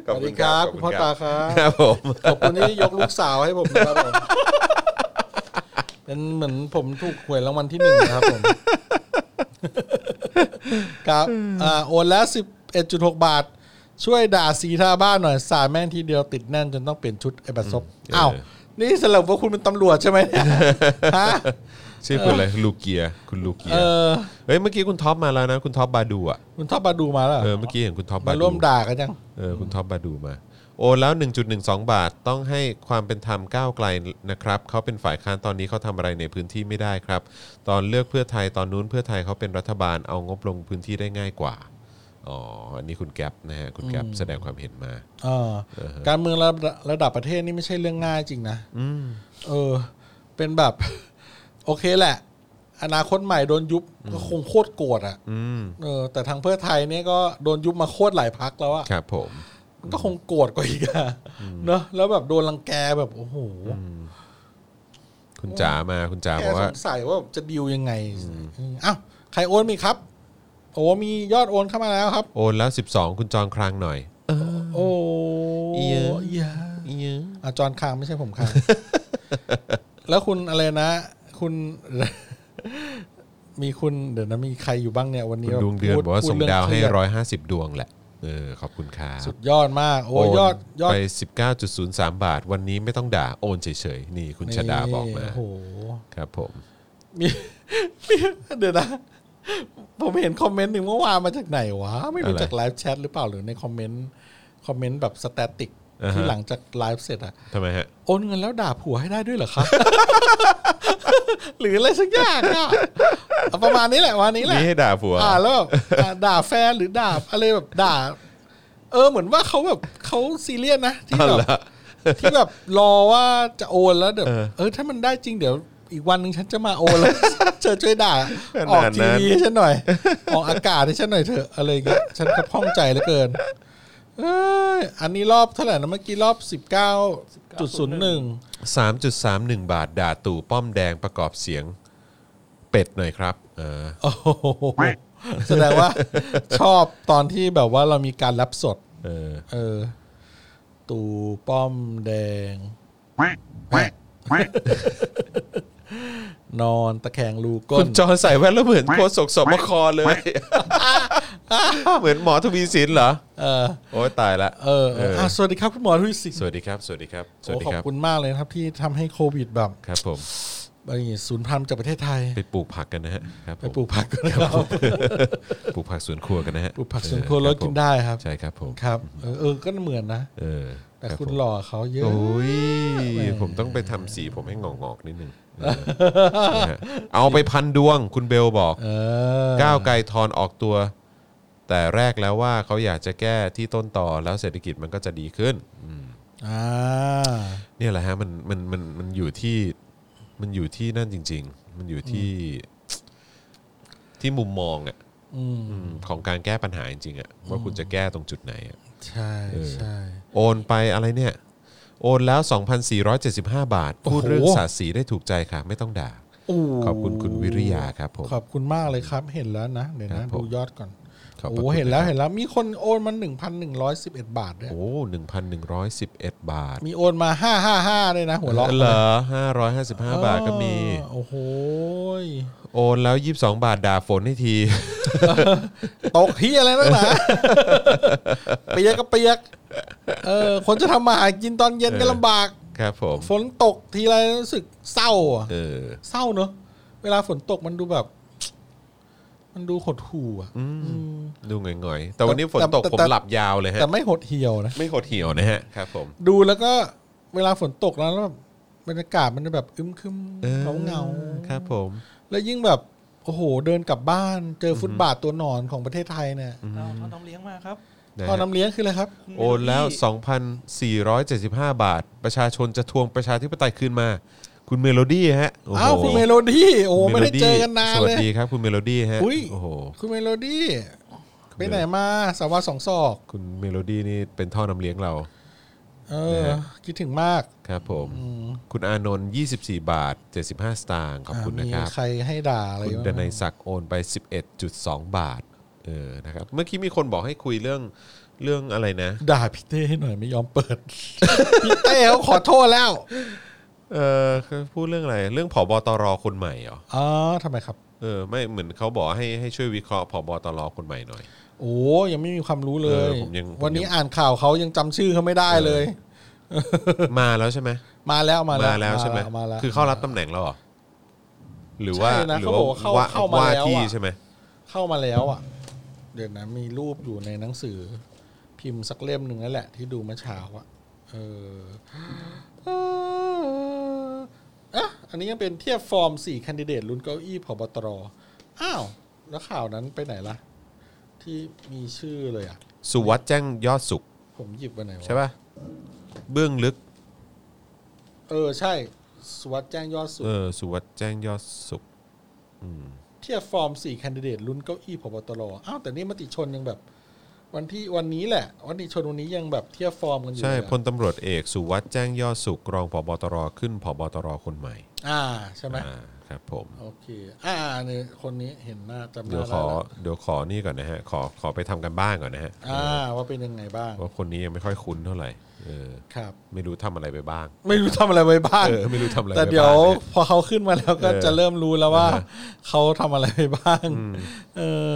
สวัสดีครับ คุณพ่อตาครับ ครับผม ขอบคุณที่ยกลูกสาวให้ผมนะครับผมเป็นเหมือนผมถูกหวยรางวัลที่หนึ่งนะครับผมครับอ่าโอนแล้วสิบเอ็ดจุดหกบาท ช่วยด่าสีทาบ้านหน่อยสาดแม่งทีเดียวติดแน่นจนต้องเปลี่ยนชุดไอ้บัตรซบอ้าวนี่สรุปว่าคุณเป็นตำรวจใช่ไหมเนี่ยฮะ ชื่อคุณอะไรลูเกียคุณลูเกีย เออ เฮ้ยเมื่อกี้คุณท็อปมาแล้วนะคุณท็อปบาดูอ่ะ คุณทอบบาดูมาแล้วเหรอ เออเมื่อกี้เห็นคุณท็อปบา มา ดู ร่วมด่ากันยัง เออคุณท็อปบาดูมา โอนแล้ว 1.12 บาทต้องให้ความเป็นธรรมก้าวไกลนะครับเขาเป็นฝ่ายค้านตอนนี้เขาทำอะไรในพื้นที่ไม่ได้ครับ ตอนเลือกเพื่อไทยตอนนู้นเพื่อไทยเขาเป็นรัฐบาลเอางบลงพื้นที่ได้ง่ายกว่าอ๋ออันนี้คุณแก๊ปนะฮะคุณแก๊ปแสดงความเห็นมา เออการเมืองระดับระดับประเทศนี่ไม่ใช่เรื่องง่ายจริงนะเออ เป็นแบบ โอเคแหละ อนาคตใหม่โดนยุบก็คงโคตรโกรธอ่ะ อืม เออ แต่ทางเพื่อไทยเนี่ยก็โดนยุบมาโคตรหลายพักแล้วอ่ะ ครับผม มันก็คงโกรธกว่าอีกอะเนอะแล้วแบบโดนรังแกแบบโอ้โห คุณจ๋ามาคุณจ๋า แก บอก ส ว่า งสัยว่าจะดีลยังไงอ้าวใครโอนมีครับ โอ้มียอดโอนเข้ามาแล้วครับ โอนแล้ว 12 คุณจองครางหน่อย โอ้ เอี๊ ย ยะ ยะอาจอนคางไม่ใช่ผม คาง แล้วคุณอะไรนะ คุณ มีคุณเดี๋ยวนะมีใครอยู่บ้างเนี่ย วัน คุ นี้ ณดวงเดือน พู บอกว่า พู ส่งดาวให้ เองเคยด 150 ดวงแหละเออขอบคุณครับ สุดยอดมาก โอ้ โน ยอดยอด ไป 19.03 บาท วันนี้ไม่ต้องด่าโอนเฉยๆ นี่คุณชดาบอกมา โอ้โห ครับผม มีมีเดี๋ยวนะ ผมเห็นคอมเมนต์หนึ่งเมื่อวานมาจากไหนวะ ไม่รู้จากไลฟ์แชทหรือเปล่าหรือในคอมเมนต์คอมเมนต์แบบสแตติกที่หลังจากไลฟ์เสร็จอะ ทำไมฮะ โอนเงินแล้วด่าผัวให้ได้ด้วยเหรอคะ หรืออะไรสักอย่างอะเอาประมาณนี้แหละวันนี้แหละ นี่ให้ด่าผัว อ่าแล้วแบบอ่าด่าแฟนหรือด่าอะไรแบบด่า เออเหมือนว่าเขาแบบเขาซีเรียสนะที่ อ๋อ แบ เหร บ อ ที่แบบรอว่าจะโอนแล้วเดี๋ยวเออถ้ามันได้จริงเดี๋ยวอีกวันหนึ่งฉันจะมาโอนแล้ว เธอช่วยด่าออกทีวีให้ฉันหน่อย ออกอากาศให้ฉันหน่อยเถอะอะไรอย่างเงี้ยฉันก็ข้องใจเหลือเกิน เอยอันนี้รอบเท่าไหร่นะเมื่อกี้รอบสิบเก้าจุดศูนย์หนึ่ง 3.31 บาท ด่าตู่ป้อมแดงประกอบเสียงเป็ดหน่อยครับ เออ โอ้โหแสดงว่า ชอบตอนที่แบบว่าเรามีการรับสด เออ เออ ตู่ป้อมแดง นอนตะแคงรูก้ คุ น ณจอนใส่แว่นแล้วเหมือนโคศกสบค เลย เหมือนหมอทวีสินเหรอ เออ โอ้ยตายละ เออเอออ่ะสวัสดีครับคุณหมอทุยสิ สวัสดีครับ สวัสดีครับ สวัส โอ้ ดี ขอ ค บ รับ คุณมากเลยนะครับ ที่ทำให้โควิดแบบ ครับผม อะไรอย่างงี้ศูนย์พันธุ์จากประเทศไทย ไปปลูกผักกันนะฮะ ครับผ ไป ม ปลูกผักกันนะครับ ปลูกผักสวนครัวกันนะฮะ ปลูกผักสวนครัวแล้วกินได้ครับ ใช่ครับผม ครับเออเออก็เหมือนนะ เออ แต่ รับ คุณ ผม หล่อเขาเยอะ โอ้ยผมต้องไปทำสีผมให้งอกงอกๆนิดนึงเออนะฮะเอาไปพันดวงคุณเบลบอก เออ ก้าวไกลทอนออกตัว แต่แรกแล้วว่าเขาอยากจะแก้ที่ต้นต่อแล้วเศรษฐกิจมันก็จะดีขึ้นอืม อ่า เนี่ยแหละฮะมันมันมันมันอยู่ที่มันอยู่ที่นั่นจริง ๆ มันอยู่ที่ที่มุมมองอ่ะ อืม อืมของการแก้ปัญหาจริงๆอ่ะว่าคุณจะแก้ตรงจุดไหนอะ ใช่ เออ ใช่ โอนไปอะไรเนี่ย โอนแล้ว 2,475 บาท พูดเรื่องศาสตร์สีได้ถูกใจค่ะ ไม่ต้องด่า โอ้ ขอบคุณคุณวิริยาครับผม ขอบคุณมากเลยครับ เห็นแล้วนะเดี๋ยว ครั นะ บผม ดูยอดก่อน ขอบพระ โอ้ คุณ เห็นแล้ว นะครับ เห็นแล้วมีคนโอนมาหนึ่งพันหนึ่งร้อยสิบเอ็ดบาทด้วย โอ้หนึ่งพันหนึ่งร้อยสิบเอ็ดบาท มีโอนมาห้าห้าห้าเลยนะ หัวเราะ เหรอห้าร้อยห้าสิบห้าบาทก็มี อ่าโอ้โหย โอนแล้วยี่สิบสองบาทด่าฝนให้ที ตกที่อะไรนักหนาเปียกก็เปียก เออ คนจะทำมาหากินตอนเย็นก็ เออ ลำบาก ครับผม ฝนตกทีไรรู้สึกเศร้าอะ เออ เศร้าเนอะเวลาฝนตกมันดูแบบ มันดูหดหู่อะอืม ดูหง่อยๆ แต่วันนี้ฝนตก แต่แต่ ผมหลับยาวเลยฮะ แต่ไม่หดเหี่ยวนะ ไม่หดเหี่ยวนะฮะ ครับผม ดูแล้วก็เวลาฝนตกแล้วแล้วแบบบรรยากาศมันจะแบบอึมครึมเงาเงาๆ ครับผม แล้วยิ่งแบบ โอ้โห เดินกลับบ้าน เจอฟุตบาทตัวหนอนของประเทศไทยเนี่ย เอาท่อนน้ำเลี้ยงมาครับ นะ ตอน ฮะ น้ำเลี้ยงคืออะไรครับ คุณเม โอนแล้ว โดี้ 2,475 บาท ประชาชนจะทวงประชาธิปไตยคืนมา คุณเมโลดี้ฮะโโห อ้าวคุณเมโลดี้โอ้โห คุณ ไม่ได้เจอกันนาน สวั เล ส ย ดีครับคุณเมโลดี้ฮะ อุ๊ย โอ้โห คุณเมโลดี้ คุณเมไปโล ไหนมาสาวาสองศอก คุณเมโลดี้นี่เป็นท่อน้ำเลี้ยงเรา เออ นะฮะ คิดถึงมาก ครับผม คุณอานนท์24 บาท 75 สตางค์ขอบคุณ อ่ะ นะ มี ครับ ใครให้ด่าอะไร คุณ บ้าง ดนัยศักดิ์โอนไป 11.2 บาทเออนะครับเมื่อกี้มีคนบอกให้คุยเรื่องเรื่องอะไรนะ ด่าพี่เต้ให้หน่อยไม่ยอมเปิด พี่เต้เขาขอโทษแล้ว เออคือพูดเรื่องอะไร เรื่องผบตรคนใหม่เหรอ อ๋อทำไมครับ เออไม่เหมือนเขาบอกให้ให้ช่วยวิเคราะห์ผบตรคนใหม่หน่อย โอ้ยังไม่มีความรู้เล เอย อผมยังผมยัง วันนี้อ่านข่าวเขายังจำชื่อเขาไม่ได้เลย มาแล้วใช่ไหม มาแล้วมาแล้ว มาแล้วใช่ไหม มาแล้ว คือเข้ารับตำแหน่งแล้วเหรอหรือว่า ใช่นะ หรื เขาบอกว่าว่าเข้าเข้ามา ว่า แล้ว ที่ อะ ใช่ไหม เข้ามาแล้วอ่ะ เดี๋ยวนะมีรูปอยู่ในหนังสือ พิมพ์สักเล่มหนึ่งนั่นแหละ ที่ดูเมื่อเช้าอ่ะเออเอ่ออ่ะอันนี้ยังเป็นเทียบฟอร์มสี่คนดิเดตลุ้นเก้าอี้ผบตรอ้าว แล้วข่าวนั้นไปไหนละที่มีชื่อเลยอ่ะ สุวัสด์แจ้งยอดสุข ผมหยิบไปไหนวะ ใช่ป่ะเบื้องลึก เออใช่ สวัสด์แจ้งยอดสุด เออสุวัสด์แจ้งยอดสุข เทียบฟอร์มสี่คนดิเดตลุ้นเก้าอี้พบตรอ้าวแต่นี่มติชนยังแบบ วันที่วันนี้แหละ วันนี้ชนวันนี้ยังแบบเทียบฟอร์มกันอยู่ ใช่ เลยอะ พลตำรวจเอกสุวัสด์แจ้งยอดสุขรองผบตรขึ้นผบตรคนใหม่ อ่าใช่ไหม อ่าครับผม โอเค อ่าเนี่ยคนนี้เห็นหน้าจำห เดี๋ยน้าวข ได้ อ แล้ว เดี๋ยวขอนี่ก่อนนะฮะขอขอไปทำกันบ้านก่อนนะฮะ อ่า ว่าเป็นยังไงบ้าง ว่าคนนี้ยังไม่ค่อยคุ้นเท่าไหร่เออ ครับ ไม่รู้ทำอะไรไปบ้าง ไม่รู้ทำอะไรไว้บ้าง เออไม่รู้ทำอะไร แต่ ไปบ้าง เดี๋ยว นะ พอเขาขึ้นมาแล้วก็ เออ จะเริ่มรู้แล้วว่าเขาทำอะไรไปบ้างเออ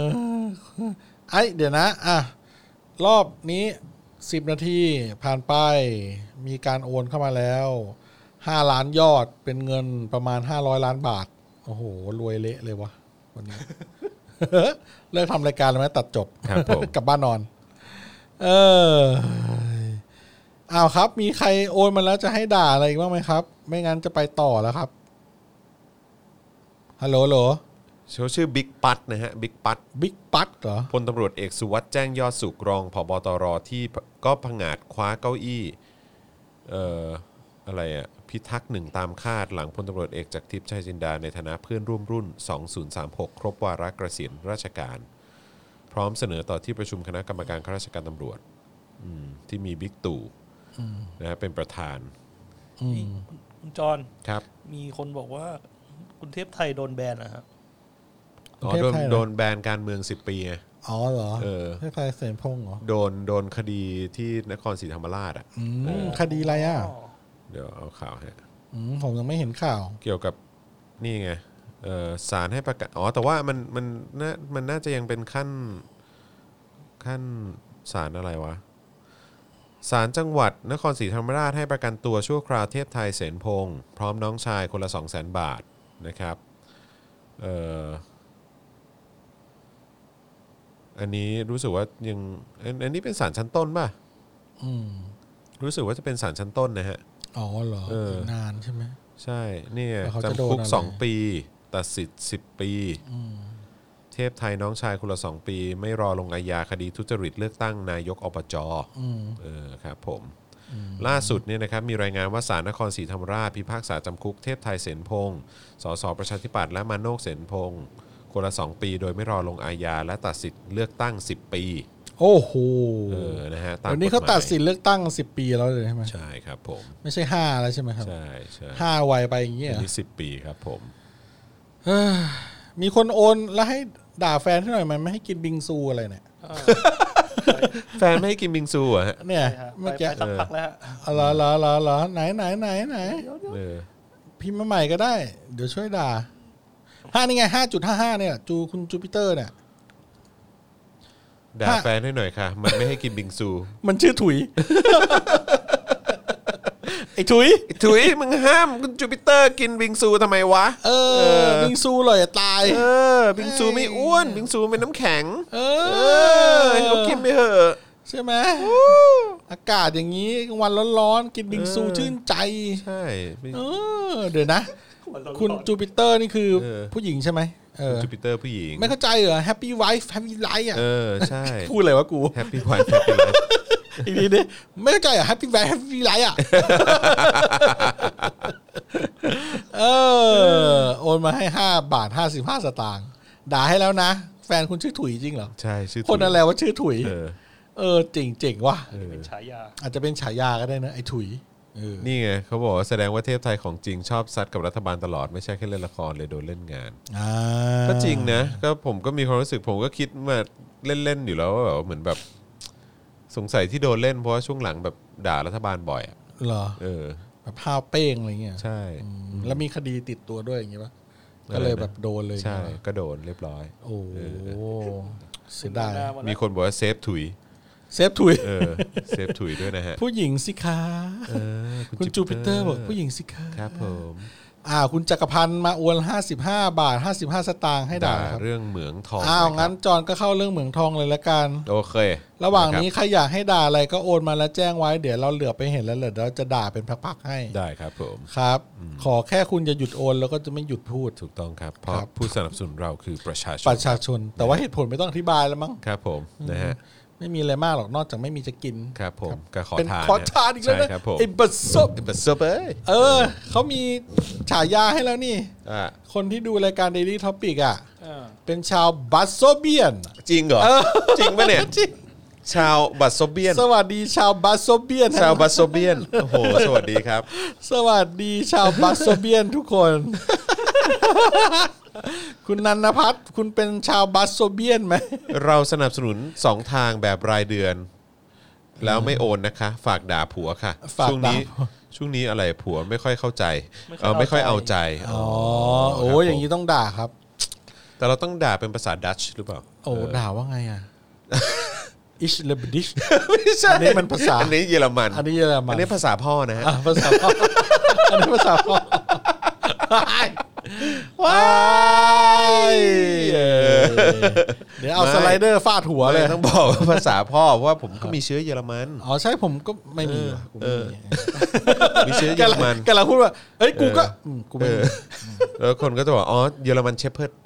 ไอยเดี๋ยวนะ อ่ะ รอบนี้สิบนาทีผ่านไป มีการโอนเข้ามาแล้วห้าล้านยอดเป็นเงินประมาณห้าร้อยล้านบาท โอ้โห รวยเละเลยวะวันนี้ เลิกทำรายการแล้วไหมตัดจบ ครับผม กลับบ้านนอน เอออ้าวครับ มีใครโอนมาแล้วจะให้ด่าอะไรอีกบ้างไหมครับ ไม่งั้นจะไปต่อแล้วครับ ฮัลโหลฮัลโหล เขาชื่อบิ๊กปัตนะฮะบิ๊กปัต บิ๊กปั๊ดเหรอ พลตำรวจเอกสุวัสด์แจ้งยอดสุขรองผบตรที่ก็ผงาดคว้าเก้าอี้เอ่ออะไรอะพิทักษ์หนึ่งตามคาดหลังพลตำรวจเอกจากทิพย์ชัยจินดาในฐานะเพื่อนร่วมรุ่น 2036 ครบวาระเกษียณราชการ พร้อมเสนอต่อที่ประชุมคณะกรรมการข้าราชการตำรวจอืมที่มีบิ๊กตู่นะฮะเป็นประธาน นี่คุณจอน ครับ มีคนบอกว่า คุณเทพไทยโดนแบนนะฮะ อ๋อ ประเทศ โดน ไทยเหรอ โดนแบนการเมือง 10 ปีไง อ๋อเหรอ เออ ให้ใครเสนพงษ์เหรอ โดนโดนคดีที่นครศรีธรรมราชอ่ะ อืมคดีอะไรอ่ะ อ๋อ เดี๋ยวเอาข่าวฮะ อืมผมยังไม่เห็นข่าว เกี่ยวกับนี่ไงเอ่อศาลให้ประกันอ๋อแต่ว่ามันมันน่ามันน่าจะยังเป็นขั้นขั้นศาลอะไรวะศาลจังหวัดนครศรีธรรมราชให้ประกันตัวชั่วคราวเทพไทยเสนพงศ์พร้อมน้องชายคนละ 2 0 0 0 0 0 บาทนะครับเอ่ออันนี้รู้สึกว่ายังอันอันนี้เป็นศาลชั้นต้นป่ะ อืม รู้สึกว่าจะเป็นศาลชั้นต้นนะฮะ อ๋อเหรอ เออ กนานใช่ไหม ใช่เนี่ย แล้วเขาจะโด จำคุ น ก อะไร สองปี ตัดสิทธิ์สิบปี เทพไทยน้องชายคนละสองปี ไม่รอลงอาญาคดีทุจริตเลือกตั้งนายกอบจเออครับผม ล่าสุดเนี่ยนะครับมีรายงานว่าสารนครศรีธรรมราชพิพากษาจำคุกเทพไทยเสนพงศ์สสประชาธิปัตย์และมาโนกเสนพงศ์คนละ 2 ปี โดยไม่รอลงอาญาและตัดสิทธิ์เลือกตั้ง 10 ปี โอ้โห เออนะฮะตาม วันนี้เขาตัดสินเลือกตั้งสิบปีแล้วเลยใช่ไหม ใช่ครับผม ไม่ใช่ห้าแล้วใช่ไหมครับ ใช่ใช่ ห้าวัยไปอย่างเงี้ย อันเหรอ นี้สิบปีครับผม เอ้ยมีคนโอนแล้วให้ด่าแฟนที่หน่อยมันไม่ให้กินบิงซูอะไรเนี่ย เออ แฟนไม่ให้กินบิงซูเหรอะฮะ เนี่ย ใช่ฮะ เมื่อ ไป กี้ ไปสักพักแล้วฮะ อ๋อเหรอเหรอเหรอเหรอไหนไหนไหนไหน เออ พิมพ์มาใหม่ก็ได้ เดี๋ยวช่วยด่าห้านี่ไงห้าจุดห้าห้าเนี่ย จูคุณจูปิเตอร์เนี่ย ด่า ถ้า แฟนให้หน่อยค่ะ มันไม่ให้กินบิงซู มันชื่อถุย ไอ้ถุย ถุยมึงห้ามคุณจูปิเตอร์กินบิงซูทำไมวะ เออ บิงซูเลยตาย เออ บิงซูไม่อ้วน บิงซูเป็นน้ำแข็ง เอ เอ อ อให้เขากินไปเถอะ ใช่ไหมอากาศอย่างนี้กลางวันร้อนๆกินบิงซูชื่นใจ ใช่ไม่ เออเดี๋ยวนะ วันร้อนๆ คุณจูปิเตอร์นี่คือ เออ ผู้หญิงใช่ไหมเออ จูปิเตอร์ผู้หญิง ไม่เข้าใจเหรอแฮปปี้ไวฟ์แฮปปี้ไลฟ์อ่ะ เออ ใช่ พูดอะไรวะกู แฮปปี้วันแฮปปี้ไลฟ์ อีกทีดิไม่เข้าใจเหรอแฮปปี้ไวฟ์แฮปปี้ไลฟ์อ่ะ เออ โอนมาให้ห้าบาทห้าสิบห้าสตางค์ด่าให้แล้วนะ แฟนคุณชื่อถุยจริงเหรอ ใช่ชื่อถุย คนอะไรว่าชื่อถุย เออ เออเจ๋งเจ๋งๆว่ะ เป็นฉายา อาจจะเป็นฉายาก็ได้นะ ไอ้ถุยเออ นี่ไงเขาบอกว่าแสดงว่าเทพไทยของจริงชอบซัดกับรัฐบาลตลอดไม่ใช่แค่เล่นละครเลยโดนเล่นงาน อ่า ก็จริงนะก็ผมก็มีความรู้สึกผมก็คิดมาเล่นๆอยู่แล้วว่าแบบเหมือนแบบสงสัยที่โดนเล่นเพราะว่าช่วงหลังแบบด่ารัฐบาลบ่อยอะ เหรอ เออ แบบห้าวเป้งอะไรเงี้ย ใช่ แล้วมีคดีติดตัวด้วยอย่างงี้ปะ อะไรนะ ก็เลยแบบโดนเลย ใช่ อย่างงี้ปะ ก็โดนเรียบร้อย โอ้โห เสียดาย หมดแล้ว มีคนบอกว่าเซฟถุย เซฟถุย เออ เซฟถุยด้วยนะฮะ ผู้หญิงสิคะคุณจูปิเตอร์บอกผู้หญิงสิคะ ครับผม อ่า คุณจักรพันธ์มาอวน55 บาท 55 สตางค์ให้ด่า ด่า ครับ เรื่องเหมืองทอง อ้าว นะครับ งั้นจอนก็เข้าเรื่องเหมืองทองเลยละกัน โอเค ระหว่าง คบ นี้ใครอยากให้ด่าอะไรก็โอนมาแล้วแจ้งไว้เดี๋ยวเราเหลือไปเห็นแล้วเดี๋ยวเราจะด่าเป็นพักๆให้ ได้ครับผม ครับ ขอแค่คุณจะหยุดโอนแล้วก็จะไม่หยุดพูด ถูกต้องครับเพราะ ครับ ผู้สนับสนุนเราคือประชาช ป น ระชาชน แต่ว่าเหตุผลไม่ต้องอธิบายแล้วมั้ง ครับผมนะฮะ ไม่มีอะไรมากหรอกนอกจากไม่มีจะกิน ครับผมก็ขอ เป็น ทาน ขอทานอีกแล้วนะ ใช่ครับผม ไอ้บัสซบ บัสเซอร์เบย์ เออเขามีฉายาให้แล้วนี่ อ่ะ คนที่ดูรายการ Daily Topic อ่ะ อ่า เป็นชาวบัสโซเบียน จริงเห รอจริงปะเนี่ยชาวบัสโซเบียน สวัสดีชาวบัสโซเบียน ชาวบัสโซเบียนโอ้โหสวัสดีครับ สวัสดีชาวบัสโซเบียนทุกคน คุณนันทพัฒน์คุณเป็นชาวบัสโซเบียนไหม เราสนับสนุนสองทางแบบรายเดือน แล้วไม่โอนนะคะ ฝากด่าผัวค่ะ ฝากด่า ช่วงนี้ช่วงนี้อะไรผัวไม่ค่อยเข้าใจเออไม่ค่อยเอาใจ อ๋ครอับ โอ้ยอย่าง นี้ นี้ต้องด่าครับ แต่เราต้องด่าเป็นภาษาดัตช์หรือเปล่า โอ้ เ ด่าว่าไง อ่ะ อิชเลบดิช ไม่ใช่ อันนี้มันภาษา อันนี้เยอรมัน อันนี้เยอรมัน อันนี้ภาษาพ่อนะฮะ อ่ะภาษา พ่ออันนี้ภาษาพ่อว้ายเดี๋ยวเอา ไม่ สไลเดอร์ฟาดหัว เล เลยย ต้องบอกว่าภาษาพ่อเพราะว่าผมก็มีเชื้อเยอรมัน อ๋อใช่ผมก็ไม่มีว่ะกูไม่มี มีเชื้อเยอรมัน กำลังพูดว่าเอ้ยกูก็มกูไม่มี แล้วคนก็จะบอกอ๋อเยอรมันเชฟเพิร์ด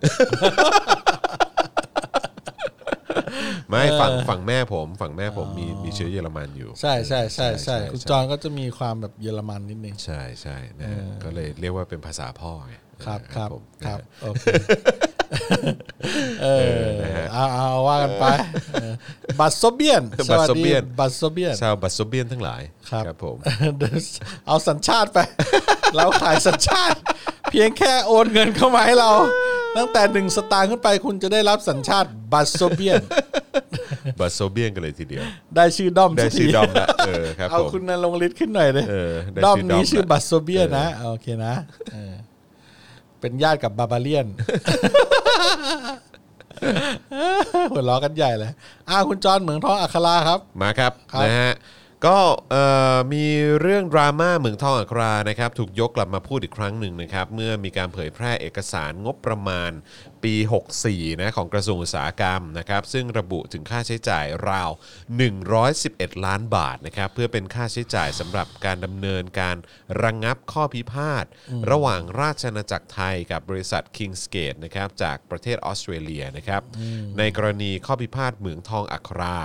ไม่ฝั่งฝั่งแม่ผมฝั่งแม่ผมมีมีเชื้อเยอรมันอยู่ ใช่ใช่ใช่ใช่ ใช่ คุณจอนก็จะมีความแบบเยอรมันนิดนึง ใช่ใช่นะฮะก็เลยเรียกว่าเป็นภาษาพ่อไง ครับครับ ผม ครับ นะฮะ โอเคเออเอาเอาเอาว่ากันไปเออบัสโซเบียนสวัสดีบัสโซเบียน ชาวบัสโซเบียนทั้งหลาย ครับ ผม เดี๋ยวเอาสัญชาติไป เราขายสัญชาติ เพียงแค่โอนเงินเข้ามาให้เรา ตั้งแต่หนึ่งสตางค์ขึ้นไปคุณจะได้รับสัญชาติบัสโซเบียน บัสโซเบียนกันเลยทีเดียว ได้ชื่อด้อม ได้ สักที ชื่อดอมละเออครับ เอา ผม คุณนรงค์ฤทธิ์ขึ้นหน่อยเลย เออได้ชื่อ ด้อม ด้อม นี้ ละ ชื่อบัสโซเบียนนะโอเคนะเออเป็นญาติกับบาบาเลียน หัวล้อกันใหญ่เลยอ้าวคุณจอนเหมืองทองอัคราครับ มาครับ ครับ นะฮะก็เอ่อมีเรื่องดราม่าเหมืองทองอัครานะครับถูกยกกลับมาพูดอีกครั้งหนึ่งนะครับเมื่อมีการเผยแพร่เอกสารงบประมาณปี 64นะของกระทรวงอุตสาหกรรมนะครับซึ่งระบุถึงค่าใช้จ่ายราว 111 ล้านบาทนะครับเพื่อเป็นค่าใช้จ่ายสำหรับการดำเนินการระงงับข้อพิพาท ระหว่างราชอาณาจักรไทยกับบริษัท Kingsgate นะครับจากประเทศออสเตรเลียนะครับในกรณีข้อพิพาทเหมืองทองอัครา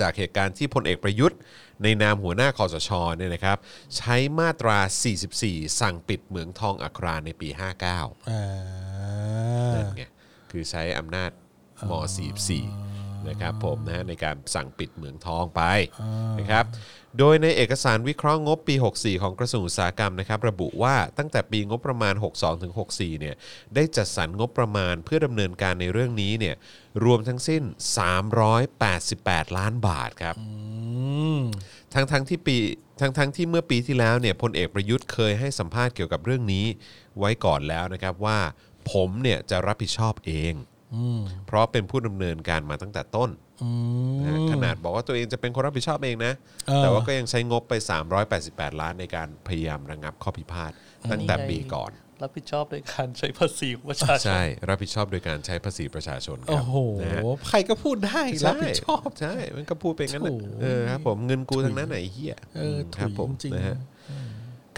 จากเหตุการณ์ที่พลเอกประยุทธ์ ในนามหัวหน้าคอสชเนี่ยนะครับ ใช้มาตรา 44 สั่งปิดเหมืองทองอัคราในปี 59นั่นไงคือใช้อำนาจม 44 นะครับผมนะฮะในการสั่งปิดเหมืองทองไปนะครับ โดยในเอกสารวิเคราะห์งบปี 64 ของกระทรวงอุตสาหกรรมนะครับ ระบุว่าตั้งแต่ปีงบประมาณ 62ถึง64 เนี่ยได้จัดสรรงบประมาณเพื่อดำเนินการในเรื่องนี้เนี่ยรวมทั้งสิ้น 388 ล้านบาทครับ ทั้งทั้งๆที่ปีทั้งทั้งๆที่เมื่อปีที่แล้วเนี่ยพลเอกประยุทธ์เคยให้สัมภาษณ์เกี่ยวกับเรื่องนี้ไว้ก่อนแล้วนะครับว่าผมเนี่ยจะรับผิดชอบเองเพราะเป็นผู้ดำเนินการมาตั้งแต่ต้นนะฮะขนาดบอกว่าตัวเองจะเป็นคนรับผิดชอบเองนะ เออ แต่ว่าก็ยังใช้งบไป 388 ล้านในการพยายามระงงับข้อพิพาทตั้งแต่ปีก่อน รับผิดชอบด้วยการใช้ภาษีของประชาชน ใช่ รับผิดชอบโดยการใช้ภาษีประชาชนค โอ้ รับ โห นะฮะ ใครก็พูดได้รับผิดชอบ ใช่ มันก็พูดไปงั้นน่ะ โถ่ เออครับผมเงินกูทั้งนั้นไหนะไอ้เฮีย เออ ครับผม ถุยจริงๆ นะฮะ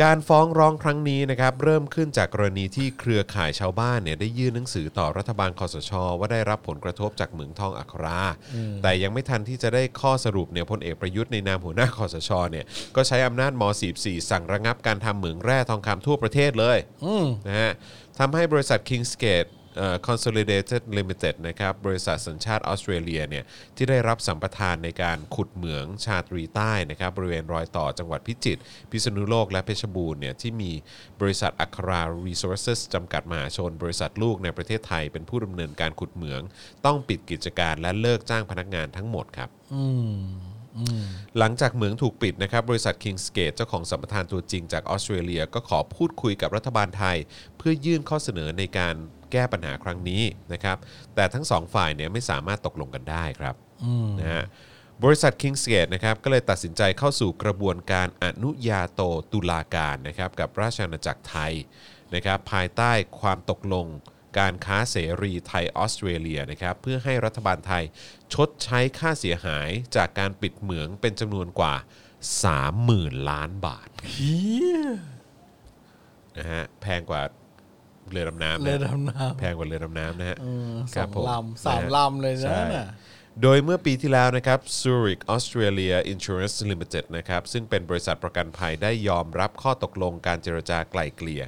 การฟ้องร้องครั้งนี้นะครับเริ่มขึ้นจากกรณีที่เครือข่ายชาวบ้านเนี่ยได้ยื่นหนังสือต่อรัฐบาลคอสช ว่าได้รับผลกระทบจากเหมืองทองอัครา แต่ยังไม่ทันที่จะได้ข้อสรุปเนี่ยพลเอกประยุทธ์ในนามหัวหน้าคอสชเนี่ยก็ใช้อำนาจม .44 สั่งระงับการทำเหมืองแร่ทองคำทั่วประเทศเลย นะฮะทำให้บริษัท Kingsgate เอ่อ Consolidated Limited นะครับบริษัทสัญชาติออสเตรเลียเนี่ยที่ได้รับสัมปทานในการขุดเหมืองชาตรีใต้นะครับบริเวณรอยต่อจังหวัดพิจิตรพิษณุโลกและเพชรบูรณ์เนี่ยที่มีบริษัทอัครา Resources จำกัดมหาชน บริษัทลูกในประเทศไทยเป็นผู้ดำเนินการขุดเหมือง ต้องปิดกิจการและเลิกจ้างพนักงานทั้งหมดครับ หลังจากเหมืองถูกปิดนะครับ บริษัท Kingsgate เจ้าของสัมปทานตัวจริงจากออสเตรเลีย ก็ขอพูดคุยกับรัฐบาลไทย เพื่อยื่นข้อเสนอในการ แก้ปัญหาครั้งนี้นะครับ แต่ทั้งสองฝ่ายเนี่ยไม่สามารถตกลงกันได้ครับนะฮะบริษัท King s g a t e นะครับก็เลยตัดสินใจเข้าสู่กระบวนการอนุญาโตตุลาการนะครับกับราชอาณาจักรไทยนะครับภายใต้ความตกลงการค้าเสรีไทยออสเตรเลียนะครับเพื่อให้รัฐบาลไทยชดใช้ค่าเสียหายจากการปิดเหมืองเป็นจำนวนกว่า 30,000 ล้านบาท นะฮะแพงกว่าเรือดำน้ำนะ เรือดำน้ำ แพงกว่าเรือดำน้ำนะฮะ เออ ค ส รั อบ ง ผ ลำสามลำเลยนะ ใช่ น่ะ โดยเมื่อปีที่แล้วนะครับ Zurich Australia Insurance Limited นะครับซึ่งเป็นบริษัทประกันภัยได้ยอมรับข้อตกลงการเจรจาไกล่เกลี่ย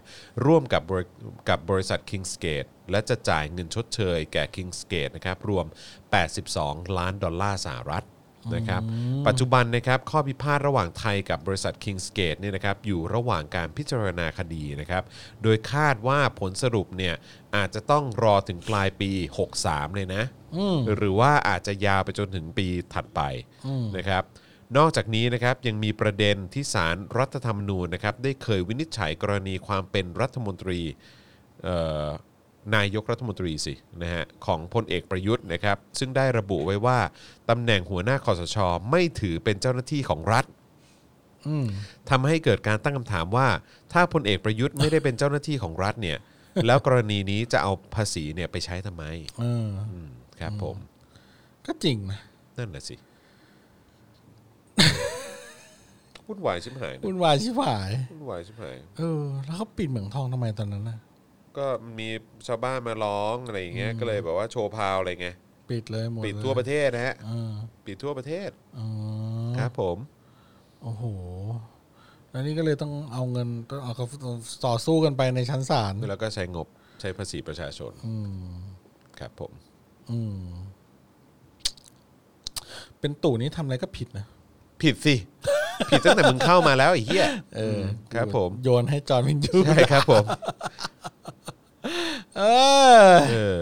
ร่วมกับบริกับบริษัท Kingsgate และจะจ่ายเงินชดเชยแก่ Kingsgate นะครับรวม 82 ล้านดอลลาร์สหรัฐ นะครับปัจจุบันนะครับข้อพิพาทระหว่างไทยกับบริษัท Kingsgate เนี่ยนะครับอยู่ระหว่างการพิจารณาคดีนะครับโดยคาดว่าผลสรุปเนี่ยอาจจะต้องรอถึงปลายปี 63 เลยนะหรือว่าอาจจะยาวไปจนถึงปีถัดไปนะครับนอกจากนี้นะครับยังมีประเด็นที่สารรัฐธรรมนูญนะครับได้เคยวินิจฉัยกรณีความเป็นรัฐมนตรี เอ่อนายกรัฐมนตรีสินะฮะของพลเอกประยุทธ์นะครับซึ่งได้ระบุไว้ว่าตำแหน่งหัวหน้าคอสช ไม่ถือเป็นเจ้าหน้าที่ของรัฐทำให้เกิดการตั้งคำถามว่า ถ้าพลเอกประยุทธ์ไม่ได้เป็นเจ้าหน้าที่ของรัฐเนี่ย แล้วกรณีนี้จะเอาภาษีเนี่ยไปใช้ทำไม เออ อืมครับผม ก็จริงนะ นั่นแหละสิวุ่นวายชิบหายนะ วุ่นวายชิบหาย วุ่นวายชิบหาย เออ แล้วเขาปิดเหมืองทองทำไมตอนนั้นน่ะ ก็มีชาวบ้านมาร้องอะไรอย่างเงี้ยก็เลยแบบว่าโชว์พาวอะไรเงี้ย ปิดเลยหมดลย ปิดทั่วประเทศนะฮะ เออ ปิดทั่วประเทศ อ๋อ ครับผม โอ้โห แล้วนี่ก็เลยต้องเอาเงินต้องเอาเขาต่อสู้กันไปในชั้นศาล แล้วก็ใช้งบใช้ภาษีประชาชน อืม ครับผม อืม เป็นตู่นี่ทำอะไรก็ผิดนะ ผิดสิ ผิดตั้งแต่มึงเข้ามาแล้วไอ้เหี้ย เออ ครับผม โยนให้จอร์นวินยู ใช่ครับผม เออ เออ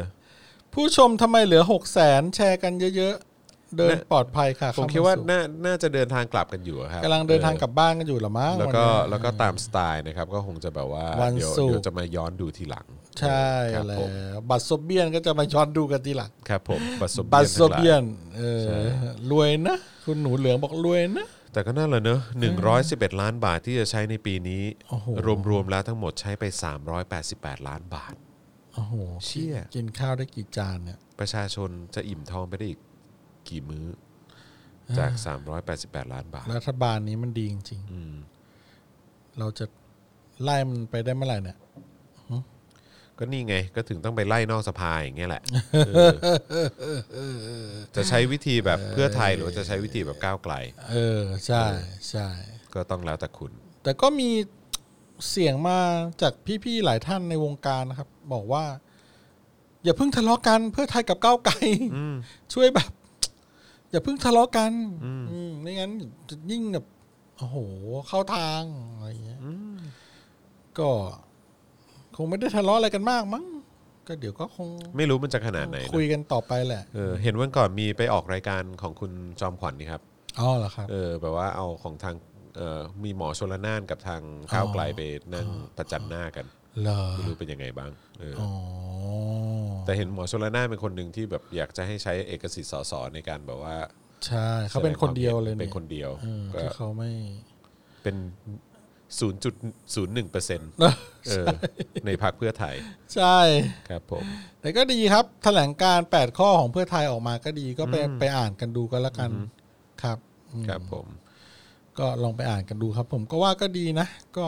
ผู้ชมทำไมเหลือหกแสนแชร์กันเยอะๆ เดินปลอดภัยค่ะ ผม เข คิดว่า สู่ น่าน่าจะเดินทางกลับกันอยู่ครับ กำลังเดินทางกลับบ้านกันอยู่เหรอมั้ง แล้วก็ นเนี้ย แล้วก็ตามสไตล์นะครับ ก็คงจะแบบว่า วัน เดี๋ยว ศุกร์ เดี๋ยวจะมาย้อนดูทีหลัง ใช่ ครับ แล้ ผม วบัตรซบเบียนก็จะมาย้อนดูกันทีหลัง ครับผม บัตรซ บัตรซบเบีย ยนทั้งหลาน เออรวยนะ คุณหนูเหลืองบอกรวยนะ ยแต่ก็น่าเลยเนอะ111 ล้านบาทที่จะใช้ในปีนี้ โอ้โห รวมๆแล้วทั้งหมดใช้ไป 388 ล้านบาท โอ้โห เชี่ย กินข้าวได้กี่จานเนี่ย ประชาชนจะอิ่มท้องไปได้อีกกี่มื้อ จาก 388 ล้านบาท รัฐบาลนี้มันดีจริงๆ อืม เราจะไล่มันไปได้เมื่อไหร่เนี่ย ก็นี่ไงก็ถึงต้องไปไล่นอกสภาอย่างเงี้ยแหละเออจะใช้วิธีแบบเพื่อไทยหรือว่าจะใช้วิธีแบบก้าวไกล เออ ใช่ใช่ ก็ต้องแล้วแต่คุณ แต่ก็มีเสียงมาจากพี่ๆหลายท่านในวงการนะครับ บอกว่า อย่าเพิ่งทะเลาะกันเพื่อไทยกับก้าวไกลช่วยแบบ อย่าเพิ่งทะเลาะกัน อืมไม่งั้นจะยิ่งแบบโอ้โห เข้าทางอะไรอย่างเงี้ยก็คงไม่ได้ทะเลาะอะไรกันมากมั้งก็เดี๋ยวก็คง ไม่รู้มันจะขนาดไหน คุย นะ กันต่อไปแหละ เออเห็นวันก่อนมีไปออกรายการของคุณจอมขวัญนี่ครับ อ๋อเหรอครับ เออแบบว่าเอาของทางเออมีหมอชลนานกับทางก้าวไกลไปนั่งประจันหน้ากัน เหรอ ไม่รู้เป็นยังไงบ้างเออ อ๋อ แต่เห็นหมอชลนานเป็นคนหนึ่งที่แบบอยากจะให้ใช้เอกสิทธิ์สสในการแบบว่า ใช่เขาเป็นคนเดียวเลย เป็ เนี่ย นคนเดียว เออ ก็ ที่เขาไม่ เป็นศูนย์จุดศูนย์หนึ่งเปอร์เซ็นต์ในพรรคเพื่อไทย ใช่ ครับผม แต่ก็ดีครับ แถลงการ 8 ข้อของเพื่อไทยออกมาก็ดีก็ไปไปอ่านกันดูก็แล้วกันครับอืม ครับผม ก็ลองไปอ่านกันดูครับ ผมก็ว่าก็ดีนะ ก็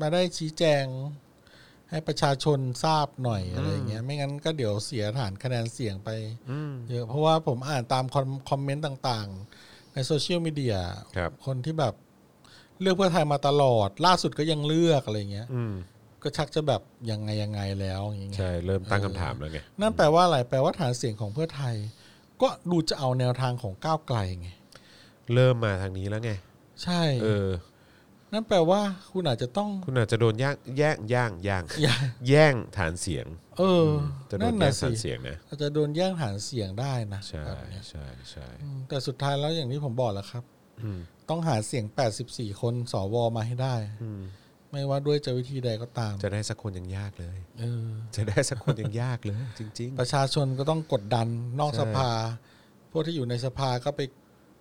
มาได้ชี้แจง ให้ประชาชนทราบหน่อยอะไรอย่างเงี้ยไม่งั้นก็เดี๋ยวเสียฐานคะแนนเสียงไปเยอะเพราะว่าผมอ่านตามคอมคอมเมนต์ต่างๆ ในโซเชียลมีเดีย ครับ คนที่แบบเลือกเพื่อไทยมาตลอด ล่าสุดก็ยังเลือกอะไรอย่างเงี้ย อืม ก็ชักจะแบบยังไงยังไงแล้วอย่างเงี้ย ใช่เริ่มตั้งคำถามแล้วไง นั่นแปลว่าอะไร แปลว่าฐานเสียงของเพื่อไทย ก็ดูจะเอาแนวทางของก้าวไกลไง เริ่มมาทางนี้แล้วไง ใช่ เออ นั่นแปลว่าคุณอาจจะต้อง คุณอาจจะโดนย่างแย่งย่างย่าง อย่า แย่งฐานเสียง เออ จะโด นั่ น น แย่ น่ะ งฐา สิ นเสียงนะ อาจจะโดนแย่งฐานเสียงได้นะ ใช่ แบบเนี้ย ใช่ใช่ อืมแต่สุดท้ายแล้วอย่างที่ผมบอกแล้วครับ อืม ต้องหาเสียง 84 คนสวมาให้ได้ ไม่ว่าด้วยจะวิธีใดก็ตาม จะได้สักคนยังยากเลย เออ จะได้สักคนยังยากเลย จริง ประชาชนก็ต้องกดดันนอก ใช่ สภา พวกที่อยู่ในสภาก็ไป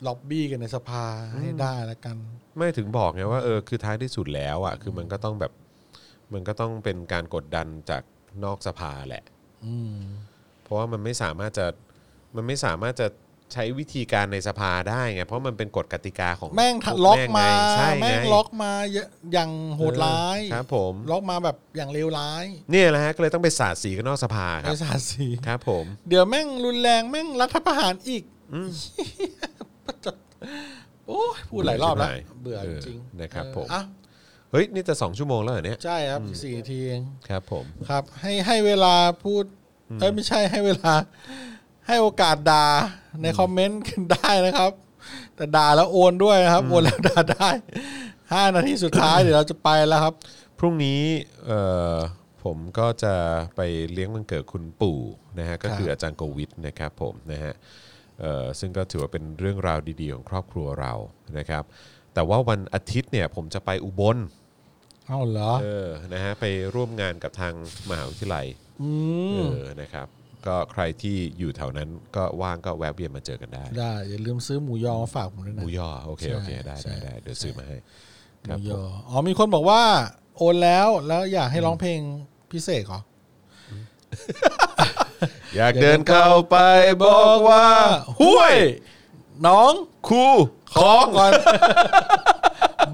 ล็อบบี้กันในสภาให้ได้ละกัน ๆ ไม่ถึงบอกไงว่าเออคือท้ายที่สุดแล้วอ่ะคือมันก็ต้องแบบมันก็ต้องเป็นการกดดันจากนอกสภาแหละ อืม เพราะว่ามันไม่สามารถจะมันไม่สามารถจะใช้วิธีการในสภาได้ไงเพราะมันเป็นกฎกติกาของ แม่ง พว ล็อกมา ไงใช่ไ แม่งล็อกมาเยอะอย่างโหดร้าย ครับผม ล็อกมาแบบอย่างเลวร้าย เนี่ยแหละฮะก็เลยต้องไปสาดสีกันนอกสภาค ไอ้ รับ สา สี ครับผม เดี๋ยวแม่งรุนแรงแม่งรัฐประหารอีก โอ้ยพูดหลายรอบแล้ว เบื่ เบื่ อ อ ชิบหาย จริง เออนะครับ เออ ผม อ่ะ เฮ้ยนี่จะสองชั่วโมงแล้วเหรอเนี่ย ใช่ครับอีกสี่นาทีเอง ครับผม ครับ ให้ให้เวลาพูด เอ้ยไม่ใช่ให้เวลา ให้โอกาสด่าในคอมเมนต์ กันได้นะครับ แต่ด่าแล้วโอนด้วยนะครับโอนแล้วด่าได้ห้านาทีสุดท้ายเดี๋ยวเราจะไปแล้วครับ พรุ่งนี้เอ่อผมก็จะไปเลี้ยงวันเกิดคุณปู่นะฮะก็คืออาจารย์โกวิทนะครับผมนะฮะเอ่อซึ่งก็ถือว่าเป็นเรื่องราวดีๆ ของครอบครัวเรานะครับ แต่ว่าวันอาทิตย์เนี่ยผมจะไปอุบล เอ้าเหรอ เออนะฮะไปร่วมงานกับทางมหาวิทยาลัยเออนะครับ ก็ใครที่อยู่แถวนั้นก็ว่างก็แวะเวียนมาเจอกันได้ ได้ อย่าลืมซื้อหมูยอมาฝากผมด้วย ห นะ มูยอโอเค ใช่ โอเค ได้ ใช่ ได้ได้เดี๋ยวซื้อมาให้ ห ครับผมูยอ ม อ๋อมีคนบอกว่าโอนแล้วแล้วอยากให้ร้องเพลงพิเศษเหรอ อยากเดินเข้าไปบอกว่า ห้วย น้อง ครูของ ก่อน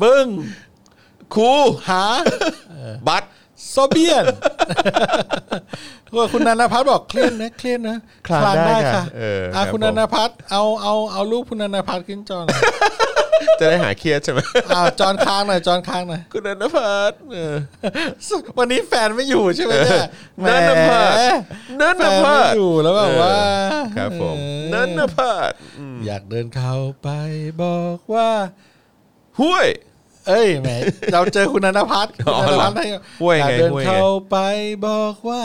บึ้ง ครู หา บัตร โซเบียนว่าคุณนันทพัฒน์บอกเครียดนะเครียดนะ คลานได้ค่ะเออครั อ่ะ บ คุณ ผม นันทพัฒน์เอาเอาเอารูปคุณนันทพัฒน์ขึ้นจอหน่อย จะได้หาเครียดใช่ไหม อ้าวจอนค้างหน่อยจอนค้างหน่อย คุณนันทพัฒน์เออ วันนี้แฟนไม่อยู่ใช่ไหมเนี่ยแหม นันทพัฒน์นัน แฟ ท น พั ไม่ ฒน์ อยู่แล้วแบบว่า ครับผม เออ นันทพัฒน์อืม อยากเดินเข้าไปบอกว่า ห้วย เอ้ยแหมเราเจอคุณนันทพัฒน์ อ๋อ คุณนันทพัฒน์ เหรอ ให้ ห้วย อ ไง ยากเดิน ห้วยไง เข้าไปบอกว่า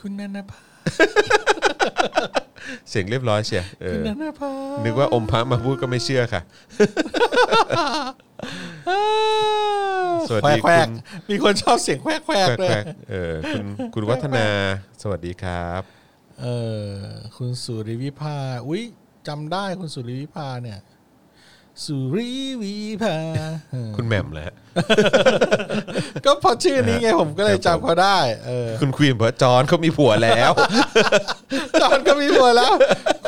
คุณนันทพัฒน์ เสียงเรียบร้อยเชียร์เอ คุณ อ นันทพัฒน์ นึกว่าอมพระมาพูดก็ไม่เชื่อค่ะ สวัสดี แคว คุณกๆมีคนชอบเสียงแควกแควก แคว เลย กๆเออคุณคุณวัฒนาสวัสดีครับ เออคุณสุริวิภาอุ้ยจำได้คุณสุริวิภาเนี่ย สุริวิภา คุณแหม่มแหละ ก็เพอชื่อนี้ไงผมก็เลยจำเขาได้ เออ คุณควีนบอกว่าจอนเขามีผัวแล้ว จอนก็มีผัวแล้ว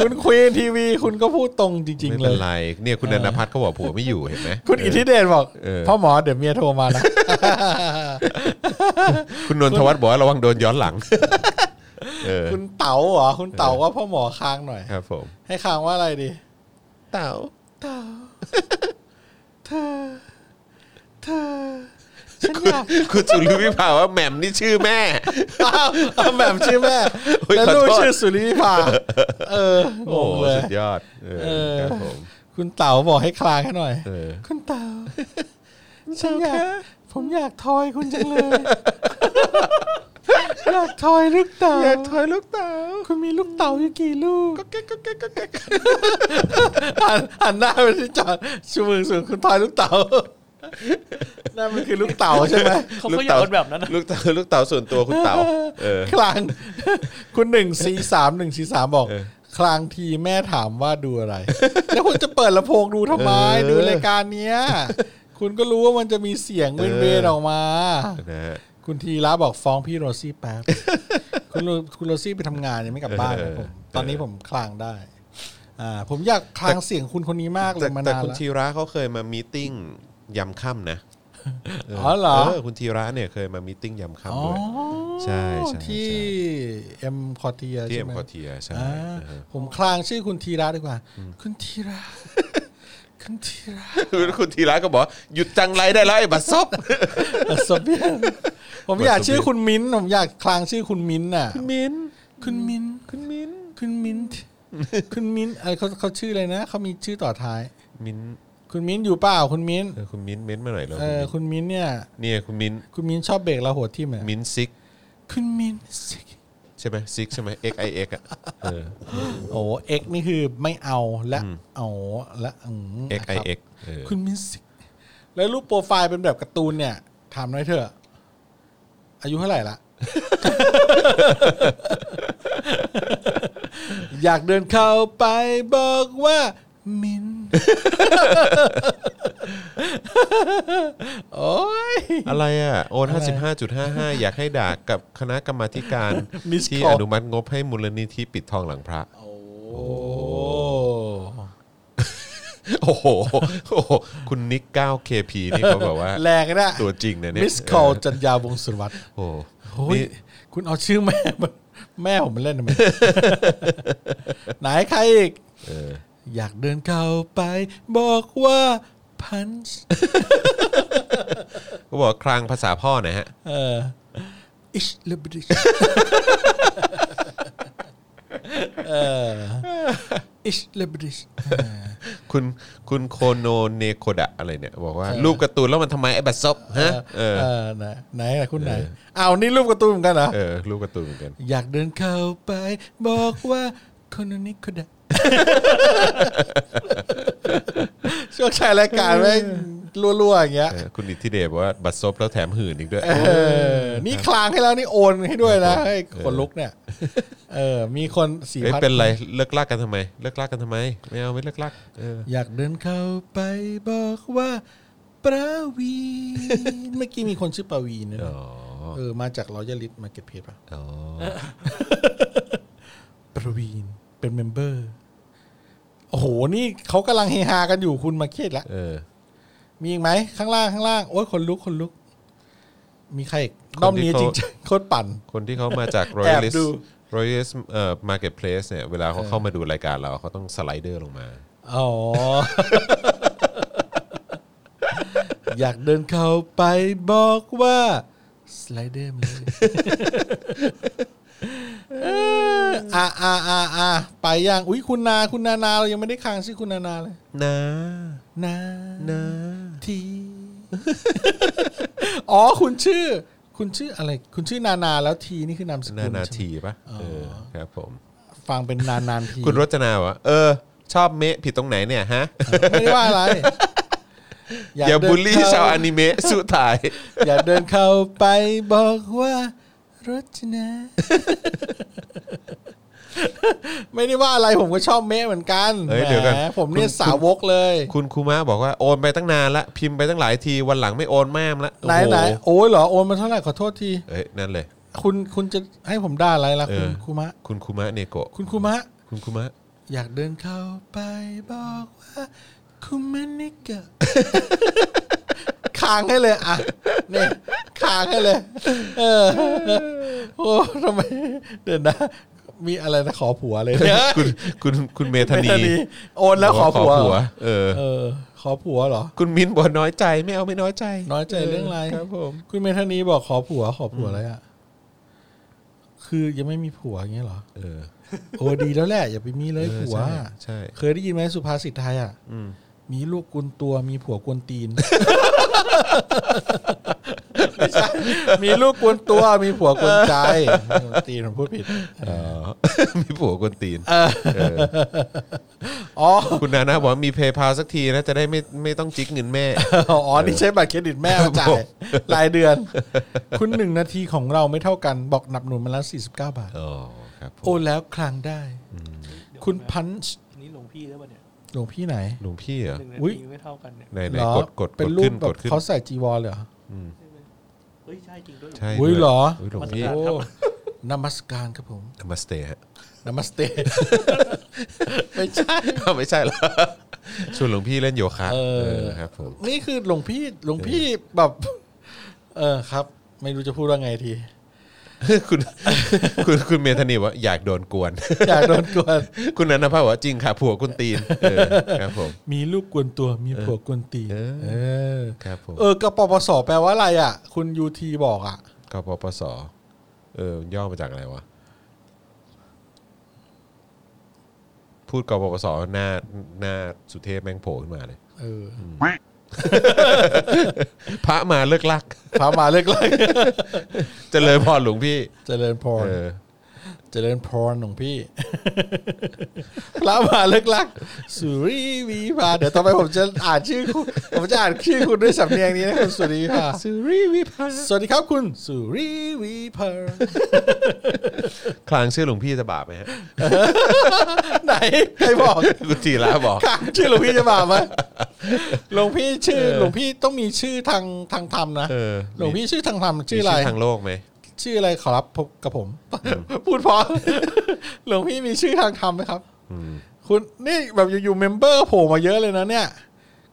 คุณควีนทีวีคุณก็พูดตรงจริง ไม่ ๆ เล เป็น ย ไร เนี่ยคุณนันทพัฒน์เขาบอกผัวไม่อยู่เห็นไหม คุณอิทธิเดชบอก เออ พ่อหมอเดี๋ยวเมียโทรมานะ คุณนนทวัฒน์บอกว่าระวังโดนย้อนหลัง เออ คุณเต๋าเหรอคุณเต๋าว่าพ่อหมอค้างหน่อย ครับผม ให้ค้างว่าอะไรดี เต่า เธอ ฉันอยาก คุณสุริวิภาว่าแหม่มนี่ชื่อแม่ อ้าวเอาแบบชื่อแม่ โอ้ย แล้ว ขอโทษ ลูกชื่อสุริภาเออ โอ้ งงเลย สุดยอด เออ เออ ครับผม คุณเต๋าบอกให้คลางให้หน่อย เออ คุณเต๋าฉันอยากผมอยากทอยคุณจังเลย อยากทอยลูกเต๋าอยากทอยลูกเต๋าคุณมีลูกเต๋าอยู่กี่ลูกก็แก๊กก็แก๊กก็แก๊กหันหันหน้าไปที่จอดชูมือสูงคุณทอยลูกเต๋านั่นมันคือลูกเต๋าใช่ไหม เขาก็อยากเป็นแบบนั้นนะ ลูกเต่า ลูกเต่าส่วนตัวคุณเต่าเออ คลางคุณหนึ่งสี่สามหนึ่งสี่สามบอก เออ คลางทีแม่ถามว่าดูอะไร แล้วคุณจะเปิดลำโพงดูทำไมดูรายการเนี้ย คุณก็รู้ว่ามันจะมีเสียงเวนเวนๆออกมา นะฮะ คุณทีระบอกฟ้องพี่โรซี่แป๊บ คุณโรคุณโรซี่ไปทำงานยังไม่กลับบ้านนะผม เออ ตอนนี้ผมคลางได้ อ่า ผมอยากคลางเสียงคุณคนนี้มากเล แต่ ยมา แต่ นาน คุณ แล้ว ธีระเขาเคยมามีตติ้งยำค่ำนะ อ๋อเหรอ เออคุณธีระเนี่ยเคยมามีตติ้งยำ อ๋อ ค่ำด้วย ใช่ใช่ใช่ ที่เอ็มคอเทีย ที่ ใช่ เอ็ม ไหม คอเทียใช่ อ่า นะฮะ ผมคลางชื่อคุณทีระดีกว่า คุณทีระ คุณทีระ คือคุณธีระก็บอกว่าหยุดจังไรได้แล้วไอ้บัตรซบ สมเบียนผมอยากชื่อคุณมิ้นท์ผมอยากคลางชื่อคุณมิ้นท์น่ะ มิน คุณมิ้นท์ คุณมิน คุณมิ้นท์คุณมิ้นท์เอ้ยเขาเขาชื่ออะไรนะเขามีชื่อต่อท้าย มิน คุณมิ้นอยู่เปล่าคุณมิ้น เออคุณมินเม้นมาหน่อยแล้ว เออคุณมิ้นเนี่ย เนี่ยคุณมิน คุณมิ้นชอบเบรกเราหัวทิ่มอ่ะ มินซิก คุณมิ้น ใช่ไหมซิกใช่ไหม X I X อ่ะเออ โอ้เอ็กนี่คือไม่เอาและเอาและอืม X นะ I ครับ X เออ คุณมิ้นแล้วรูปโปรไฟล์เป็นแบบการ์ตูนเนี่ย ถามหน่อยเถอะ อายุเท่าไหร่ ละ อยากเดินเข้าไปบอกว่า มิ น โอ้ย อะไรอ่ะ โอน55.55 อยากให้ด่ากับคณะกรรมาธิการ Miss ที่ Call อนุมัติงบให้มูลนิธิปิดทองหลังพระ โอ้ โอ้โหโอ้โห คุณนิก 9KP นี่เขาแบบว่า แรงนะ ตัวจริงนะเนี่ย มิสคอลจันยาวงศ์สุรวัตร โอ้โห โอ้ย นี่ คุณเอาชื่อแม่มาแม่ผมมาเล่นทำไม ไหนใครอีก เออ อยากเดินเข้าไป บอกว่าพันช์ เขาบอกว่าคลางภาษาพ่อหนะฮะ เอออิชเลบ ดิชเอออิชเลบดิช คุณคุณโคโนเนโคดะอะไรเนี่ย บอกว่า รูปการ์ตูนแล้วมันทำไมไอ้บัตซบฮะ เอ เออ อไหนไหนล่ะคุณไหนอ้าวนี่รูปการ์ตูนเหมือนกันเหรอ เออ รูปการ์ตูนเหมือนกัน อยากเดินเข้าไป บอกว่าคนนี้คนนั้น ช่วงชายรายการแม่ง รัวๆอย่างเงี้ย เออคุณอิทธิเดชบอกว่าบัตรซบแล้วแถมหื่นอีกด้วย เออ นี่คลางให้แล้วนี่โอนให้ด้วยนะให้คนลุกเนี่ย เออ มีคนสี่ เอ้ย พัน เป็นไรเลิกลากกันทำไม เลิกลากกันทำไม ไม่เอาไม่เลิกลากเออ อยากเดินเข้าไปบอกว่าประวีณเมื่อกี้มีคนชื่อประวีณนะ อ๋อ เออมาจากรอยลิตมาเก็ตเพจป่ะ อ๋อ ประวีณเป็นเมมเบอร์โอ้โหนี่เขากำลังเฮฮากันอยู่คุณมาเครียดละ เออ มีอีกไหมข้างล่างข้างล่างโอ้ยคนลุกคนลุก มีใครอีก คนที่ ด้อมนี้ เขา จริงๆโคตรปั่น คนที่เขามาจาก แอบ Royalist ดู Royalist เอ่อ Marketplace เนี่ยเวลาเขาเข้ามาดูรายการเราเขาต้องสไลเดอร์ลงมา อ๋อ อยากเดินเข้าไปบอกว่าสไลเดอร์มาเลยเอออ่าอ่าอ่าอ่าไปยังอุ้ยคุณนาคุณนานาเรายังไม่ได้ค้างชื่อคุณนานาเลย นะ นานาทีอ๋อคุณชื่อ คุณชื่ออะไร คุณชื่อนานาแล้วทีนี่คือนามสกุล นานา ใช่ไหม ทีปะเออครับผม ฟังเป็นนานนานๆที คุณรจนาวะเออ ชอบเมะผิดตรงไหนเนี่ยฮะ ไม่ได้ว่าอะไร อย่าบูลลี่ เดินเข้ ชาวอนิเมะ สุด ท้าย อย่าเดินเข้าไปบอกว่ารจ นาไม่ได้ว่าอะไรผมก็ชอบเมะเหมือนกัน เฮ้ยเดี๋ยวก่อน แหมผมเนี่คุยณ สาวกเลย คุณคูมาบอกว่าโอนไปตั้งนานละพิมพ์ไปตั้งหลายทีวันหลังไม่โอนแม่มละ ไหน โอ้โ ไหนโอ้ยเหรอโอนมาเท่าไหร่ขอโทษที เอ้ยนั่นเลย คุณคุณจะให้ผมด่าอะไรล่ะคุณ เออ คุมะ คุณคูมะเนโกะ คุณคุมะ คุณคูมะ อยากเดินเข้าไปบอกว่าคุมานิกะ ค้างให้เลยอ่ะเนี่ยค้างให้เลย เออโอ้ทำไม เดี๋ยวนะ มีอะไรนะขอผัวเลยเนี่ย คุณคุณคุณเมธานี ไม่ทันทีโอนแล้วขอผัวเหรอ เออ เออ ขอผัวเหรอ คุณมิ้นบอกน้อยใจไม่เอาไม่น้อยใจ น้อยใจเรื่องอะไร ครับผม คุณเมธานีบอกขอผัว ขอผัวอะไรอ่ะ คือยังไม่มีผัวอย่างเงี้ยเหรอ เออ โอ้ดีแล้วแหละ อย่าไปมีเลยผัว ใช่ใช่ เคยได้ยินไหมสุภาษิตไทยอ่ะมีลูกกุนตัวมีผัวกวนตีน ไม่ใช่ มีลูกกวนตัว มีผัวกวนใจกวนตีนผมพูดผิด อ๋อ มีผัวกวนตีนเออ อ๋อ คุณนานาบอกว่ามีเพย์พาสักทีนะจะได้ไม่ไม่ต้องจิกเงินแม่ อ๋อ นี่ใช้บัตรเครดิตแม่มาจ่ายรายเดือน คุณหนึ่งนาทีของเราไม่เท่ากัน บอกหนับหนุนมาแล้ว49 บาท อ๋อครับผม โอนแล้วคลางได้ คุณพันช์ อันนี้หลวงพี่หรือเปล่าเนี่ย หลวงพี่ไหน หนุ่มพี่เหรอ หนึ่งนา อุ๊ย ทีไม่เท่ากันเนี่ย ไหนไหน เหรอก ดกดก เป็น ด รู ขึ้ ป น แบ ก บ ดขึ้น เขาใส่จีวรเลยเหรอ เฮ้ยใช่จริงด้วยเหรอ ใช่ อุ๊ยเหรอ ด้วยยหลวง มาตร พี่ การ โอ้นมัสการครับผม นมัสเตฮะ นมัสเต ไม่ใช่ อ้าวไม่ใช่เหรอชวนหลวงพี่เล่นโยคะ เออ ครับผม นี่คือหลวงพี่หลวงพี่แบบ เออครับ ไม่รู้จะพูดว่าไงที คุณคุณคุณเมธานีบอกว่าอยากโดนกวน อยากโดนกวน คุณนันทภาบอกว่าจริงค่ะผัวกุนตีนเออครับผม มีลูกกวนตัวมีผัวกวนตีน เออ เออ ครับผม เออกปปสแปลว่าอะไรอ่ะ คุณยูทีบอกอ่ะ กปปสเออย่อมาจากอะไรวะ พูดกปปสหน้าหน้าสุเทพแม่งโผล่ขึ้นมาเลย เออ พระมาเลิกลัก พามาเล็ก เจริญพรหลวงพี่ ๆเจริญพร เออ เจริญพรหลวงพี่ พระมหาเลิกลักษ์สุริวีพาเดี๋ยวต่อไปผมจะอ่านชื่อคุณ ผมจะอ่านชื่อคุณด้วยสำเนียงนี้นะคุณสุริวีพา สุริวิภา สวัสดีครับคุณสุริวีพา คลางชื่อหลวงพี่จะบาปไหมฮะ ไหนใครบอก กุจีลาบอก ค่ะ ชื่อหลวงพี่จะบาปไหมหลวงพี่ชื่อหลวงพี่ต้องมีชื่อทางทางธรรมนะ เออ หลวงพี่ชื่อทางธรรมชื่ มี ออะไร ชื่อทางโลกไหม ชื่ออะไรขอรับพบกับผม พูดเพอ หลวงพี่มีชื่อทางธรรมไหมครับคุณนี่แบบอยู่ๆเมมเบอร์โผล่มาเยอะเลยนะเนี่ย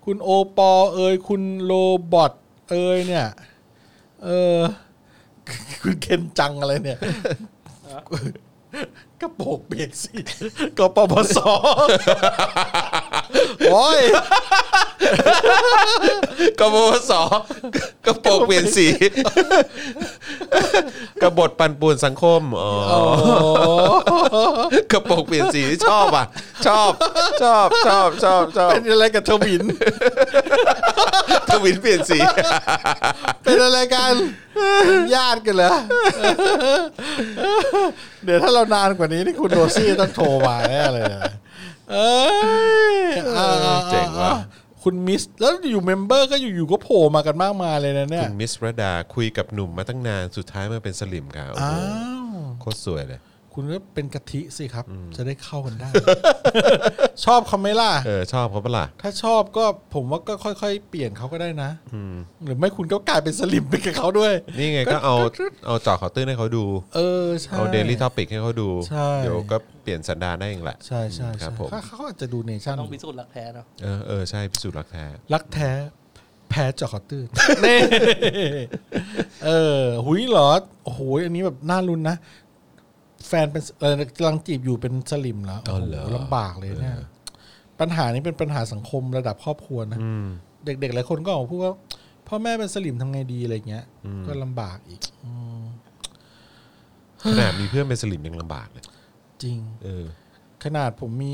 คุณโอปอเอยคุณโรบอทเอยเนี่ย เออ คุณเคนจังอะไรเนี่ยกระโปรงเปียกสิ กปปส โอ้ย กบวสกระโปรงเปลี่ยนสี กบฏปั่นป่วนสังคมอ๋อ กระโปรงเปลี่ยนสีชอบอ่ะ ชอบ ชอบชอบชอบชอบ เป็นอะไรกับทวิ น ทวินเปลี่ยนสี เป็นอะไรกันเป็นญาติกันเหรอ เดี๋ยวถ้าเรานานกว่านี้นี่คุณโรซี่ต้องโทรมาแน่เลยนะเอยเอาอา เจ๋งว่ะ คุณมิส แล้วอยู่เมมเบอร์ก็อยู่ๆก็โผล่มากันมากมายเลยนะเนี่ย คุณมิสรดาคุยกับหนุ่มมาตั้งนานสุดท้ายมาเป็นสลิมครับโอ้ อ้า โห ว โคตรสวยเลย คุณก็เป็นกะทิสิครับ จะได้เข้ากันได้ ชอบเขาไหมล่ะ เออ ชอบเขาปะล่ะ ถ้าชอบก็ผมว่าก็ค่อยๆ เปลี่ยนเขาก็ได้นะหรือไม่คุณก็กลายเป็นสลิมไปกับเขาด้วย นี่ไงก็เอาเอาเจอขอตื้นให้เขาดู เออใช่ เอาเดลี่ท็อปิกให้เขาดู ใช่ เดี๋ยวก็เปลี่ยนสันดานได้เองแหละ ใช่ใช่ ครั ใช่ บผม เขาเขาอาจจะดูเนชั่น ต้องพิสูจน์รักแท้เนาะ เออเออใช่พิสูจน์รักแท้ รักแท้แพ้เจาะขอตื้น นี่ เออ หุยเหรอ โอ้โห อันนี้แบบน่ารุนนะ แฟนเป็นเออกำลังจีบอยู่เป็นสลิมแล้ว อ๋ โอ้ อ โห เหรอ ลำบากเลยเนี่ย ปัญหานี้เป็นปัญหาสังคมระดับครอบครัวนะ เด็กๆหลายคนก็ออกมาพูดว่าพ่อแม่เป็นสลิมทำไงดีอะไรเงี้ย ก็ลำบากอีก อืม ขนาดมีเพื่อนเป็นสลิมยังลำบากเลย จริง เออ ขนาดผมมี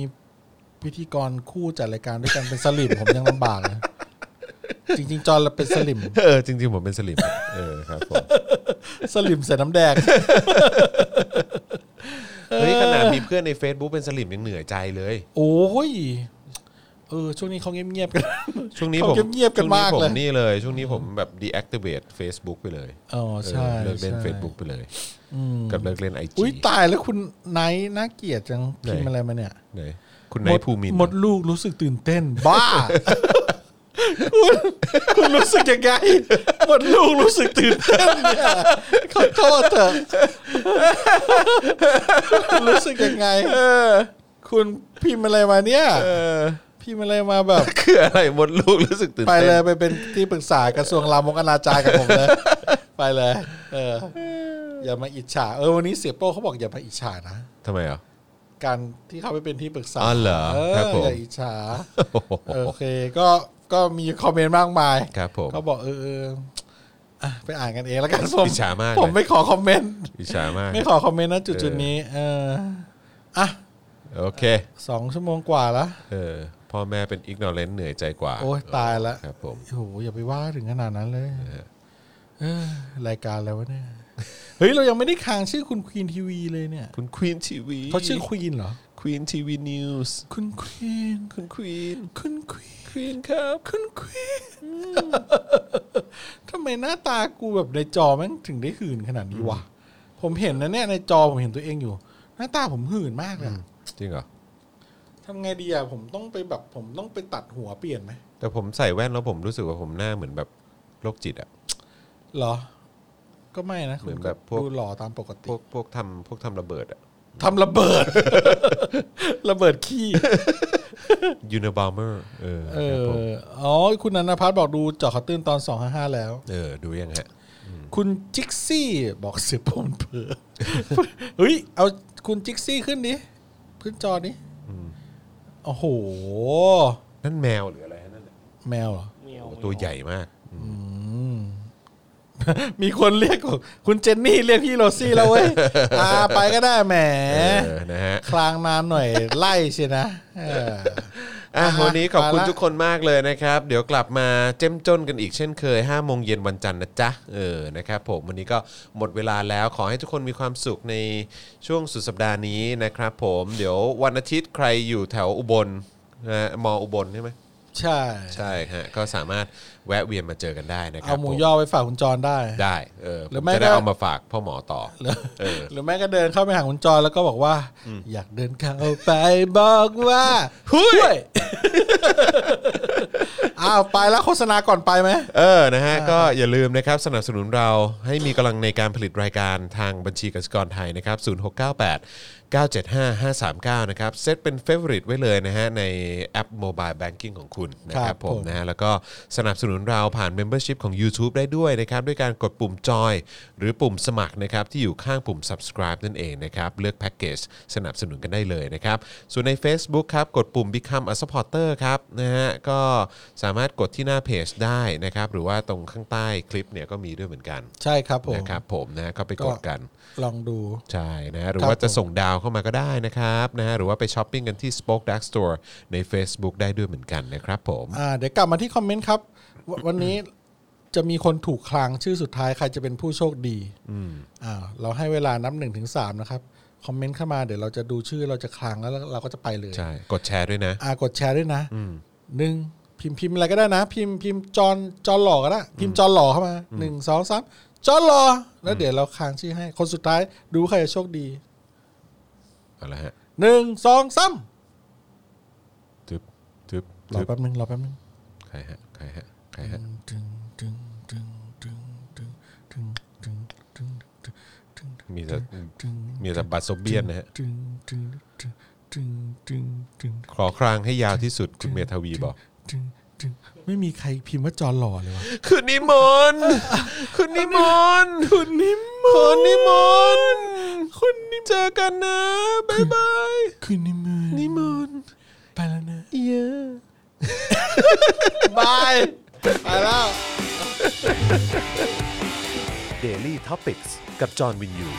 พิธีกรคู่จัดรายการด้วยกันเป็นสลิม ผมยังลำบากเลยจริง ๆ จอห์นเราเป็นสลิม เออจริงๆผมเป็นสลิม เออครับผม สลิมใส่น้ำแดง เฮ้ยขนาดมีเพื่อนใน Facebook เป็นสลิมยังเหนื่อยใจเลย โอ้ย เออ ช่วงนี้เขาเงียบๆกัน ช่วงนี้ผ เขา ม เงียบๆกันมากช่เลยวงผมนี่เลย ช่วงนี้ผมแบบ deactivate Facebook ไปเลย อ๋อ ใช่ เออเลิกเล่น ใช่ Facebook ไปเลย อืม กับเลิกเล่นไอจี อุ้ยตายแล้วคุณไนท์น่าเกลียดจัง ไหน พิมพ์อะไรมาเนี่ย ไหนคุณนายภูมินทร์ หมดลูกรู้สึกตื่นเต้น บ้า คุณคุณรู้สึกยังไง หมดลูกรู้สึกตื่นเต้นเนี่ย ขอโทษเถอะ คุณรู้สึกยังไงคุณพิมพ์อะไรมาเนี่ยพิมพ์อะไรมาแบบ คืออะไรหมดลูกรู้สึกตื่น ไป เต้น เลยไปเป็นที่ปรึกษากระทรวงลามกอนาจารกับผมเลย ไปเลย เออ อย่ามาอิจฉาเออวันนี้เสียโป้เขาบอกอย่ามาอิจฉานะ ทำไมอ่ะ การที่เขาไปเป็นที่ปรึกษา อ๋อเหรอ เออ ครับผม อย่าอิจฉาโอเค ก็ก็มีคอมเมนต์มากมาย ครับผม เขาบอกเออเอออ่ะไปอ่านกันเองแล้วกันผม อิจฉามาก ผม เลย ไม่ขอคอมเมนต์ อิจฉามาก ไม่ขอคอมเมนต์นะจุด เอ จุ อ ดนี้เอออ่ะ โอเค สองชั่วโมงกว่าละ เออพ่อแม่เป็นอิกนอเ n นเหนื่อยใจกว่า โอ้ยตายละ ครับผม โอ้โหอย่าไปว่าถึงขนาดนั้นเลย เอ้ยรายการแล้วะเนี่ย เฮ้ย เรายังไม่ได้ค้างชื่อคุณควีนทีวีเลยเนี่ย คุณควีนทีวี เขาชื่อควีนเหรอ ควีนทีวีนิวส์ คุณควีน คุณควีน คุณควีนควีนครับ คุณควีน ทำไมหน้าตากูแบบในจอแม่งถึงได้หื่นขนาดนี้วะ ผมเห็นนะเนี่ยในจอผมเห็นตัวเองอยู่ หน้าตาผมหื่นมากเลยอะ จริงเหรอ ทำไงดีอ่ะผมต้องไปแบบผมต้องไปตัดหัวเปลี่ยนไหม แต่ผมใส่แว่นแล้วผมรู้สึกว่าผมหน้าเหมือนแบบโรคจิตอะ เหรอ ก็ไม่นะ เหมือนแบบพวก ดูหล่อตามปกติ พวกพวกทำพวกทำระเบิดอะ ทำระเบิด ระเบิดขี้ Unabomber เออ เอ ครับผม ออ๋อ คุณนันทพัฒน์บอกดูเจาะข่าวตื้นตอน 255 แล้ว เออ ดูยังฮะ คุณจิกซี่บอกเสียโปมนเผลอ เฮ้ย เอาคุณจิกซี่ขึ้นดิขึ้นจอดิโอ้โห นั่นแมวหรืออะไรฮะนั่นน่ะ แมวเหรอ เมียว โอ้ตัวใหญ่มาก มีคนเรียกคุณเจนนี่เรียกพี่โรซี่แล้วเว้ ย อ่า ไปก็ได้แหม เออ นะฮะ คลางนานหน่อยไล่เชียนะเออ อ่ะ อ่ะฮะ วันนี้ขอบคุณ ไปละ ทุกคนมากเลยนะครับ เดี๋ยวกลับมาเจ้มจนกันอีกเช่นเคย5้าโมงเย็นวันจันทร์นะจ๊ะเออนะครับผมวันนี้ก็หมดเวลาแล้วขอให้ทุกคนมีความสุขในช่วงสุดสัปดาห์นี้นะครับ ผมเดี๋ยววันอาทิตย์ใครอยู่แถวอุบลนะฮะมออุบลใช่ไหม ใช่ ใช่ฮะก็สามารถแวะเวียนมาเจอกันได้นะครั เอาหมู ผ ย่อไปฝากคุณจรได้ ได้เออ หรือ ผม ไม่ จะได้ ก็ เอามาฝากพ่อหมอต่อ หรือ เออ หรือแม่ก็เดินเข้าไปหาคุณจรแล้วก็บอกว่า อยากเดินเข้าไปบอกว่าหุ้ยอ้าวไปแล้วโฆษณาก่อนไปไหม เออ นะฮะ ก็อย่าลืมนะครับสนับสนุนเราให้มีกำลังในการผลิตรายการทางบัญชีกสิกรไทยนะครับ 0698 975 539 นะครับ เซตเป็นเฟ v o r i t e ไว้เลยนะฮะ ในแอป Mobile Banking ของคุณนะค ครั รับบ ผ ผม ม นะฮะแล้วก็สนับสนุนเราผ่าน Membership ของ YouTube ได้ด้วยนะครับ ด้วยการกดปุ่มจอย หรือปุ่มสมัครนะครับ ที่อยู่ข้างปุ่ม subscribe นั่นเองนะครับ เลือกแพ็กเกจสนับสนุนกันได้เลยนะครับ ส่วนใน Facebook ครับ กดปุ่ม Become a supporter ครับนะฮะก็สามารถกดที่หน้าเพจได้นะครับ หรือว่าตรงข้างใต้คลิปเนี่ยก็มีด้วยเหมือนกัน ใช่ครับผม นะครับผมนะก็ไปกดกัน ลองดู ใช่นะหรือ ครับ ว่าจะ ผม ส่งดาวเข้ามาก็ได้นะครับนะฮะหรือว่าไปช้อปปิ้งกันที่ Spoke Dark Store ใน Facebook ได้ด้วยเหมือนกันนะครับผม อ่าเดี๋ยวกลับมาที่คอมเมนต์ครับววันนี้จะมีคนถูกคลางชื่อสุดท้ายใครจะเป็นผู้โชคดีอ่าเราให้เวลานับหนึ่งถึงสามนะครับ คอมเมนต์เข้ามาเดี๋ยวเราจะดูชื่อเราจะคลางแล้วเราก็จะไปเลย ใช่ กดแชร์ด้วยนะ อ่ากดแชร์ด้วยนะหนึ่งพิมพ์พิมพ์อะไรก็ได้นะ พิมพ์พิมพ์จอนจอนหล่อก็ได้พิมพ์จอนหล่อเข้ามาหนึ่งสองสามจอนหล่อแล้วเดี๋ยวเราคลางชื่อให้ คนสุดท้ายดูใครจะโชคดี เอาละฮะ หนึ่งสองสาม ทึบทึบ รอ ทึบ แป๊บนึงรอแป๊บนึง ใครฮะ ใครฮะ ใครฮะ ดึงดึงดึงดึงดึงดึงดึงดึงดึงดึง มีแต่ ดึง มีแต่บัตรโซเบียนนะฮะ ดึงดึงดึงดึงดึงดึง ขอครางให้ยาวที่สุดคุณเมทวีบอก ดึงดึงไม่มีใครพิมพ์ว่าจอหล่อเลยวะ คุณนิมนต์คุณนิมนต์คุณนิมนต์คุณนิมนต์คุณนิเจอกันนะบายบาย คืนนี้มือ นิมนต์ ไปแล้วนะ เยอะ บาย ไปแล้ว Daily t o p i c กกับจอห์นวินยู